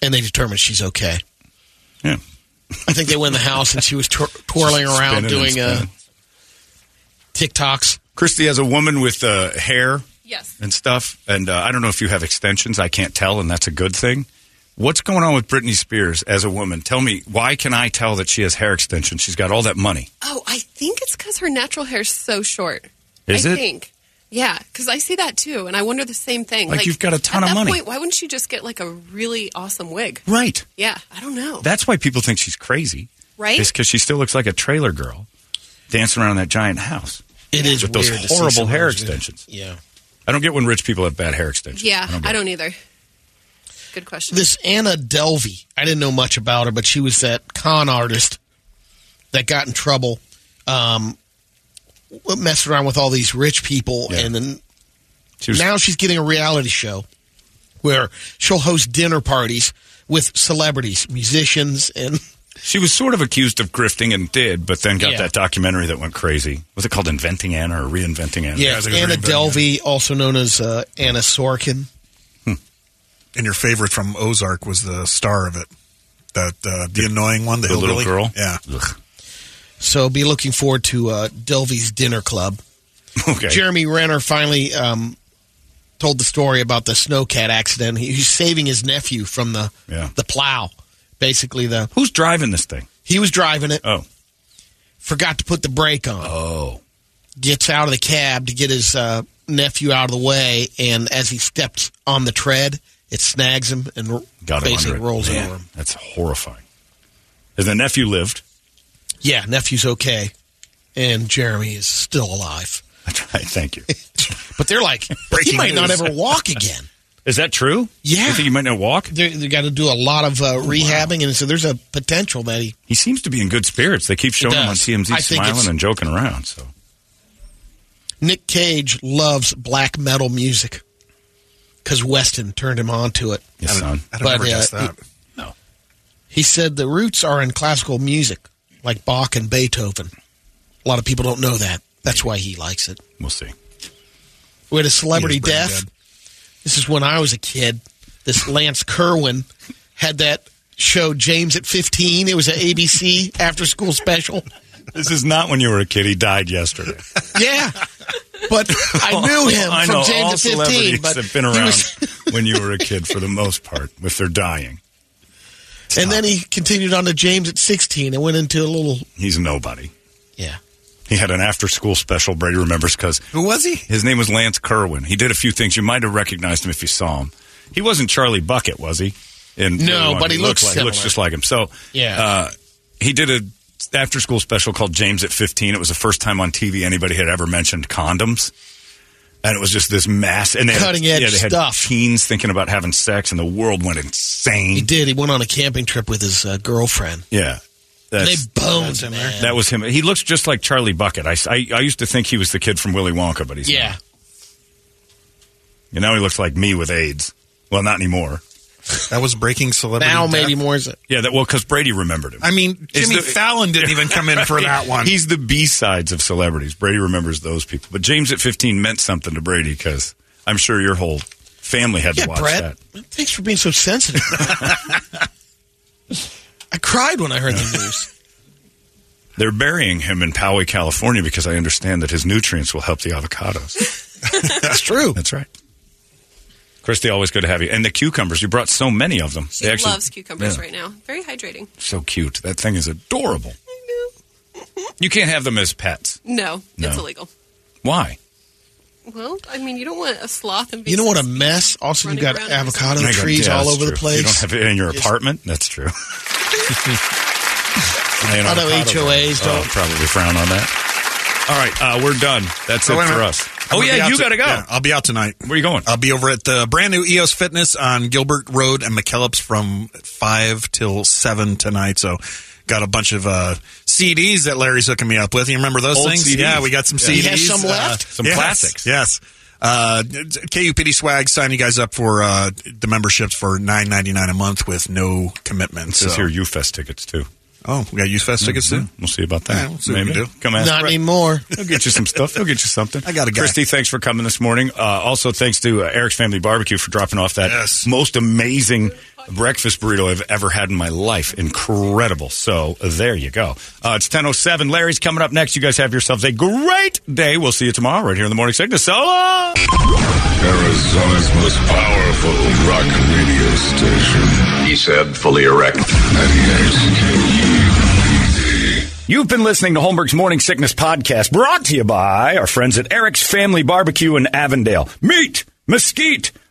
H: and they determined she's okay.
G: Yeah.
H: I think they went in the house and she was twir- twirling around
G: Spinning and
H: doing uh,
G: spinning.
H: TikToks.
G: Christy has a woman with uh, hair
T: Yes.
G: and stuff, and uh, I don't know if you have extensions. I can't tell, and that's a good thing. What's going on with Britney Spears as a woman? Tell me, why can I tell that she has hair extensions? She's got all that money.
T: Oh, I think it's because her natural hair is so short.
G: Is
T: I
G: it?
T: think. Yeah, because I see that too, and I wonder the same thing.
G: Like, you've got a ton
T: at
G: of
T: that
G: money.
T: Point, why wouldn't you just get like a really awesome wig?
G: Right.
T: Yeah, I don't know.
G: That's why people think she's crazy.
T: Right?
G: It's because she still looks like a trailer girl dancing around that giant house.
H: It is
G: with those
H: weird to see
G: horrible
H: someone
G: hair
H: who's doing-
G: extensions.
H: Yeah.
G: I don't get when rich people have bad hair extensions.
T: yeah,
G: I don't get
T: I don't either. Good question.
H: This Anna Delvey, I didn't know much about her, but she was that con artist that got in trouble, um, w- messed around with all these rich people, and then now she's getting a reality show where she'll host dinner parties with celebrities, musicians, and
G: She was sort of accused of grifting and did, but then got
H: Yeah.
G: that documentary that went crazy. Was it called Inventing Anna or Reinventing Anna?
H: yeah, Anna Delvey, also known as uh, Anna Sorkin.
D: And your favorite from Ozark was the star of it. That uh, the annoying one, the,
G: the little
D: hillbilly?
G: girl?
D: Yeah.
H: So be looking forward to uh, Delvey's Dinner Club.
G: Okay.
H: Jeremy Renner finally um, told the story about the snowcat accident. He- He's saving his nephew from the
G: Yeah.
H: the plow. Basically, the
G: who's driving this thing?
H: He was driving it.
G: Oh,
H: forgot to put the brake on.
G: Oh,
H: gets out of the cab to get his uh, nephew out of the way, and as he steps on the tread, it snags him and r-
G: Got him
H: basically
G: under it.
H: rolls
G: Man,
H: over him.
G: That's horrifying. And the nephew lived.
H: Yeah, nephew's okay, and Jeremy is still alive.
G: That's right. Thank you.
H: But they're like, he might not
G: news.
H: ever walk again.
G: Is that true?
H: Yeah.
G: You think he might not walk?
H: They they got to do a lot of uh, rehabbing, and so there's a potential that he.
G: He seems to be in good spirits. They keep showing him on
H: does.
G: TMZ
H: I think it's-
G: smiling and joking around. So
H: Nick Cage loves black metal music because Weston turned him on to it.
G: Yes, I don't- son. I don't
H: uh,
G: ever guess that.
H: no. He said the roots are in classical music, like Bach and Beethoven. A lot of people don't know that. That's why he likes it.
G: we'll see.
H: We had a celebrity
G: He was brain
H: death. This is when I was a kid. This Lance Kerwin had that show James at 15. It was an ABC after school special.
G: This is not when you were a kid. He died yesterday.
H: Yeah. But I knew him
G: Oh, I
H: from
G: know all
H: James at 15.
G: celebrities
H: But
G: have been
H: he
G: around
H: was-
G: when you were a kid for the most part, if they're dying.
H: and then he continued on to James at 16 and went into a little.
G: He's nobody.
H: Yeah.
G: He had an after school special, Brady remembers, because. Who was he? His name was Lance Kerwin. He did a few things. You might have recognized him if you saw him. He wasn't Charlie Bucket, was he? In,
H: No,
G: what
H: but he
G: looked
H: looks
G: like, he looks
H: similar.
G: just like him. So,
H: Yeah.
G: Uh, he did a after school special called James at 15. It was the first time on TV anybody had ever mentioned condoms. And it was just this mass. And they
H: Cutting edge
G: had, yeah, they had
H: stuff.
G: Teens thinking about having sex, and the world went insane.
H: He did. He went on a camping trip with his uh, girlfriend.
G: Yeah. That's-
H: they boned him. man.
G: That was him. He looks just like Charlie Bucket. I, I, I used to think he was the kid from Willy Wonka, but he's
H: Yeah.
G: not. And now he looks like me with AIDS. Well, not anymore. That was breaking celebrity.
D: Now maybe death?
H: more is it?
G: Yeah, that well because Brady remembered him.
D: I mean,
G: Is
D: Jimmy
G: the-
D: Fallon didn't even come in for that one.
G: He's the B sides of celebrities. Brady remembers those people. But James at fifteen meant something to Brady because I'm sure your whole family had
H: Yeah,
G: to watch
H: Brett.
G: that.
H: Thanks for being so sensitive. I cried when I heard the news.
G: They're burying him in Poway, California, because I understand that his nutrients will help the avocados.
H: That's true.
G: That's right. Christy, always good to have you. And the cucumbers, you brought so many of them.
T: She
G: They actually-
T: loves cucumbers
G: Yeah.
T: right now. Very hydrating.
G: So cute. That thing is adorable. You can't have them as pets.
T: No,
G: No.
T: it's illegal.
G: Why?
T: Well, I mean, you don't want a sloth and be
H: You know what a mess? Also, you
T: Running
H: got
T: around.
H: avocado
G: Yeah,
H: trees
G: yeah,
H: all
G: that's
H: over the
G: true.
H: place.
G: You don't have it in your
H: Just-
G: apartment? That's true. I
H: Although HOAs don't-
G: Oh, probably frown on that. All right, uh, we're done. That's
D: So wait
G: it
D: a
G: for
D: minute.
G: us.
D: I'm
G: Oh,
D: gonna be
G: yeah,
D: out
G: you
D: to-
G: got to go.
D: yeah, I'll be out tonight.
G: Where are you going?
D: I'll be over at the brand new EOS Fitness on Gilbert Road and McKellips from five till seven tonight. So. Got a bunch of uh, CDs that Larry's hooking me up with. You remember those
G: Old
D: things?
G: CDs.
D: Yeah, we got some
G: Yeah.
D: CDs.
G: He has some left? Some
D: yes,
G: classics.
D: Yes. Uh, KUPD swag sign you guys up for uh, the memberships for nine ninety nine a month with no commitment.
G: This is your U Fest tickets too. Mm-hmm.
D: Oh, we got youth fest tickets too.
G: We'll see about that.
D: Yeah, we'll see what we do.
G: Come ask
H: Not
G: Brett.
H: anymore.
G: They'll get you some stuff. They'll get you something. I got
D: a guy.
G: Christy, thanks for coming this morning. Uh, also, thanks to uh, Eric's Family Barbecue for dropping off that most amazing breakfast burrito I've ever had in my life. Incredible. So there you go. Uh, it's 10.07. Larry's coming up next. You guys have yourselves a great day. We'll see you tomorrow right here in the Morning Sickness. So long!
B: Arizona's most powerful rock radio station. He said, fully erect. 98 KUPD.
G: You've been listening to Holmberg's Morning Sickness Podcast, brought to you by our friends at Eric's Family Barbecue in Avondale. Meet, mesquite,